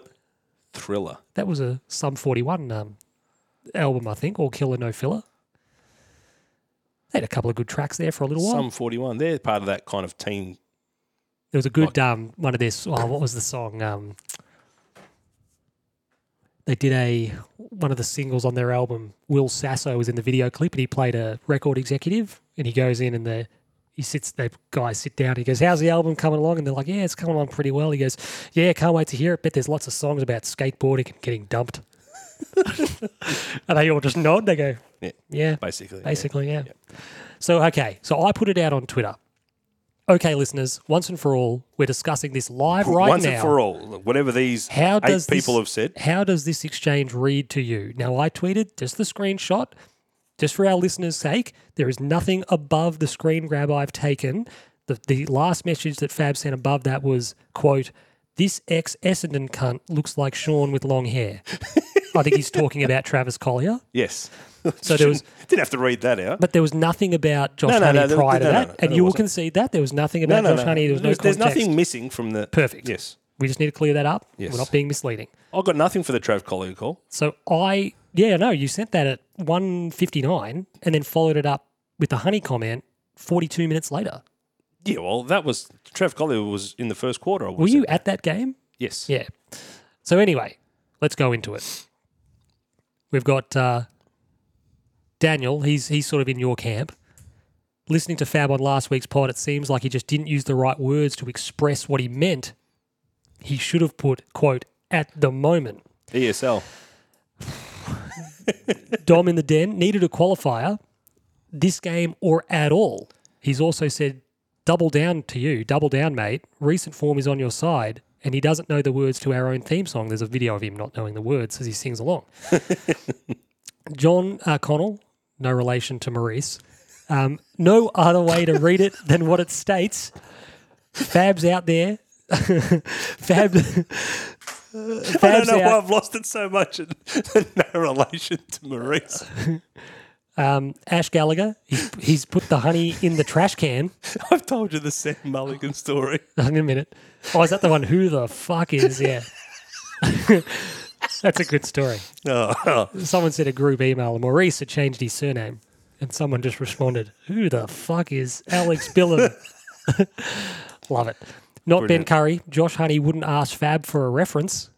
[SPEAKER 2] Thriller.
[SPEAKER 1] That was a Sum 41 um, album, I think, All Killer No Filler. They had a couple of good tracks there for a little while.
[SPEAKER 2] Some 41. They're part of that kind of team.
[SPEAKER 1] there was a good um, one of this. Oh, what was the song? Um, they did a one of the singles on their album. Will Sasso was in the video clip, and he played a record executive. And he goes in, and the he sits. The guys sit down. He goes, "How's the album coming along?" And they're like, "Yeah, it's coming along pretty well." He goes, "Yeah, can't wait to hear it." Bet there's lots of songs about skateboarding and getting dumped. *laughs* and they all just nod. They go,
[SPEAKER 2] Yeah,
[SPEAKER 1] "Yeah,
[SPEAKER 2] basically. yeah.
[SPEAKER 1] Basically, yeah. So, okay. So I put it out on Twitter. Okay, listeners, once and for all, we're discussing this live right
[SPEAKER 2] Once
[SPEAKER 1] now.
[SPEAKER 2] and for all, whatever these
[SPEAKER 1] How
[SPEAKER 2] eight
[SPEAKER 1] does
[SPEAKER 2] people
[SPEAKER 1] this,
[SPEAKER 2] have said,
[SPEAKER 1] How does this exchange read to you? Now, I tweeted just the screenshot, just for our listeners' sake. There is nothing above the screen grab I've taken. The, the last message that Fab sent above that was, quote, this ex Essendon cunt looks like Sean with long
[SPEAKER 2] *laughs*
[SPEAKER 1] hair. I think he's talking about Travis Collier.
[SPEAKER 2] yes.
[SPEAKER 1] *laughs*
[SPEAKER 2] *laughs*
[SPEAKER 1] So there was
[SPEAKER 2] Didn't have to read that out.
[SPEAKER 1] but there was nothing about Josh
[SPEAKER 2] No, no,
[SPEAKER 1] Honey
[SPEAKER 2] no, there-
[SPEAKER 1] prior to
[SPEAKER 2] no, no,
[SPEAKER 1] that,
[SPEAKER 2] no,
[SPEAKER 1] and
[SPEAKER 2] there
[SPEAKER 1] you will
[SPEAKER 2] wasn't.
[SPEAKER 1] concede that there was nothing about Josh Honey. There was no
[SPEAKER 2] There's, there's
[SPEAKER 1] context.
[SPEAKER 2] nothing missing from the.
[SPEAKER 1] Perfect.
[SPEAKER 2] Yes.
[SPEAKER 1] We just need to clear that up.
[SPEAKER 2] Yes.
[SPEAKER 1] We're not being misleading.
[SPEAKER 2] I've got nothing for the Trav Collier call.
[SPEAKER 1] So I, yeah, no, you sent that at one fifty nine, and then followed it up with the Honey comment forty two minutes later.
[SPEAKER 2] Yeah, well, that was. Trav Collier was in the first quarter. I would
[SPEAKER 1] Were
[SPEAKER 2] have
[SPEAKER 1] you
[SPEAKER 2] said.
[SPEAKER 1] at that game?
[SPEAKER 2] Yes.
[SPEAKER 1] Yeah. So anyway, let's go into it. We've got uh, Daniel. He's he's sort of in your camp. Listening to Fab on last week's pod, it seems like he just didn't use the right words to express what he meant. He should have put quote at the moment.
[SPEAKER 2] ESL.
[SPEAKER 1] Dom in the den needed a qualifier this game or at all. He's also said, double down to you, double down, mate. Recent form is on your side. And he doesn't know the words to our own theme song. There's a video of him not knowing the words as he sings
[SPEAKER 2] *laughs*
[SPEAKER 1] along. John uh, Connell, no relation to Maurice. Um, no other way to read it than what it states. Fab's out there. *laughs*
[SPEAKER 2] *laughs*
[SPEAKER 1] Fab. Fab's
[SPEAKER 2] I don't know
[SPEAKER 1] out-
[SPEAKER 2] why I've lost it so much. *laughs* no relation to Maurice.
[SPEAKER 1] *laughs* Um, Ash Gallagher, he's, he's put the honey in the trash can. *laughs*
[SPEAKER 2] I've told you the Sam Mulligan story. *laughs*
[SPEAKER 1] Hang on a minute. Oh, is that the one? Who the fuck is? Yeah. *laughs* That's a good story.
[SPEAKER 2] Oh,
[SPEAKER 1] Someone sent a group email. Maurice had changed his surname. And someone just responded, Who the fuck is Alex Billen? *laughs* Love it. Not
[SPEAKER 2] Brilliant.
[SPEAKER 1] Ben Curry. Josh Honey wouldn't ask Fab for a reference.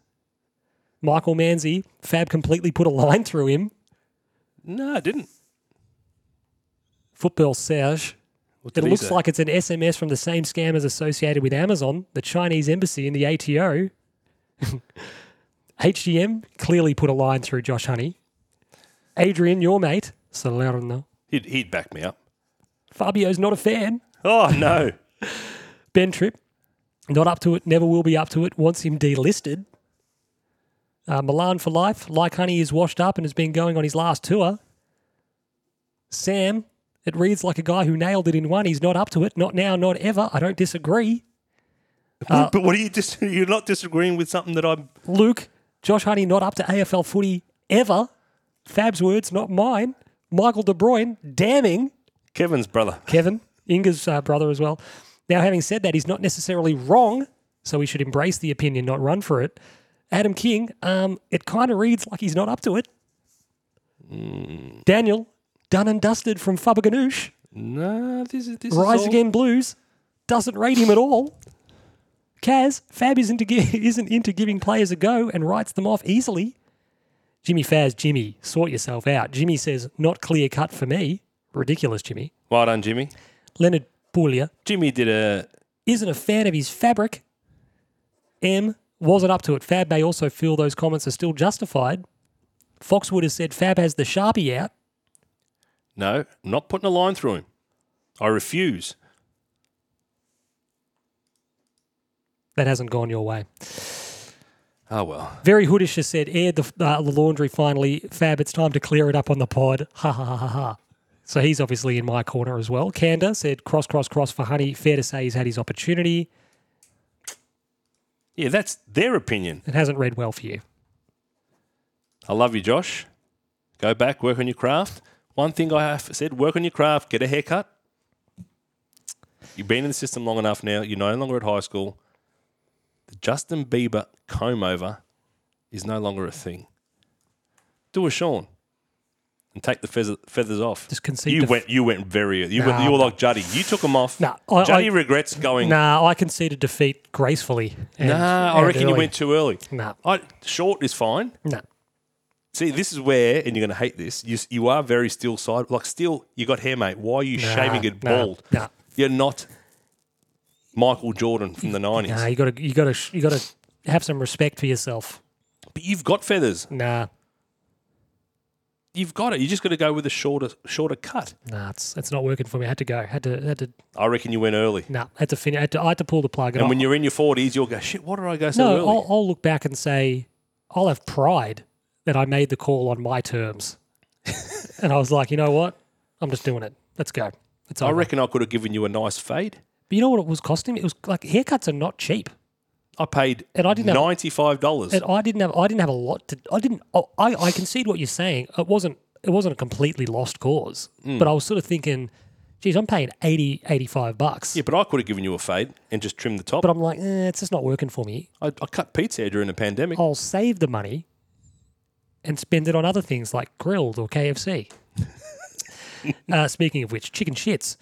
[SPEAKER 1] Michael Manzi, Fab completely put a line through him.
[SPEAKER 2] no, I didn't.
[SPEAKER 1] Football Serge.
[SPEAKER 2] What
[SPEAKER 1] It
[SPEAKER 2] did he
[SPEAKER 1] looks
[SPEAKER 2] say?
[SPEAKER 1] like it's an SMS from the same scammers associated with Amazon, the Chinese embassy, and the *laughs* ATO. HGM clearly put a line through Josh Honey. Adrian, your mate, Salerno.
[SPEAKER 2] he'd, he'd back me up.
[SPEAKER 1] Fabio's not a fan.
[SPEAKER 2] Oh no,
[SPEAKER 1] Ben Tripp, not up to it, never will be up to it, wants him delisted. Uh, Milan for life, like Honey, is washed up and has been going on his last tour. Sam, it reads like a guy who nailed it in one. He's not up to it, not now, not ever. I don't disagree.
[SPEAKER 2] *laughs* *laughs* but what are you just? You're not disagreeing with something that I'm.
[SPEAKER 1] Luke, Josh Honey not up to AFL footy ever. Fab's words, not mine. Michael De Bruyne damning
[SPEAKER 2] Kevin's brother.
[SPEAKER 1] Kevin, Inga's uh, brother as well. Now, having said that, he's not necessarily wrong, so we should embrace the opinion, not run for it. Adam King, um, it kind of reads like he's not up to it. Daniel, done and dusted from Faber Ganoush.
[SPEAKER 2] No, this is this
[SPEAKER 1] Rise Again Blues doesn't rate him at all. Kaz Fab isn't, to gi- *laughs* isn't into giving players a go and writes them off easily. Jimmy Faz, Jimmy, sort yourself out. Jimmy says, not clear cut for me. Ridiculous, Jimmy.
[SPEAKER 2] Well done, Jimmy.
[SPEAKER 1] Leonard Puglia
[SPEAKER 2] Jimmy did a.
[SPEAKER 1] isn't a fan of his fabric. M wasn't up to it. Fab may also feel those comments are still justified. Foxwood has said Fab has the Sharpie out.
[SPEAKER 2] No, I'm not putting a line through him. I refuse.
[SPEAKER 1] That hasn't gone your way.
[SPEAKER 2] Oh well.
[SPEAKER 1] Very Hoodish has said, aired the, uh, the laundry finally. Fab, it's time to clear it up on the pod. *laughs* Ha ha ha ha ha. So he's obviously in my corner as well. Kanda said, cross, cross, cross for honey. Fair to say he's had his opportunity.
[SPEAKER 2] Yeah, that's their opinion.
[SPEAKER 1] It hasn't read well for you.
[SPEAKER 2] I love you, Josh. Go back, work on your craft. One thing I have said: work on your craft. Get a haircut. You've been in the system long enough now. You're no longer at high school. The Justin Bieber comb over is no longer a thing. Do a Sean and take the feather, feathers off.
[SPEAKER 1] Just concede
[SPEAKER 2] You
[SPEAKER 1] the f-
[SPEAKER 2] went. You went very. You, went,
[SPEAKER 1] Nah.
[SPEAKER 2] you were like Juddy. You took them off.
[SPEAKER 1] Nah, I-
[SPEAKER 2] Juddy
[SPEAKER 1] I-
[SPEAKER 2] regrets going.
[SPEAKER 1] Nah, I conceded defeat gracefully. and-
[SPEAKER 2] Nah, I
[SPEAKER 1] and
[SPEAKER 2] reckon you
[SPEAKER 1] early.
[SPEAKER 2] went too early.
[SPEAKER 1] Nah.
[SPEAKER 2] I, short is fine.
[SPEAKER 1] Nah.
[SPEAKER 2] See, this is where, and you're going to hate this. You, you are very still side, like still. You got hair, mate. Why are you
[SPEAKER 1] Nah,
[SPEAKER 2] shaving it
[SPEAKER 1] nah,
[SPEAKER 2] bald?
[SPEAKER 1] nah.
[SPEAKER 2] You're not Michael Jordan from the nineties.
[SPEAKER 1] Nah, you gotta you gotta you gotta have some respect for yourself.
[SPEAKER 2] But you've got feathers.
[SPEAKER 1] Nah.
[SPEAKER 2] You've got it. You just got to go with a shorter, shorter cut.
[SPEAKER 1] Nah, it's it's not working for me. I had to go. Had to had to
[SPEAKER 2] I reckon you went early.
[SPEAKER 1] nah, had to finish had to, I had to pull the plug.
[SPEAKER 2] And
[SPEAKER 1] I-
[SPEAKER 2] when you're in your forties, you'll go, shit. Why did I go so
[SPEAKER 1] No,
[SPEAKER 2] early?
[SPEAKER 1] I'll, I'll look back and say I'll have pride that I made the call on my
[SPEAKER 2] *laughs*
[SPEAKER 1] terms. and I was like, you know what? I'm just doing it. Let's go. It's
[SPEAKER 2] I
[SPEAKER 1] over.
[SPEAKER 2] reckon I could have given you a nice fade.
[SPEAKER 1] but you know what it was costing me? It was like haircuts are not cheap.
[SPEAKER 2] I paid
[SPEAKER 1] And I didn't have-
[SPEAKER 2] ninety-five dollars.
[SPEAKER 1] And I didn't have I didn't have a lot to I didn't oh, I I concede what you're saying. It wasn't it wasn't a completely lost cause. But I was sort of thinking, geez, I'm paying 80 85 bucks.
[SPEAKER 2] Yeah, but I could have given you a fade and just trimmed the top.
[SPEAKER 1] But I'm like, eh, it's just not working for me.
[SPEAKER 2] I, I cut Pete's hair during the pandemic.
[SPEAKER 1] I'll save the money and spend it on other things like grilled or
[SPEAKER 2] *laughs*
[SPEAKER 1] KFC. uh, speaking of which, chicken shits.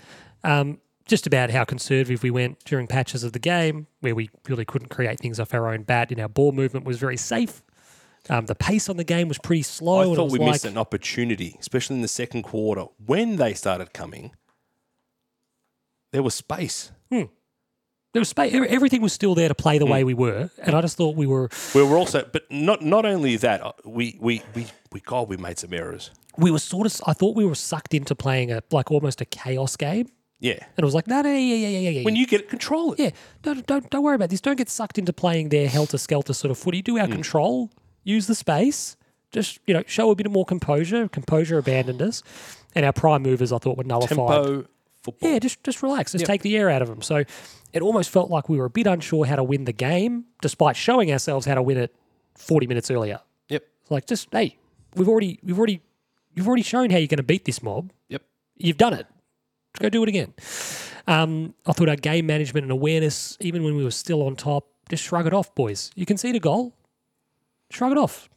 [SPEAKER 1] Um, just about how conservative we went during patches of the game, where we really couldn't create things off our own bat, and our ball movement was very safe. Um, the pace on the game was pretty slow. and
[SPEAKER 2] I
[SPEAKER 1] it
[SPEAKER 2] thought
[SPEAKER 1] was
[SPEAKER 2] we
[SPEAKER 1] like,
[SPEAKER 2] missed an opportunity, especially in the second quarter when they started coming. There was space.
[SPEAKER 1] There was space. Everything was still there to play the way
[SPEAKER 2] Hmm.
[SPEAKER 1] we were, and I just thought we were
[SPEAKER 2] We were also, but not not only that. uh, We we we we God, we made some errors.
[SPEAKER 1] we were sort of. I thought we were sucked into playing a like almost a chaos game,
[SPEAKER 2] Yeah.
[SPEAKER 1] and it was like no, no, yeah, yeah, yeah, yeah, yeah.
[SPEAKER 2] When you get it, control it.
[SPEAKER 1] yeah, don't, don't don't worry about this. Don't get sucked into playing their helter skelter sort of footy.
[SPEAKER 2] Hmm.
[SPEAKER 1] Do our control. Use the space. Just you know, show a bit more composure. Composure abandoned us, and our prime movers I thought were nullified.
[SPEAKER 2] Tempo football.
[SPEAKER 1] Yeah, just just relax. Just take the air out of them. So it almost felt like we were a bit unsure how to win the game, despite showing ourselves how to win it forty minutes earlier.
[SPEAKER 2] Yep.
[SPEAKER 1] It's Like just hey, we've already we've already you've already shown how you're going to beat this mob.
[SPEAKER 2] Yep.
[SPEAKER 1] You've done it. Just go do it again. Um, I thought our game management and awareness, even when we were still on top, just shrug it off, boys. You concede a goal, shrug it off.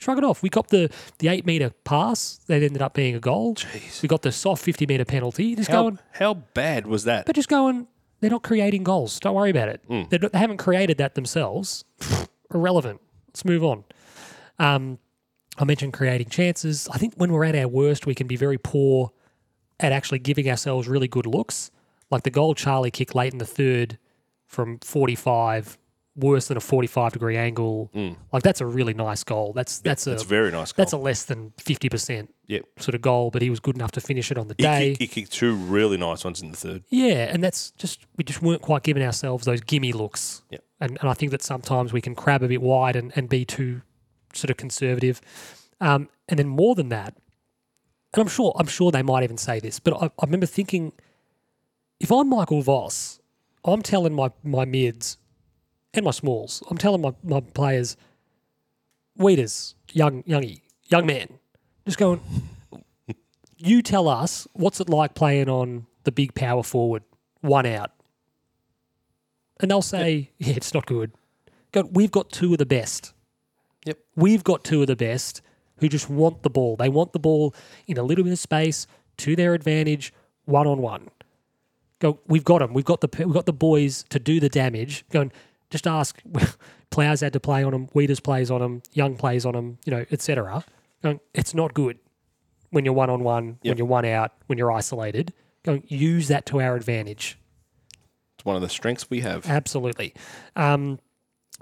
[SPEAKER 1] Shrug it off. We got the, the eight meter pass that ended up being a goal. Jeez. We got the soft fifty meter penalty. Just
[SPEAKER 2] How,
[SPEAKER 1] going,
[SPEAKER 2] how bad was that?
[SPEAKER 1] but just going, they're not creating goals. Don't worry about it.
[SPEAKER 2] Hmm.
[SPEAKER 1] They're not- They haven't created that themselves. *sighs* Irrelevant. Let's move on. Um, I mentioned creating chances. I think when we're at our worst, we can be very poor at actually giving ourselves really good looks. Like the goal Charlie kicked late in the third from 45, worse than a 45 degree angle. Like that's a really nice goal. That's that's a
[SPEAKER 2] Hmm. That's a very nice goal.
[SPEAKER 1] that's a less than 50%
[SPEAKER 2] yep.
[SPEAKER 1] sort of goal, but he was good enough to finish it on the
[SPEAKER 2] He
[SPEAKER 1] day.
[SPEAKER 2] kicked, he kicked two really nice ones in the third.
[SPEAKER 1] Yeah, and that's just we just weren't quite giving ourselves those gimme looks.
[SPEAKER 2] Yep.
[SPEAKER 1] And and I think that sometimes we can crab a bit wide and, and be too sort of conservative. Um, and then more than that, and I'm sure I'm sure they might even say this, but I, I remember thinking if I'm Michael Voss, I'm telling my, my mids and my smalls, I'm telling my, my players, Weeders, young youngie, young man, just going you tell us what's it like playing on the big power forward, one out. And they'll say, yeah, it's not good. Go, we've got two of the best.
[SPEAKER 2] Yep.
[SPEAKER 1] We've got two of the best who just want the ball. They want the ball in a little bit of space to their advantage, one on one. Go, we've got them. We've got the we've got the boys to do the damage. Go and just ask. *laughs* Plows had to play on them. Weeders plays on them. Young plays on them. You know, etc. Going, it's not good when you're one on one, when
[SPEAKER 2] Yep.
[SPEAKER 1] you're one out, when you're isolated. Going, use that to our advantage.
[SPEAKER 2] It's one of the strengths we have.
[SPEAKER 1] Absolutely. Um,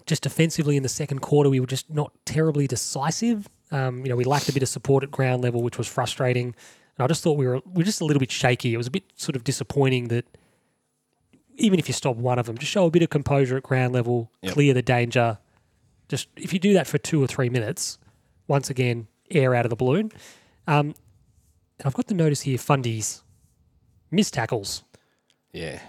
[SPEAKER 1] just defensively in the second quarter, we were just not terribly decisive. Um, you know, we lacked a bit of support at ground level, which was frustrating. And I just thought we were we were just a little bit shaky. It was a bit sort of disappointing that even if you stop one of them, just show a bit of composure at ground level, clear the danger. Just if you do that for two or three minutes, once again, air out of the balloon. Um, and I've got the notice here: fundies, missed tackles
[SPEAKER 2] Yeah.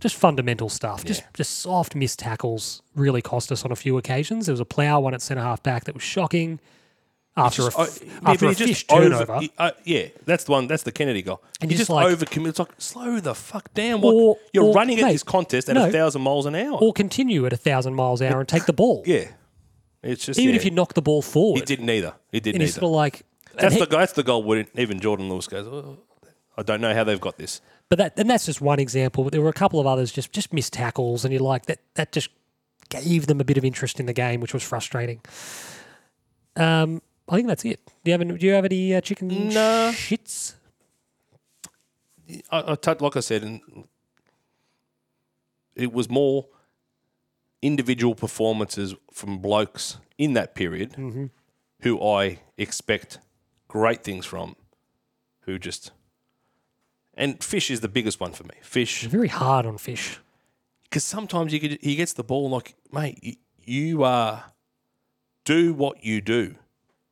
[SPEAKER 1] just fundamental stuff. Just just soft missed tackles really cost us on a few occasions. There was a plough one at centre half back that was shocking. After a, f- after a
[SPEAKER 2] Oh, you
[SPEAKER 1] fish
[SPEAKER 2] over-
[SPEAKER 1] turnover,
[SPEAKER 2] you- uh, yeah, that's the one. That's the Kennedy goal.
[SPEAKER 1] And
[SPEAKER 2] you
[SPEAKER 1] you
[SPEAKER 2] just
[SPEAKER 1] just like-
[SPEAKER 2] overcommit. It's like slow the fuck down.
[SPEAKER 1] Or-
[SPEAKER 2] What you're
[SPEAKER 1] or-
[SPEAKER 2] running at
[SPEAKER 1] mate,
[SPEAKER 2] this contest at
[SPEAKER 1] no.
[SPEAKER 2] a thousand miles an hour.
[SPEAKER 1] or continue at a thousand miles an hour and take the ball.
[SPEAKER 2] yeah, it's just
[SPEAKER 1] Even
[SPEAKER 2] yeah.
[SPEAKER 1] if you knock the ball forward,
[SPEAKER 2] he didn't either. He didn't
[SPEAKER 1] and
[SPEAKER 2] either.
[SPEAKER 1] he's sort of like and
[SPEAKER 2] that's
[SPEAKER 1] he-
[SPEAKER 2] the that's the goal. Where even Jordan Lewis goes. "Oh, I don't know how they've got this.
[SPEAKER 1] But that and that's just one example. But there were a couple of others just just missed tackles, and you're like that that just gave them a bit of interest in the game, which was frustrating. Um, I think that's it. Do you have any, do you have any uh, chicken
[SPEAKER 2] No.
[SPEAKER 1] shits?
[SPEAKER 2] I, I tou- like I said, and it was more individual performances from blokes in that period who I expect great things from, who just. And Fish is the biggest one for me. Fish,
[SPEAKER 1] Very hard on fish.
[SPEAKER 2] because sometimes you could, he gets the ball like, mate, you, you are do what you do,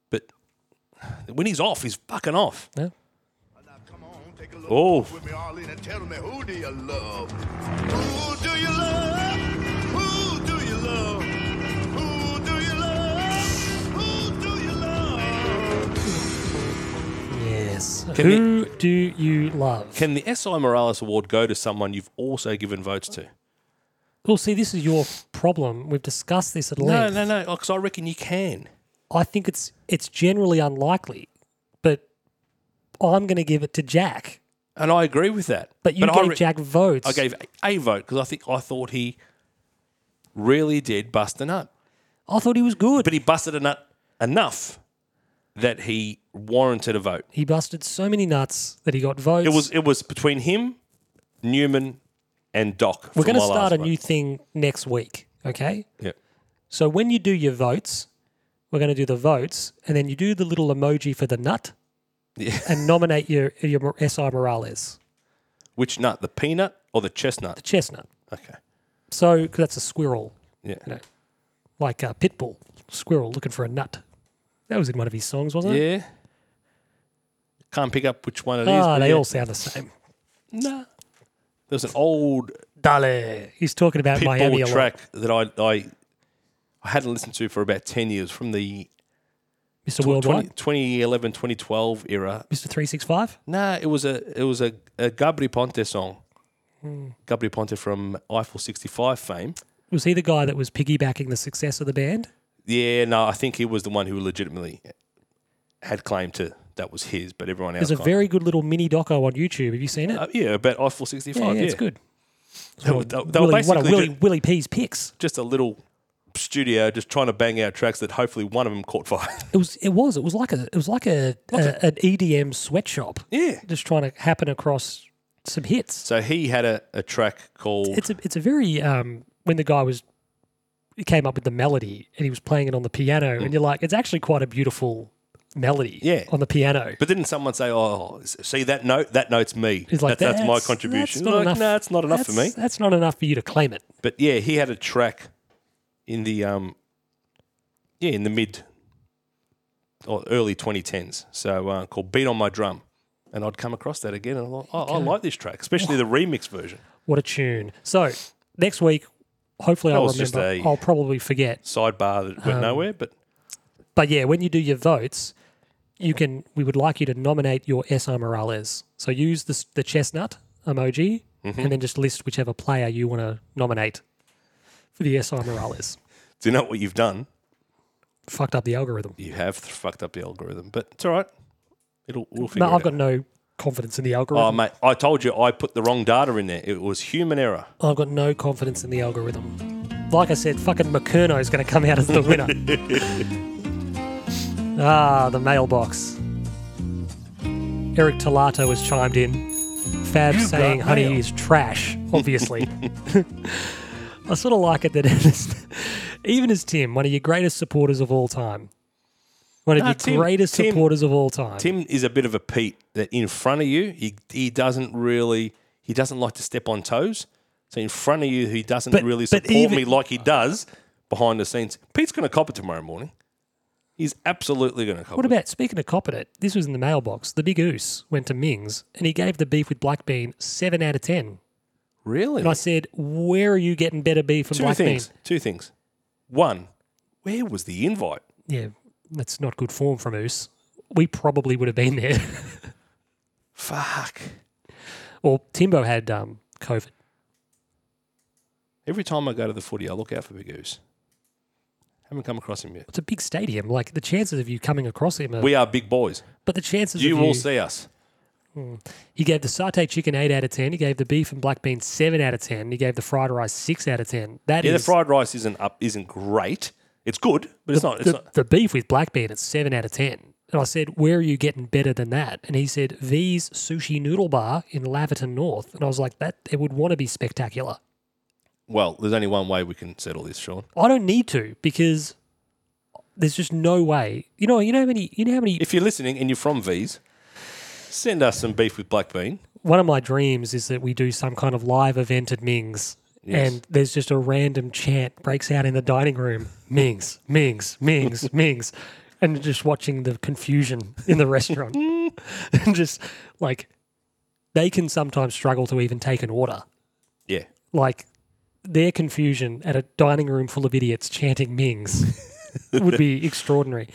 [SPEAKER 2] but when he's off, he's fucking off.
[SPEAKER 1] Yeah.
[SPEAKER 7] Come on, take a look
[SPEAKER 2] Oh.
[SPEAKER 7] with me all in and tell me who do you love? Who do you love? Who do you love? Who do you love? Who do you love?
[SPEAKER 1] Yes.
[SPEAKER 2] Can
[SPEAKER 1] Who do you love?
[SPEAKER 2] Can the SI Morales Award go to someone you've also given votes to?
[SPEAKER 1] well, see, this is your problem. We've discussed this at
[SPEAKER 2] No,
[SPEAKER 1] length.
[SPEAKER 2] no, no. Because I reckon you can.
[SPEAKER 1] I think it's it's generally unlikely, but I'm going to give it to Jack.
[SPEAKER 2] And I agree with that.
[SPEAKER 1] But you
[SPEAKER 2] I
[SPEAKER 1] gave
[SPEAKER 2] re-
[SPEAKER 1] Jack votes.
[SPEAKER 2] I gave a vote because I think I thought he really did bust a nut.
[SPEAKER 1] I thought he was good.
[SPEAKER 2] But he busted a nut enough that he warranted a vote.
[SPEAKER 1] He busted so many nuts that he got votes.
[SPEAKER 2] It was it was between him, Newman, and Doc.
[SPEAKER 1] We're
[SPEAKER 2] going to
[SPEAKER 1] start a new thing next week, okay?
[SPEAKER 2] Yeah.
[SPEAKER 1] So when you do your votes, we're going to do the votes, and then you do the little emoji for the nut, and nominate your your Si Morales,
[SPEAKER 2] Which nut? The peanut or the chestnut?
[SPEAKER 1] chestnut.
[SPEAKER 2] Okay.
[SPEAKER 1] So 'cause that's a squirrel,
[SPEAKER 2] Yeah.
[SPEAKER 1] you know, like a pit bull squirrel looking for a nut. That was in one of his songs, wasn't it?
[SPEAKER 2] Yeah. Can't pick up which one it is.
[SPEAKER 1] Ah,
[SPEAKER 2] but
[SPEAKER 1] they
[SPEAKER 2] yeah.
[SPEAKER 1] all sound the same.
[SPEAKER 2] Nah. There's an old
[SPEAKER 1] Dale. He's talking about Miami a
[SPEAKER 2] Pitbull
[SPEAKER 1] lot.
[SPEAKER 2] track that I, I I hadn't listened to for about 10 years from the
[SPEAKER 1] Mr.
[SPEAKER 2] 20,
[SPEAKER 1] Worldwide,
[SPEAKER 2] 2011 2012 era.
[SPEAKER 1] Mr. Three Six Five.
[SPEAKER 2] Nah, it was a it was a, a Gabri Ponte song.
[SPEAKER 1] Hmm.
[SPEAKER 2] Gabri Ponte from Eiffel 65 fame.
[SPEAKER 1] Was he the guy that was piggybacking the success of the band?
[SPEAKER 2] Yeah, no, I think he was the one who legitimately had claim to that was his, but everyone else
[SPEAKER 1] There's a
[SPEAKER 2] kinda-
[SPEAKER 1] very good little mini doco on YouTube. Have you seen it?
[SPEAKER 2] Uh, yeah, about Eiffel 65.
[SPEAKER 1] yeah,
[SPEAKER 2] Yeah,
[SPEAKER 1] yeah, it's good.
[SPEAKER 2] They were, they were
[SPEAKER 1] Willie, one of
[SPEAKER 2] basically
[SPEAKER 1] Willie,
[SPEAKER 2] ju-
[SPEAKER 1] Willie P's picks.
[SPEAKER 2] just a little studio just trying to bang out tracks that hopefully one of them caught fire. *laughs*
[SPEAKER 1] It was. It was. It was like a. It was like a, a an EDM sweatshop.
[SPEAKER 2] yeah.
[SPEAKER 1] Just trying to happen across some hits.
[SPEAKER 2] So he had a, a track called
[SPEAKER 1] It's a. It's a very. Um, when the guy was, he came up with the melody and he was playing it on the piano, and you're like, it's actually quite a beautiful melody.
[SPEAKER 2] Mm. Yeah.
[SPEAKER 1] On the piano.
[SPEAKER 2] But didn't someone say, "Oh, see that note? That note's me.
[SPEAKER 1] He's like,
[SPEAKER 2] That- that's, my contribution."
[SPEAKER 1] That's not
[SPEAKER 2] like,
[SPEAKER 1] enough.
[SPEAKER 2] nah, it's not enough for me.
[SPEAKER 1] That's- That's not enough for you to claim it.
[SPEAKER 2] But yeah, he had a track in the um, yeah, in the mid or early 2010s, so uh, called "Beat on My Drum," and I'd come across that again, and I thought, oh, I like this track, especially the remix version.
[SPEAKER 1] What a tune. So next week, hopefully, I'll
[SPEAKER 2] was just
[SPEAKER 1] remember.
[SPEAKER 2] a-
[SPEAKER 1] I'll probably forget.
[SPEAKER 2] Sidebar that
[SPEAKER 1] Um,
[SPEAKER 2] went nowhere, but
[SPEAKER 1] But yeah, when you do your votes, you can. We would like you to nominate your SR Morales. So use the, s- the chestnut emoji,
[SPEAKER 2] Mm-hmm.
[SPEAKER 1] and then just list whichever player you want to nominate for the SR Morales.
[SPEAKER 2] do you know what you've done?
[SPEAKER 1] Fucked up the algorithm.
[SPEAKER 2] You have fucked up the algorithm, but it's all right. It'll we'll figure
[SPEAKER 1] No,
[SPEAKER 2] it
[SPEAKER 1] I've got
[SPEAKER 2] out.
[SPEAKER 1] no confidence in the
[SPEAKER 2] Oh
[SPEAKER 1] algorithm.
[SPEAKER 2] mate, I told you I put the wrong data in there. It was human error.
[SPEAKER 1] I've got no confidence in the algorithm. Like I said, fucking McCurno is going to come out as the
[SPEAKER 2] *laughs*
[SPEAKER 1] winner. ah, the mailbox. Eric Talato has chimed in. Fab saying honey is trash, obviously.
[SPEAKER 2] *laughs*
[SPEAKER 1] I sort of like it that even as Tim, one of your greatest supporters of all time, one of
[SPEAKER 2] Nah,
[SPEAKER 1] your
[SPEAKER 2] Tim-
[SPEAKER 1] greatest
[SPEAKER 2] Tim-
[SPEAKER 1] supporters of all time.
[SPEAKER 2] Tim is a bit of a Pete that in front of you, he, he doesn't really he doesn't like to step on toes. So in front of you, he doesn't
[SPEAKER 1] But-
[SPEAKER 2] really
[SPEAKER 1] but
[SPEAKER 2] support
[SPEAKER 1] even-
[SPEAKER 2] me like he does behind the scenes. Pete's going to cop it tomorrow morning. He's absolutely going to cop
[SPEAKER 1] What
[SPEAKER 2] it.
[SPEAKER 1] about speaking of copping it? This was in the mailbox. The big goose went to Ming's and he gave the beef with black bean seven out of ten.
[SPEAKER 2] Really?
[SPEAKER 1] And I said, Where are you getting better beef from
[SPEAKER 2] Two
[SPEAKER 1] Black
[SPEAKER 2] things. Two things. One, where was the invite?
[SPEAKER 1] Bean? Yeah, that's not good form from Oos. We probably would have been there. *laughs*
[SPEAKER 2] Fuck.
[SPEAKER 1] well, Timbo had um, COVID.
[SPEAKER 2] Every time I go to the footy, I look out for Big Goose. Haven't come across him yet.
[SPEAKER 1] It's a big stadium. Like the chances of you coming across him, are,
[SPEAKER 2] We are big boys.
[SPEAKER 1] but the chances
[SPEAKER 2] You
[SPEAKER 1] of you,
[SPEAKER 2] will see us.
[SPEAKER 1] He gave the satay chicken eight out of ten. He gave the beef and black beans seven out of ten. He gave the fried rice six out of ten. That is
[SPEAKER 2] Yeah, the fried rice isn't up, isn't great. It's good, but it's
[SPEAKER 1] the,
[SPEAKER 2] not. It's
[SPEAKER 1] the-
[SPEAKER 2] not.
[SPEAKER 1] the beef with black bean. It's seven out of ten. And I said, "Where are you getting better than that?" And he said, "V's Sushi Noodle Bar in Laverton North." And I was like, "That it would want to be spectacular.
[SPEAKER 2] Well, there's only one way we can settle this, Sean.
[SPEAKER 1] I don't need to because there's just no way. You know, you know how many, you know how many
[SPEAKER 2] If you're listening and you're from V's, send us some beef with black bean.
[SPEAKER 1] one of my dreams is that we do some kind of live event at Ming's. And there's just a random chant breaks out in the dining room. Mings, Mings, Mings, Mings. And just watching the confusion in the restaurant. *laughs* and just like they can sometimes struggle to even take an order.
[SPEAKER 2] Yeah.
[SPEAKER 1] Like their confusion at a dining room full of idiots chanting
[SPEAKER 2] *laughs*
[SPEAKER 1] Mings would be extraordinary.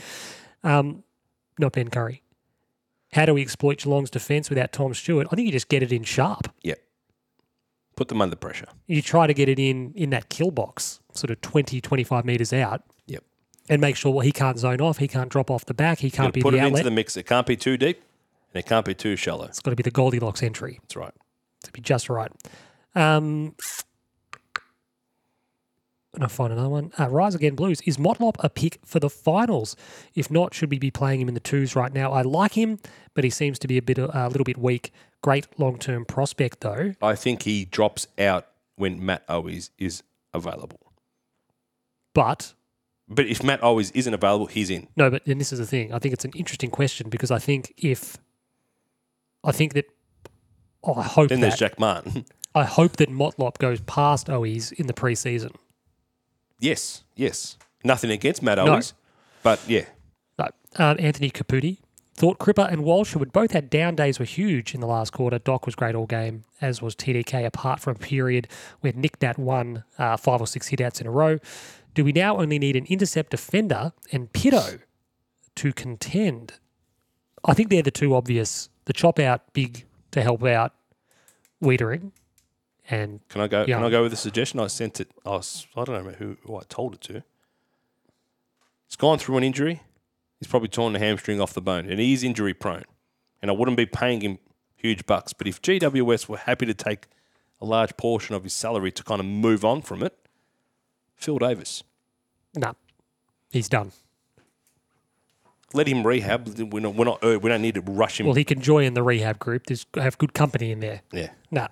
[SPEAKER 1] Um, not Ben Curry. How do we exploit Geelong's defence without Tom Stewart? I think you just get it in sharp.
[SPEAKER 2] Yeah. Put them under pressure.
[SPEAKER 1] you try to get it in in that kill box, sort of 20, 25 metres out,
[SPEAKER 2] Yep.
[SPEAKER 1] and make sure well, he can't zone off, he can't drop off the back, he can't be
[SPEAKER 2] put
[SPEAKER 1] the
[SPEAKER 2] it into
[SPEAKER 1] outlet.
[SPEAKER 2] the mix. It can't be too deep and it can't be too shallow.
[SPEAKER 1] it's got to be the Goldilocks entry
[SPEAKER 2] That's right.
[SPEAKER 1] to be just right. Um, and I'll find another one. Uh, Rise Again Blues. Is Motlop a pick for the finals? If not, should we be playing him in the twos right now? I like him, but he seems to be a bit a little bit weak. Great long term prospect though.
[SPEAKER 2] I think he drops out when Matt Owies is available.
[SPEAKER 1] But
[SPEAKER 2] But if Matt Owies isn't available, he's in.
[SPEAKER 1] No, but and this is the thing. I think it's an interesting question because I think if I think that oh, I hope
[SPEAKER 2] Then
[SPEAKER 1] that
[SPEAKER 2] there's Jack Martin. *laughs*
[SPEAKER 1] I hope that Motlop goes past Oes in the preseason.
[SPEAKER 2] yes, yes. Nothing against Matt Owies. But yeah,
[SPEAKER 1] No. Um, Anthony Caputi thought Cripper and Walsh, who had both had down days, were huge in the last quarter. Doc was great all game, as was TDK, apart from a period where Nick Nat won uh, five or six hitouts in a row. Do we now only need an intercept defender and Pitto to contend? I think they're the two obvious. The chop out big to help out Weedering and
[SPEAKER 2] Can I go?
[SPEAKER 1] Yeah.
[SPEAKER 2] Can I go with a suggestion? I sent it. I, was, I don't know who, who I told it to. He's gone through an injury. He's probably torn the hamstring off the bone, and he is injury prone. And I wouldn't be paying him huge bucks, but if GWS were happy to take a large portion of his salary to kind of move on from it, Phil Davis,
[SPEAKER 1] no, he's done.
[SPEAKER 2] let him rehab. We're not. We're not uh, we don't need to rush him.
[SPEAKER 1] Well, he can join the rehab group. There's have good company in there.
[SPEAKER 2] yeah.
[SPEAKER 1] Nah.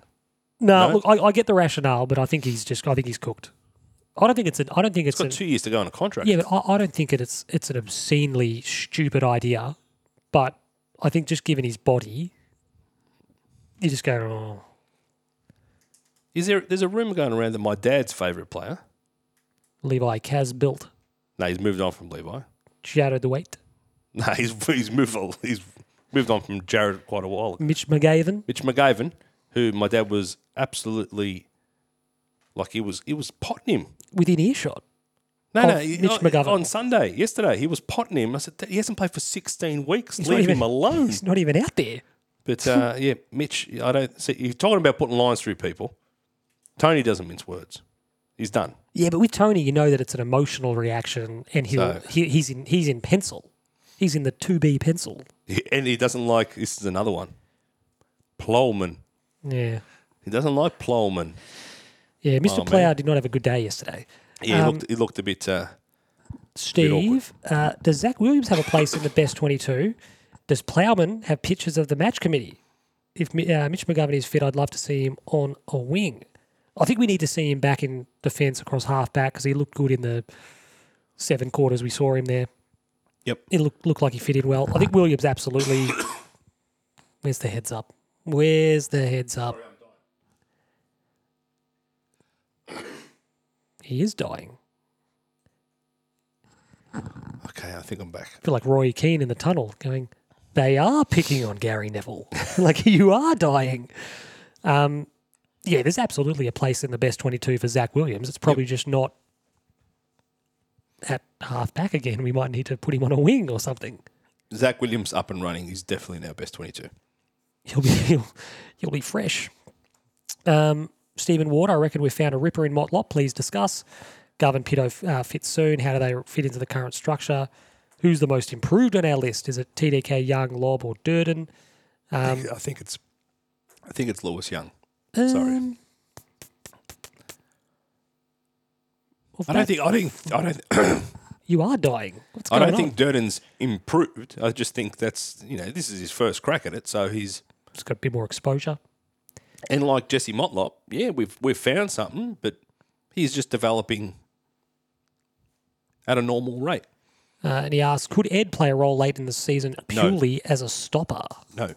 [SPEAKER 1] No,
[SPEAKER 2] No?
[SPEAKER 1] look, I, I get the rationale, but I think he's just, I think he's cooked. I don't think it's an, I don't think it's,
[SPEAKER 2] He's got
[SPEAKER 1] an,
[SPEAKER 2] two years to go on a contract.
[SPEAKER 1] yeah, but I, I don't think it, it's, it's an obscenely stupid idea. But I think just given his body, you just go, oh,
[SPEAKER 2] Is there? There's a rumor going around that my dad's favorite player.
[SPEAKER 1] Levi Kaz built,
[SPEAKER 2] No, he's moved on from Levi.
[SPEAKER 1] shadowed the weight.
[SPEAKER 2] *laughs* No, he's he's moved on. He's moved on from Jared quite a while. ago.
[SPEAKER 1] Mitch McGavin,
[SPEAKER 2] Mitch McGavin, who my dad was absolutely like he was he was potting him.
[SPEAKER 1] within earshot.
[SPEAKER 2] No,
[SPEAKER 1] Of
[SPEAKER 2] no, he-
[SPEAKER 1] Mitch
[SPEAKER 2] on-
[SPEAKER 1] McGavin.
[SPEAKER 2] on Sunday yesterday he was potting him. I said he hasn't played for sixteen weeks.
[SPEAKER 1] He's not
[SPEAKER 2] Leave
[SPEAKER 1] even-
[SPEAKER 2] him alone.
[SPEAKER 1] He's not even out there.
[SPEAKER 2] *laughs* But uh, yeah, Mitch, I don't see you're talking about putting lines through people. Tony doesn't mince words. He's done.
[SPEAKER 1] Yeah, but with Tony, you know that it's an emotional reaction, and he'll,
[SPEAKER 2] So-
[SPEAKER 1] he, he's in, he's in pencil. He's in the 2B pencil.
[SPEAKER 2] He- And he doesn't like this is another one. Plowman.
[SPEAKER 1] Yeah.
[SPEAKER 2] He doesn't like Plowman.
[SPEAKER 1] Yeah, Mr.
[SPEAKER 2] man.
[SPEAKER 1] Player did not have a good day yesterday.
[SPEAKER 2] Yeah, he looked he looked a bit uh, awkward.
[SPEAKER 1] Steve, uh, does Zach Williams have a place in the best 22? Does Plowman have pictures of the match committee? If Mi- uh, Mitch McGovern is fit, I'd love to see him on a wing. I think we need to see him back in defence across half back because he looked good in the seven quarters we saw him there.
[SPEAKER 2] Yep.
[SPEAKER 1] It looked, looked like he fit in well. I think Williams absolutely. Where's the heads up? Where's the heads up? He is dying.
[SPEAKER 2] Okay, I think I'm back.
[SPEAKER 1] feel like Roy Keane in the tunnel going, *laughs* they are picking on Gary Neville. like, you are dying. Um, yeah, there's absolutely a place in the best 22 for Zach Williams. It's probably just not at half back again. We might need to put him on a wing or something.
[SPEAKER 2] Zach Williams up and running is definitely our best 22.
[SPEAKER 1] He'll be *laughs* he'll, he'll be fresh. Um, Stephen Ward, I reckon we've found a ripper in Motlop. Please discuss. Gov and Pito uh, fit soon. How do they fit into the current structure? Who's the most improved on our list? Is it TDK, Young, Lob, or Durden?
[SPEAKER 2] I think it's, I think it's Lewis Young.
[SPEAKER 1] Um,
[SPEAKER 2] Sorry.
[SPEAKER 1] well,
[SPEAKER 2] I
[SPEAKER 1] that-
[SPEAKER 2] don't think I think *coughs* I don't
[SPEAKER 1] you are dying. What's
[SPEAKER 2] I
[SPEAKER 1] going
[SPEAKER 2] don't
[SPEAKER 1] on?
[SPEAKER 2] think Durden's improved. I just think that's you know this is his first crack at it, so he's
[SPEAKER 1] it's got a bit more exposure.
[SPEAKER 2] and like Jesse Motlop, yeah, we've we've found something, but he's just developing at a normal rate.
[SPEAKER 1] Uh, and he asks, could Ed play a role late in the season purely as a stopper?
[SPEAKER 2] No,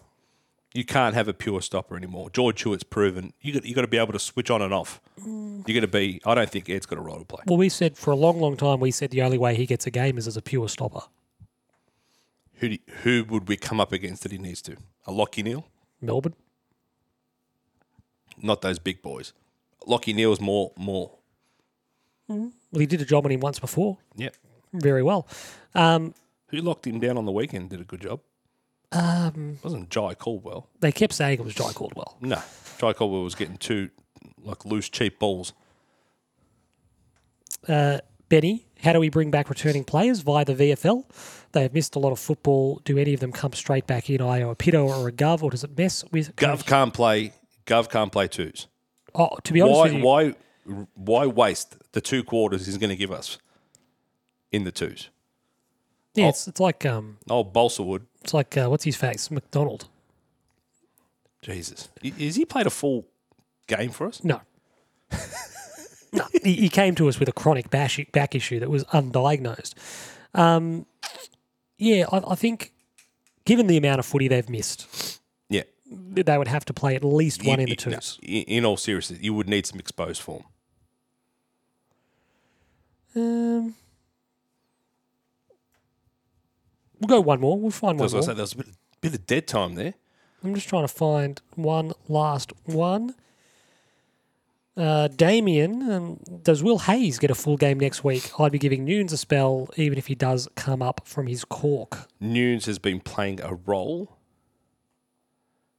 [SPEAKER 2] you can't have a pure stopper anymore. George Hewitt's proven you got you got to be able to switch on and off. You're going to be. I don't think Ed's got a role to play.
[SPEAKER 1] Well, we said for a long, long time, we said the only way he gets a game is as a pure stopper.
[SPEAKER 2] Who do, who would we come up against that he needs to? A Lockie Neal,
[SPEAKER 1] Melbourne.
[SPEAKER 2] not those big boys. Lockie Neal's more more.
[SPEAKER 1] Well, he did a job on him once before
[SPEAKER 2] Yep.
[SPEAKER 1] very well.
[SPEAKER 2] Who locked him down on the weekend? Did a good job. Um, wasn't Jai Caldwell?
[SPEAKER 1] They kept saying it was Jai Caldwell.
[SPEAKER 2] No, Jai Caldwell was getting two like loose cheap balls.
[SPEAKER 1] Benny, how do we bring back returning players via the VFL? They have missed a lot of football. Do any of them come straight back in, either a Pito or a Gov, or does it mess with
[SPEAKER 2] Gov can't play. Gov can't play twos.
[SPEAKER 1] Oh, to be honest
[SPEAKER 2] Why?
[SPEAKER 1] with you,
[SPEAKER 2] Why? Why waste the two quarters he's going to give us in the twos?
[SPEAKER 1] yeah, it's, it's like um,
[SPEAKER 2] Oh, Balsawood.
[SPEAKER 1] it's like uh, what's his face, McDonald.
[SPEAKER 2] Jesus, I- has he played a full game for us? *laughs*
[SPEAKER 1] No. no. He, he came to us with a chronic bash, back issue that was undiagnosed. Um, yeah, I, I think given the amount of footy they've missed,
[SPEAKER 2] Yeah,
[SPEAKER 1] they would have to play at least one
[SPEAKER 2] You-
[SPEAKER 1] in the
[SPEAKER 2] you- no,
[SPEAKER 1] twos.
[SPEAKER 2] i- in all seriousness, you would need some exposed form.
[SPEAKER 1] Um, we'll go one more. We'll find one
[SPEAKER 2] As I
[SPEAKER 1] more.
[SPEAKER 2] said, there was a bit, bit of dead time there.
[SPEAKER 1] I'm just trying to find one last one. Uh, Damien, um, does Will Hayes get a full game next week? I'd be giving Nunes a spell, even if he does come up from his cork.
[SPEAKER 2] Nunes has been playing a role.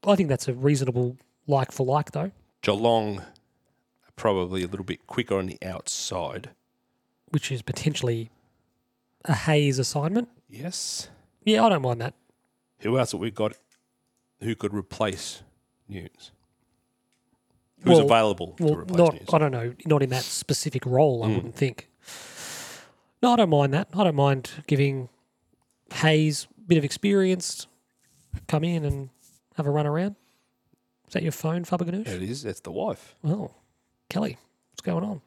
[SPEAKER 1] I think that's a reasonable like for like, though,
[SPEAKER 2] Geelong are probably a little bit quicker on the outside.
[SPEAKER 1] which is potentially a Hayes assignment.
[SPEAKER 2] Yes.
[SPEAKER 1] Yeah, I don't mind that.
[SPEAKER 2] Who else have we got who could replace Nunes? Who's
[SPEAKER 1] Well-
[SPEAKER 2] available to
[SPEAKER 1] Well,
[SPEAKER 2] replace Hmm.
[SPEAKER 1] not
[SPEAKER 2] Nunes?
[SPEAKER 1] I don't know, not in that specific role. I wouldn't think. No, I don't mind that. I don't mind giving Hayes a bit of experience, come in and have a run around. Is that your phone, Faberganoush?
[SPEAKER 2] It is. That's the wife.
[SPEAKER 1] Well, Kelly, what's going on?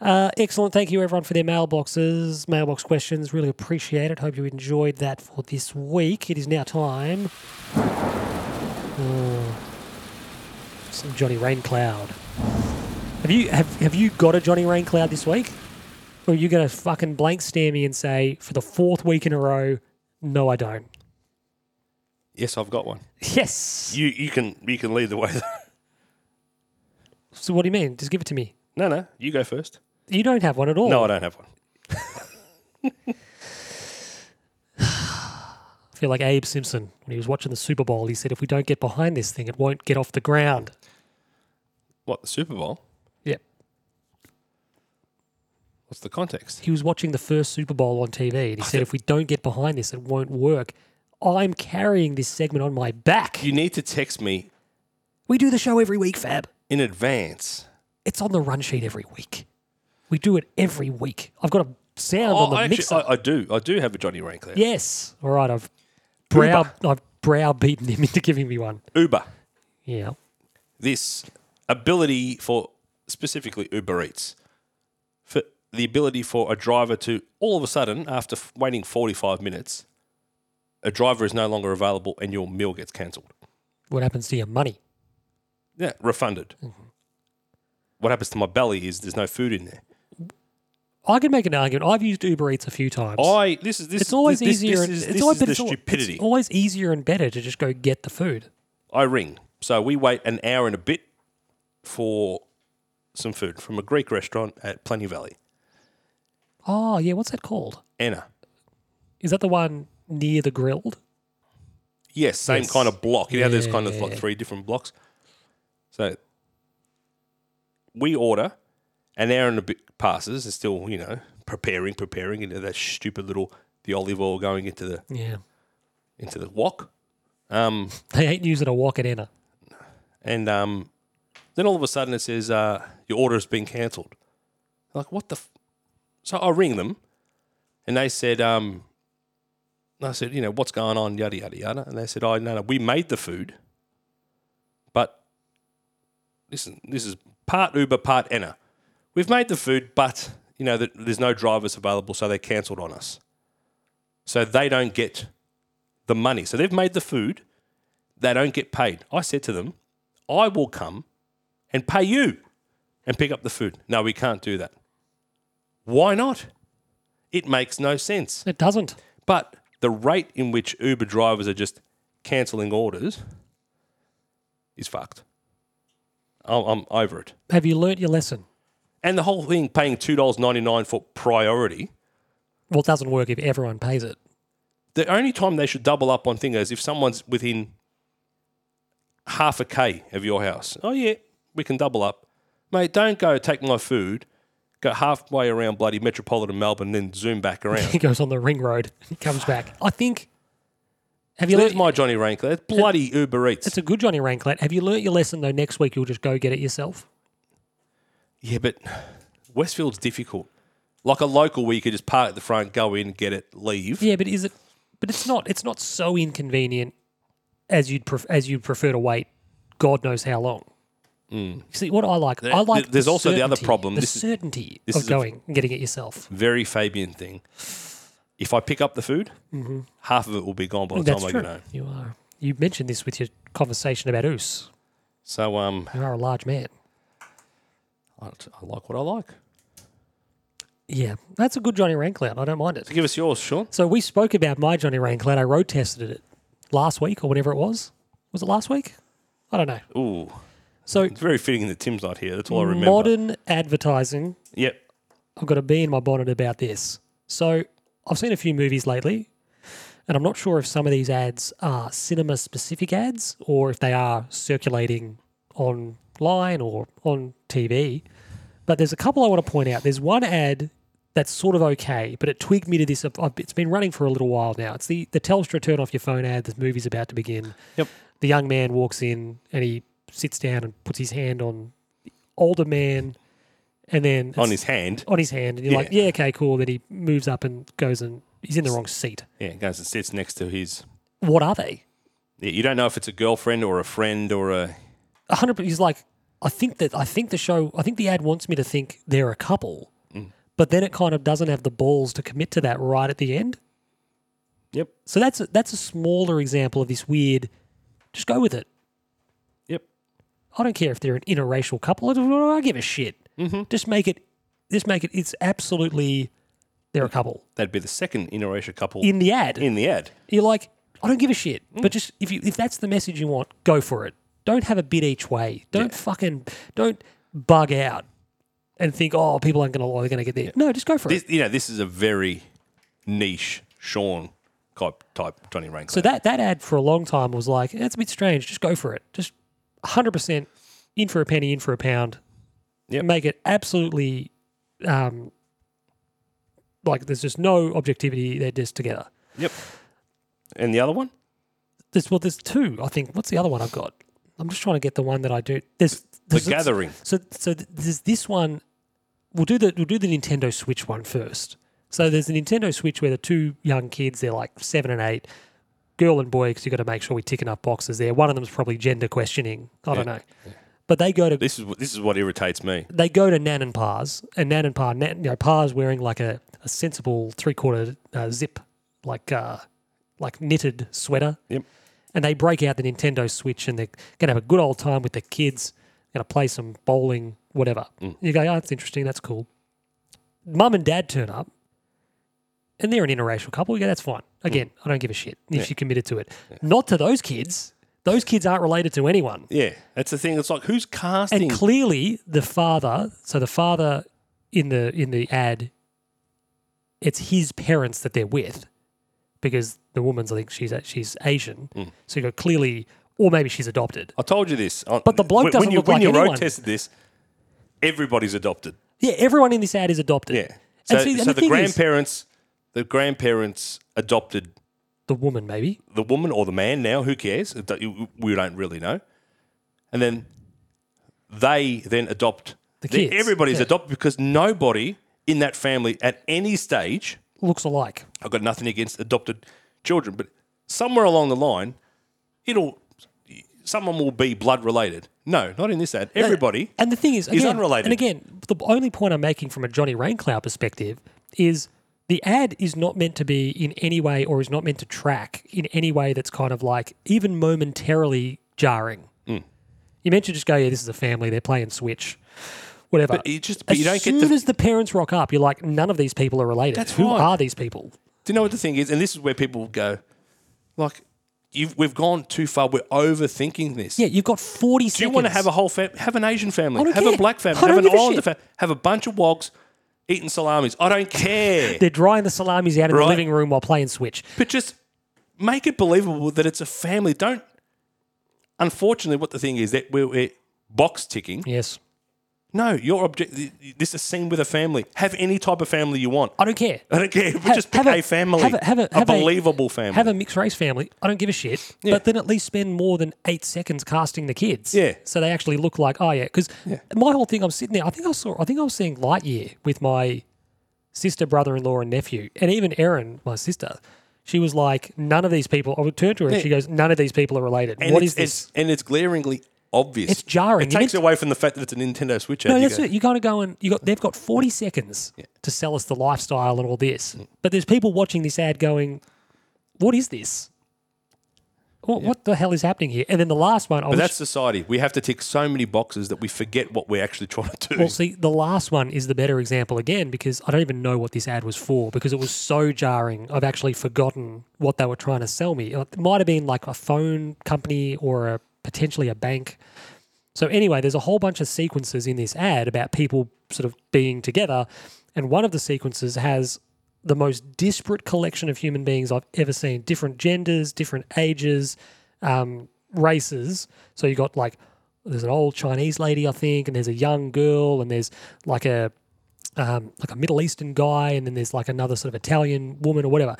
[SPEAKER 1] Uh, excellent. Thank you, everyone, for their mailboxes, mailbox questions. Really appreciate it. Hope you enjoyed that for this week. It is now time. Oh, some Johnny Raincloud. Have you have, have you got a Johnny Raincloud this week? Or are you going to fucking blank stare me and say for the fourth week in a row, no, I don't?
[SPEAKER 2] Yes, I've got one.
[SPEAKER 1] Yes.
[SPEAKER 2] You you can you can lead the way. *laughs* though.
[SPEAKER 1] So what do you mean? Just give it to me.
[SPEAKER 2] no, no, you go first.
[SPEAKER 1] You don't have one at all.
[SPEAKER 2] No, I don't have one.
[SPEAKER 1] I feel like Abe Simpson when he was watching the Super Bowl. He said, "If we don't get behind this thing, it won't get off the ground."
[SPEAKER 2] What the Super Bowl?
[SPEAKER 1] Yep.
[SPEAKER 2] What's the context?
[SPEAKER 1] He was watching the first Super Bowl on TV, and he said, "If we don't get behind this, it won't work." I'm carrying this segment on my back.
[SPEAKER 2] You need to text me
[SPEAKER 1] we do the show every week, Fab.
[SPEAKER 2] in advance.
[SPEAKER 1] It's on the run sheet every week. We do it every week. I've got a sound on
[SPEAKER 2] Oh,
[SPEAKER 1] the
[SPEAKER 2] I
[SPEAKER 1] mixer.
[SPEAKER 2] actually, I, I do. I do have a Johnny Raincloud.
[SPEAKER 1] yes. All right. I've brow. I've browbeaten him *laughs* into giving me one.
[SPEAKER 2] Uber.
[SPEAKER 1] Yeah.
[SPEAKER 2] this ability for specifically Uber Eats, for the ability for a driver to all of a sudden, after f- waiting 45 minutes, a driver is no longer available and your meal gets cancelled.
[SPEAKER 1] What happens to your money?
[SPEAKER 2] Yeah, refunded.
[SPEAKER 1] Mm-hmm.
[SPEAKER 2] What happens to my belly is there's no food in there.
[SPEAKER 1] I can make an argument. I've used Uber Eats a few times.
[SPEAKER 2] I this is this
[SPEAKER 1] it's always
[SPEAKER 2] this, this-
[SPEAKER 1] easier.
[SPEAKER 2] This,
[SPEAKER 1] and,
[SPEAKER 2] is,
[SPEAKER 1] it's
[SPEAKER 2] this
[SPEAKER 1] always,
[SPEAKER 2] is
[SPEAKER 1] but
[SPEAKER 2] the
[SPEAKER 1] it's al-
[SPEAKER 2] stupidity.
[SPEAKER 1] It's always easier and better to just go get the food.
[SPEAKER 2] I ring, so we wait an hour and a bit. for some food from a Greek restaurant at Plenty Valley.
[SPEAKER 1] Oh, yeah. What's that called?
[SPEAKER 2] Anna.
[SPEAKER 1] Is that the one near the grilled?
[SPEAKER 2] Yes, same
[SPEAKER 1] Yes.
[SPEAKER 2] kind of block. You know, there's kind of
[SPEAKER 1] Yeah.
[SPEAKER 2] like three different blocks. So we order, an hour and a bit passes. It's still, you know, preparing, preparing. You know, that stupid little the olive oil going into the
[SPEAKER 1] Yeah.
[SPEAKER 2] into the wok. Um,
[SPEAKER 1] They ain't using a wok at Enna.
[SPEAKER 2] and um, then all of a sudden it says uh, your order has been cancelled. Like what the? F-? So I ring them, and they said, um, and I said, you know, what's going on? Yada yada yada. And they said, oh no, no, we made the food, but listen, this is part Uber, part Enna. We've made the food, but you know, that there's no drivers available, so they cancelled on us. So they don't get the money. So they've made the food, they don't get paid. I said to them, I will come and pay you and pick up the food. No, we can't do that. Why not? It makes no sense.
[SPEAKER 1] It doesn't.
[SPEAKER 2] But the rate in which Uber drivers are just cancelling orders is fucked. I'm, I'm over it.
[SPEAKER 1] Have you learnt your lesson?
[SPEAKER 2] And the whole thing paying $2.99 for priority.
[SPEAKER 1] Well, it doesn't work if everyone pays it. *laughs*
[SPEAKER 2] The only time they should double up on thing is if someone's within half a K of your house. Oh, yeah, we can double up. Mate, don't go take my food, go halfway around bloody metropolitan Melbourne, then zoom back
[SPEAKER 1] He *laughs*
[SPEAKER 2] around.
[SPEAKER 1] goes on the ring road. He comes back. I think. Have you
[SPEAKER 2] There's
[SPEAKER 1] learnt?
[SPEAKER 2] my Johnny Rankler. That's bloody Uber Eats.
[SPEAKER 1] It's a good Johnny Ranklet. Have you learnt your lesson though? Next week you'll just go get it yourself.
[SPEAKER 2] Yeah, but Westfield's difficult. Like a local where you could just park at the front, go in, get it, leave.
[SPEAKER 1] Yeah, but is it? But it's not. It's not so inconvenient as you'd pref- as you prefer to wait. God knows how long. You See what I like. I like.
[SPEAKER 2] Mm. there's also the other
[SPEAKER 1] certainty-
[SPEAKER 2] problem.
[SPEAKER 1] The
[SPEAKER 2] This is-
[SPEAKER 1] certainty
[SPEAKER 2] this
[SPEAKER 1] of
[SPEAKER 2] is a f-
[SPEAKER 1] going and getting it yourself.
[SPEAKER 2] Very Fabian thing. If I pick up the food, half of it will be gone by the
[SPEAKER 1] Mm-hmm. Oh, That's
[SPEAKER 2] time
[SPEAKER 1] true.
[SPEAKER 2] I get home.
[SPEAKER 1] You are. You mentioned this with your conversation about Oos.
[SPEAKER 2] So um,
[SPEAKER 1] You are a large man.
[SPEAKER 2] I, I like what I like.
[SPEAKER 1] Yeah, that's a good Johnny Ranklet. I don't mind it.
[SPEAKER 2] Give us yours, Sean.
[SPEAKER 1] So we spoke about my Johnny Ranklet. I road tested it last week or whenever it was. Was it last week? I don't know.
[SPEAKER 2] Ooh,
[SPEAKER 1] So
[SPEAKER 2] it's very fitting that Tim's not here. That's all I remember.
[SPEAKER 1] modern advertising
[SPEAKER 2] Yep.
[SPEAKER 1] I've got a bee in my bonnet about this. So I've seen a few movies lately, and I'm not sure if some of these ads are cinema specific ads or if they are circulating online or on TV. But there's a couple I want to point out. There's one ad that's sort of okay, but it twigged me to this. I've- I've- It's been running for a little while now. It's the, the Telstra turn off your phone ad. The movie's about to begin.
[SPEAKER 2] Yep.
[SPEAKER 1] The young man walks in and he sits down and puts his hand on the older man, and then
[SPEAKER 2] On
[SPEAKER 1] it's-
[SPEAKER 2] his hand.
[SPEAKER 1] on his hand, and you're
[SPEAKER 2] Yeah.
[SPEAKER 1] like, yeah, okay, cool. Then he moves up and goes and he's in the wrong seat.
[SPEAKER 2] Yeah, goes and sits next to his.
[SPEAKER 1] What are they?
[SPEAKER 2] Yeah, you don't know if it's a girlfriend or a friend or a.
[SPEAKER 1] A hundred. He's like, I think that I think the show, I think the ad wants me to think they're a couple, but then it kind of doesn't have the balls to commit to that right at the end.
[SPEAKER 2] Yep.
[SPEAKER 1] So that's a, that's a smaller example of this weird. Just go with it.
[SPEAKER 2] Yep.
[SPEAKER 1] I don't care if they're an interracial couple. I don't I give a shit. Just make it. Just make it. It's absolutely they're a couple
[SPEAKER 2] That'd be the second interracial couple
[SPEAKER 1] in the ad.
[SPEAKER 2] in the ad.
[SPEAKER 1] you're like, I don't give a shit.
[SPEAKER 2] Mm.
[SPEAKER 1] But just if you if that's the message you want, go for it. Don't have a bit each way. Don't fucking don't bug out and think, oh, people aren't gonna they're gonna get there. No, just go for
[SPEAKER 2] This,
[SPEAKER 1] it.
[SPEAKER 2] you know, this is a very niche Sean type type Johnny Rankler.
[SPEAKER 1] So that that ad for a long time was like, that's a bit strange. Just go for it. Just hundred percent in for a penny, in for a pound.
[SPEAKER 2] Yep.
[SPEAKER 1] Make it absolutely um like there's just no objectivity. They're just together.
[SPEAKER 2] yep. And the other one?
[SPEAKER 1] There's well, there's two. I think. What's the other one I've got? I'm just trying to get the one that I do. There's,
[SPEAKER 2] The
[SPEAKER 1] there's
[SPEAKER 2] Gathering.
[SPEAKER 1] So so th- there's this one. We'll do the we'll do the Nintendo Switch one first. So there's the Nintendo Switch where the two young kids, they're like seven and eight, girl and boy, because you got to make sure we tick enough boxes there. One of them's probably gender questioning. I don't know, but they go to
[SPEAKER 2] This is wh- this is what irritates me.
[SPEAKER 1] they go to Nan and Pa's, and Nan and Pa, Nan, you know, Pa's wearing like a, a sensible three quarter uh, zip, like uh, like knitted sweater.
[SPEAKER 2] Yep.
[SPEAKER 1] And they break out the Nintendo Switch, and they're gonna have a good old time with the kids. Gonna play some bowling, whatever. You go, oh, that's interesting. That's cool. Mum and Dad turn up, and they're an interracial couple. Yeah, that's fine. Again, I don't give a shit if you committed to it. Not to those kids. Those kids aren't related to anyone.
[SPEAKER 2] Yeah, that's the thing. It's like who's casting?
[SPEAKER 1] And clearly, the father. So the father in the in the ad, it's his parents that they're with, because the woman's I think she's a- she's Asian.
[SPEAKER 2] Hmm.
[SPEAKER 1] So you go clearly, or maybe she's adopted.
[SPEAKER 2] I told you this.
[SPEAKER 1] But the bloke doesn't
[SPEAKER 2] when you,
[SPEAKER 1] look
[SPEAKER 2] when
[SPEAKER 1] like
[SPEAKER 2] you
[SPEAKER 1] anyone.
[SPEAKER 2] road tested this. Everybody's adopted.
[SPEAKER 1] Yeah, everyone in this ad is adopted.
[SPEAKER 2] Yeah. So,
[SPEAKER 1] And see, and
[SPEAKER 2] so
[SPEAKER 1] the
[SPEAKER 2] the,
[SPEAKER 1] thing is-
[SPEAKER 2] grandparents, the grandparents adopted
[SPEAKER 1] the woman maybe.
[SPEAKER 2] the woman or the man. Now, who cares? It don't- We don't really know. And then they then adopt
[SPEAKER 1] The
[SPEAKER 2] they-
[SPEAKER 1] kids,
[SPEAKER 2] Everybody's
[SPEAKER 1] yeah.
[SPEAKER 2] adopted because nobody in that family at any stage.
[SPEAKER 1] looks alike.
[SPEAKER 2] I've got nothing against adopted children, but somewhere along the line, it'll someone will be blood related. No, not in this ad. Everybody.
[SPEAKER 1] And the thing is, again,
[SPEAKER 2] unrelated.
[SPEAKER 1] And again, the only point I'm making from a Johnny Raincloud perspective is the ad is not meant to be in any way or is not meant to track in any way that's kind of like even momentarily jarring.
[SPEAKER 2] Mm.
[SPEAKER 1] You meant to just go, yeah, this is a family, they're playing Switch, whatever.
[SPEAKER 2] But you just- but
[SPEAKER 1] as
[SPEAKER 2] you don't get
[SPEAKER 1] soon
[SPEAKER 2] the-
[SPEAKER 1] as the parents rock up, you're like, none of these people are related.
[SPEAKER 2] That's
[SPEAKER 1] Who
[SPEAKER 2] right.
[SPEAKER 1] are these people?
[SPEAKER 2] Do you know what the thing is? And this is where people go, like, you've, we've gone too far. We're overthinking this.
[SPEAKER 1] Yeah, you've got 40
[SPEAKER 2] Do you want to have a whole family? Have an Asian family.
[SPEAKER 1] I don't
[SPEAKER 2] Have
[SPEAKER 1] care.
[SPEAKER 2] a black
[SPEAKER 1] I
[SPEAKER 2] family.
[SPEAKER 1] don't
[SPEAKER 2] Have an
[SPEAKER 1] give a
[SPEAKER 2] Islander
[SPEAKER 1] shit.
[SPEAKER 2] family. Have a bunch of wogs eating salamis. I don't
[SPEAKER 1] *laughs*
[SPEAKER 2] care.
[SPEAKER 1] They're drying the salamis out in the
[SPEAKER 2] Right.
[SPEAKER 1] living room while playing Switch.
[SPEAKER 2] but just make it believable that it's a family. Don't. Unfortunately, what the thing is that we're, we're box ticking.
[SPEAKER 1] Yes.
[SPEAKER 2] No, your object. This is seen with a family. Have any type of family you want.
[SPEAKER 1] I don't care.
[SPEAKER 2] I don't care.
[SPEAKER 1] Ha-
[SPEAKER 2] just pick a, family.
[SPEAKER 1] have a- have a- have a-
[SPEAKER 2] believable family.
[SPEAKER 1] Have a mixed race family. I don't give a shit. But then at least spend more than eight seconds casting the kids.
[SPEAKER 2] Yeah.
[SPEAKER 1] So they actually look like, oh yeah. Because my whole thing, I'm sitting there. I think I saw. I think I was seeing Lightyear with my sister, brother-in-law, and nephew, and even Erin, my sister. She was like, none of these people. I would turn to her and she goes, none of these people are related.
[SPEAKER 2] And
[SPEAKER 1] what
[SPEAKER 2] it's,
[SPEAKER 1] is this?
[SPEAKER 2] It's, and it's glaringly obvious.
[SPEAKER 1] It's jarring.
[SPEAKER 2] It
[SPEAKER 1] You
[SPEAKER 2] takes
[SPEAKER 1] meant-
[SPEAKER 2] away from the fact that it's a Nintendo Switch.
[SPEAKER 1] No, that's it. You gotta go and you got. They've got forty seconds to sell us the lifestyle and all this. But there's people watching this ad going, "What is this? What, what the hell is happening here?" And then the last one, I
[SPEAKER 2] But
[SPEAKER 1] wish-
[SPEAKER 2] that's society. We have to tick so many boxes that we forget what we're actually trying to do.
[SPEAKER 1] well, see, the last one is the better example again because I don't even know what this ad was for because it was so jarring. I've actually forgotten what they were trying to sell me. It might have been like a phone company or a potentially a bank. So anyway, there's a whole bunch of sequences in this ad about people sort of being together, and one of the sequences has the most disparate collection of human beings I've ever seen. Different genders, different ages, um, races. So you got like there's an old Chinese lady, I think, and there's a young girl, and there's like a um, like a Middle Eastern guy, and then there's like another sort of Italian woman or whatever.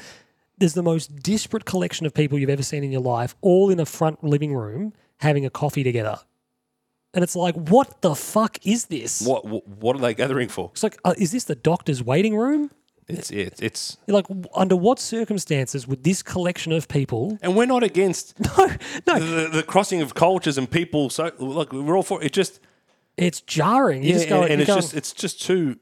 [SPEAKER 1] There's the most disparate collection of people you've ever seen in your life, all in a front living room having a coffee together. And it's like, what the fuck is this?
[SPEAKER 2] What what- what are they gathering for?
[SPEAKER 1] It's like, uh, is this the doctor's waiting room?
[SPEAKER 2] It's it, it's
[SPEAKER 1] You're like, w- under what circumstances would this collection of
[SPEAKER 2] *laughs*
[SPEAKER 1] people? *laughs*
[SPEAKER 2] and we're not against
[SPEAKER 1] No, no,
[SPEAKER 2] the, the crossing of cultures and people. So look, we're all for it. Just
[SPEAKER 1] it's jarring. You
[SPEAKER 2] yeah,
[SPEAKER 1] just go,
[SPEAKER 2] and, and
[SPEAKER 1] you
[SPEAKER 2] it's
[SPEAKER 1] go,
[SPEAKER 2] just it's just too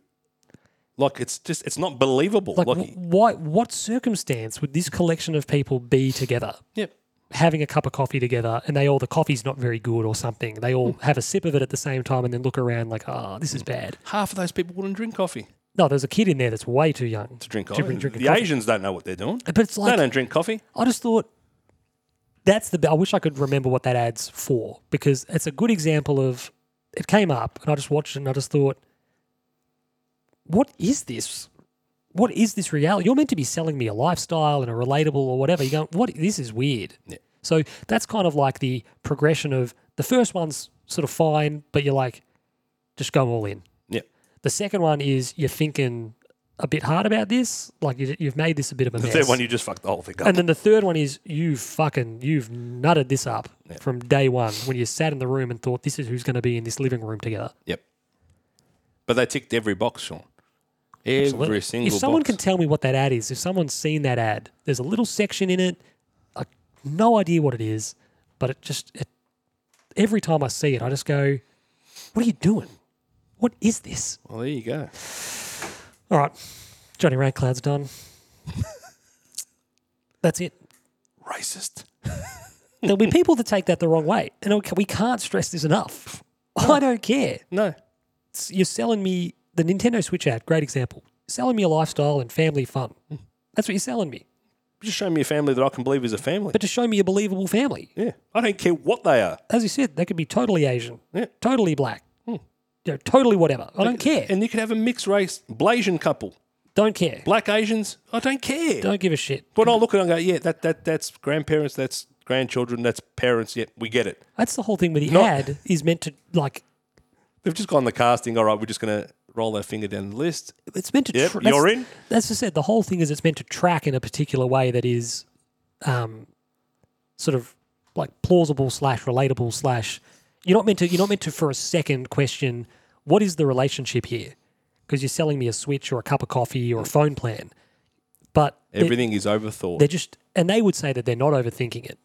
[SPEAKER 2] like it's just it's not believable.
[SPEAKER 1] like,
[SPEAKER 2] Like,
[SPEAKER 1] wh- why? What circumstance would this collection of people be together?
[SPEAKER 2] yeah,
[SPEAKER 1] having a cup of coffee together and they all the coffee's not very good or something they all
[SPEAKER 2] Hmm.
[SPEAKER 1] have a sip of it at the same time and then look around like oh this is bad
[SPEAKER 2] half of those people wouldn't drink coffee.
[SPEAKER 1] no there's a kid in there that's way too young
[SPEAKER 2] To drink
[SPEAKER 1] to
[SPEAKER 2] coffee.
[SPEAKER 1] bring- drink a
[SPEAKER 2] the
[SPEAKER 1] coffee.
[SPEAKER 2] Asians don't know what they're doing.
[SPEAKER 1] but it's
[SPEAKER 2] they
[SPEAKER 1] like
[SPEAKER 2] don't drink coffee.
[SPEAKER 1] i just thought that's the i wish i could remember what that ad's for because it's a good example of it came up and i just watched it and i just thought what is this what is this reality? You're meant to be selling me a lifestyle and a relatable or whatever. You're going, what? This is weird. So that's kind of like the progression of the first one's sort of fine, but you're like, just go all in.
[SPEAKER 2] Yeah.
[SPEAKER 1] The second one is you're thinking a bit hard about this. Like you, you've made this a bit of a
[SPEAKER 2] The
[SPEAKER 1] mess.
[SPEAKER 2] third one, you just fucked the whole thing up.
[SPEAKER 1] and then the third one is you fucking, you've nutted this up from day one when you sat in the room and thought, this is who's going to be in this living room together.
[SPEAKER 2] Yep. But they ticked every box, Sean. Every
[SPEAKER 1] Absolutely.
[SPEAKER 2] single
[SPEAKER 1] If someone
[SPEAKER 2] box.
[SPEAKER 1] can tell me what that ad is, if someone's seen that ad, there's a little section in it. I no idea what it is, but it just it, every time I see it, I just go, "What are you doing? What is this?"
[SPEAKER 2] well, there you go.
[SPEAKER 1] All right, Johnny Raincloud's done. *laughs* That's it.
[SPEAKER 2] Racist.
[SPEAKER 1] There'll be people that take that the wrong way, and I- we can't stress this enough. I don't care.
[SPEAKER 2] No.
[SPEAKER 1] it's- you're selling me the Nintendo Switch ad, great example. Selling me a lifestyle and family fun. That's what you're selling me.
[SPEAKER 2] Just show me a family that I can believe is a family.
[SPEAKER 1] But to show me a believable family.
[SPEAKER 2] yeah, I don't care what they are.
[SPEAKER 1] As you said, they could be totally Asian,
[SPEAKER 2] Yeah.
[SPEAKER 1] totally black, you know, totally whatever. I don't care.
[SPEAKER 2] And you could have a mixed race Blasian couple,
[SPEAKER 1] don't care.
[SPEAKER 2] black Asians. I don't care.
[SPEAKER 1] Don't give a shit.
[SPEAKER 2] But I look at it and go, yeah, that, that that's grandparents, that's grandchildren, that's parents. Yeah, we get it.
[SPEAKER 1] That's the whole thing with the
[SPEAKER 2] Not-
[SPEAKER 1] ad is meant to like
[SPEAKER 2] They've just gone the casting. All right, we're just going to roll our finger down the list.
[SPEAKER 1] it's meant to.
[SPEAKER 2] Yep,
[SPEAKER 1] that's-
[SPEAKER 2] you're in.
[SPEAKER 1] That's just it. The whole thing is it's meant to track in a particular way that is, um, sort of like plausible slash relatable slash. You're not meant to. You're not meant to for a second question what is the relationship here, because you're selling me a switch or a cup of coffee or a phone plan, but they're,
[SPEAKER 2] Everything is overthought.
[SPEAKER 1] they're just and they would say that they're not overthinking it.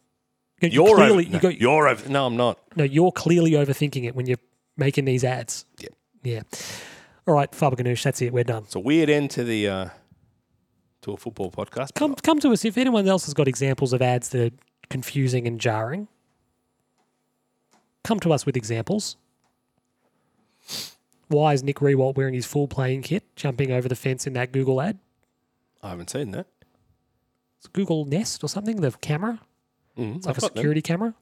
[SPEAKER 1] You- you
[SPEAKER 2] You're
[SPEAKER 1] clearly
[SPEAKER 2] over.
[SPEAKER 1] you
[SPEAKER 2] No,
[SPEAKER 1] go,
[SPEAKER 2] you're over. No, I'm not.
[SPEAKER 1] no, you're clearly overthinking it when you're making these ads. Yeah. Yeah. All right, Faber Ganoush, that's it. We're done.
[SPEAKER 2] It's a weird end to the uh, to a football podcast.
[SPEAKER 1] Come come to us if anyone else has got examples of ads that are confusing and jarring. Come to us with examples. Why is Nick Rewalt wearing his full playing kit, jumping over the fence in that Google ad?
[SPEAKER 2] I haven't seen that.
[SPEAKER 1] It's Google Nest or something, the camera. It's like
[SPEAKER 2] Mm, I've
[SPEAKER 1] a
[SPEAKER 2] got them.
[SPEAKER 1] security camera.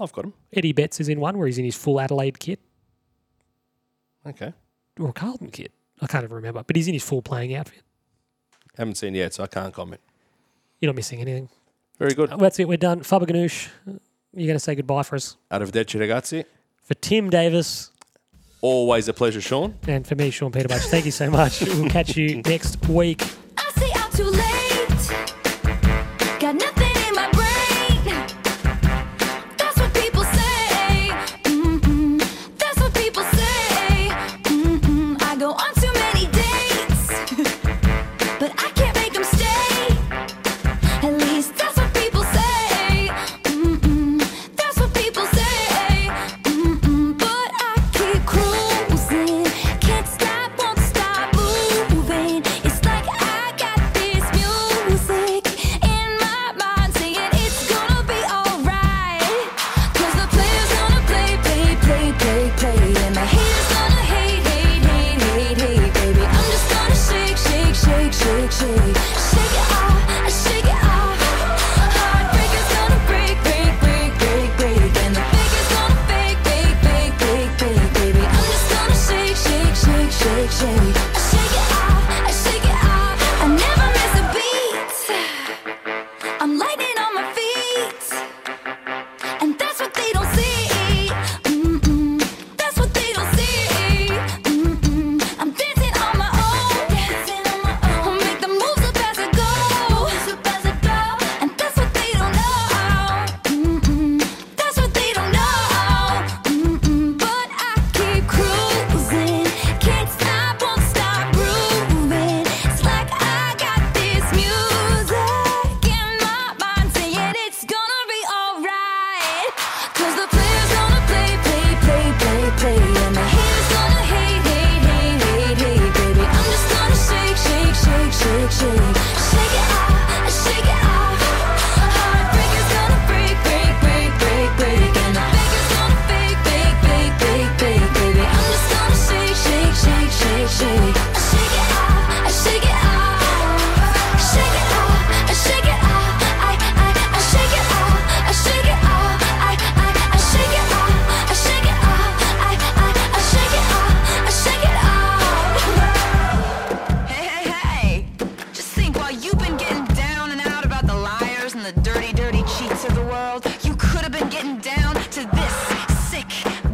[SPEAKER 2] I've got them.
[SPEAKER 1] Eddie Betts is in one where he's in his full Adelaide kit
[SPEAKER 2] Okay.
[SPEAKER 1] or Carlton kit. I can't even remember, but he's in his full playing outfit.
[SPEAKER 2] Haven't seen yet, so I can't comment.
[SPEAKER 1] You're not missing anything.
[SPEAKER 2] Very good.
[SPEAKER 1] Well, that's it. We're done. Faber Ganoush, you're going to say goodbye for us.
[SPEAKER 2] Arrivederci, ragazzi.
[SPEAKER 1] For Tim Davis
[SPEAKER 2] Always a pleasure, Sean.
[SPEAKER 1] and for me, Sean Peterbudge, thank you so much. We'll catch you next week.
[SPEAKER 6] I stay out too late. Got nothing in my brain. That's what people say. Mm-mm. That's what people say. Mm-mm. I go on too many dates, *laughs* but I can't make them stay. At least that's what people say. Mm-mm. That's what people say. Mm-mm. But I keep cruising. Can't stop, won't stop moving. It's like I got this music in my mind saying it's gonna be alright. 'Cause the players gonna play, play, play, play, play. And the haters gonna hate, hate, hate, hate, hate, baby. I'm just gonna shake, shake, shake, shake, shake. Shake it off, shake it off. Heartbreaker's gonna break, break, break, break, break. And the faker's gonna fake, fake, fake, fake, fake, baby. I'm just gonna shake, shake, shake, shake, shake. Shake it off, shake it off. I never miss a beat. I'm lightning on my feet. And that's what they don't see. Mm-mm. That's what they don't see. Mm-mm. I'm dancing on my own. Dancing on my own. I'll make the moves up as I go. Moves up as I go. And that's what they don't know. Mm-mm. That's what they don't know. Mm-mm. But I keep cruising. Can't stop, won't stop grooving. It's like I got this music in my mind saying it's gonna be alright. 'Cause the players gonna play, play, play, play, play. And the haters gonna hate, hate, hate, hate, hate, baby. I'm just gonna shake, shake, shake, shake, shake. Shake it off, shake it off. Heartbreaker's gonna break, break, break, break, break. And the faker's gonna fake, fake, fake, fake, fake, baby. I'm just gonna shake, shake, shake, shake, shake. Shake it off, shake it off. Shake it off, shake it off. I, I, I shake it off, I shake it off. I, I, I shake it off, I shake it off. I, I, I shake it off, I shake it off.
[SPEAKER 8] Hey, hey, hey! Just think, while you've been getting down and out about the liars and the dirty, dirty cheats of the world, you could have been getting down to this sick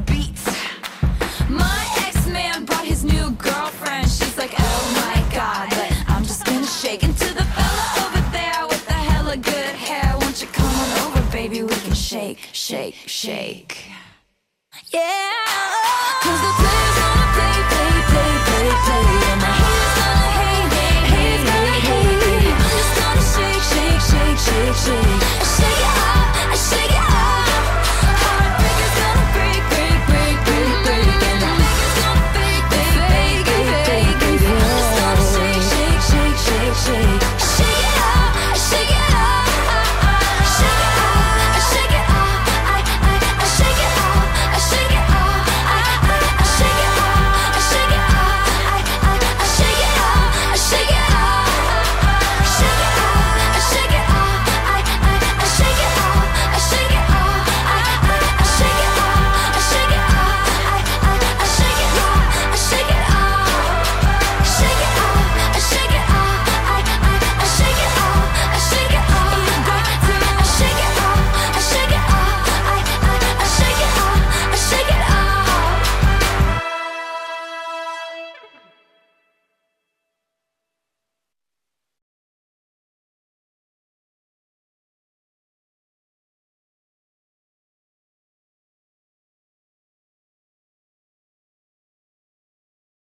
[SPEAKER 8] beat.
[SPEAKER 6] My ex-man brought his new girlfriend. She's like, oh my god, but I'm just gonna shake into the fella over there with the hella good hair. Won't you come on over, baby? We can shake, shake, shake. Yeah.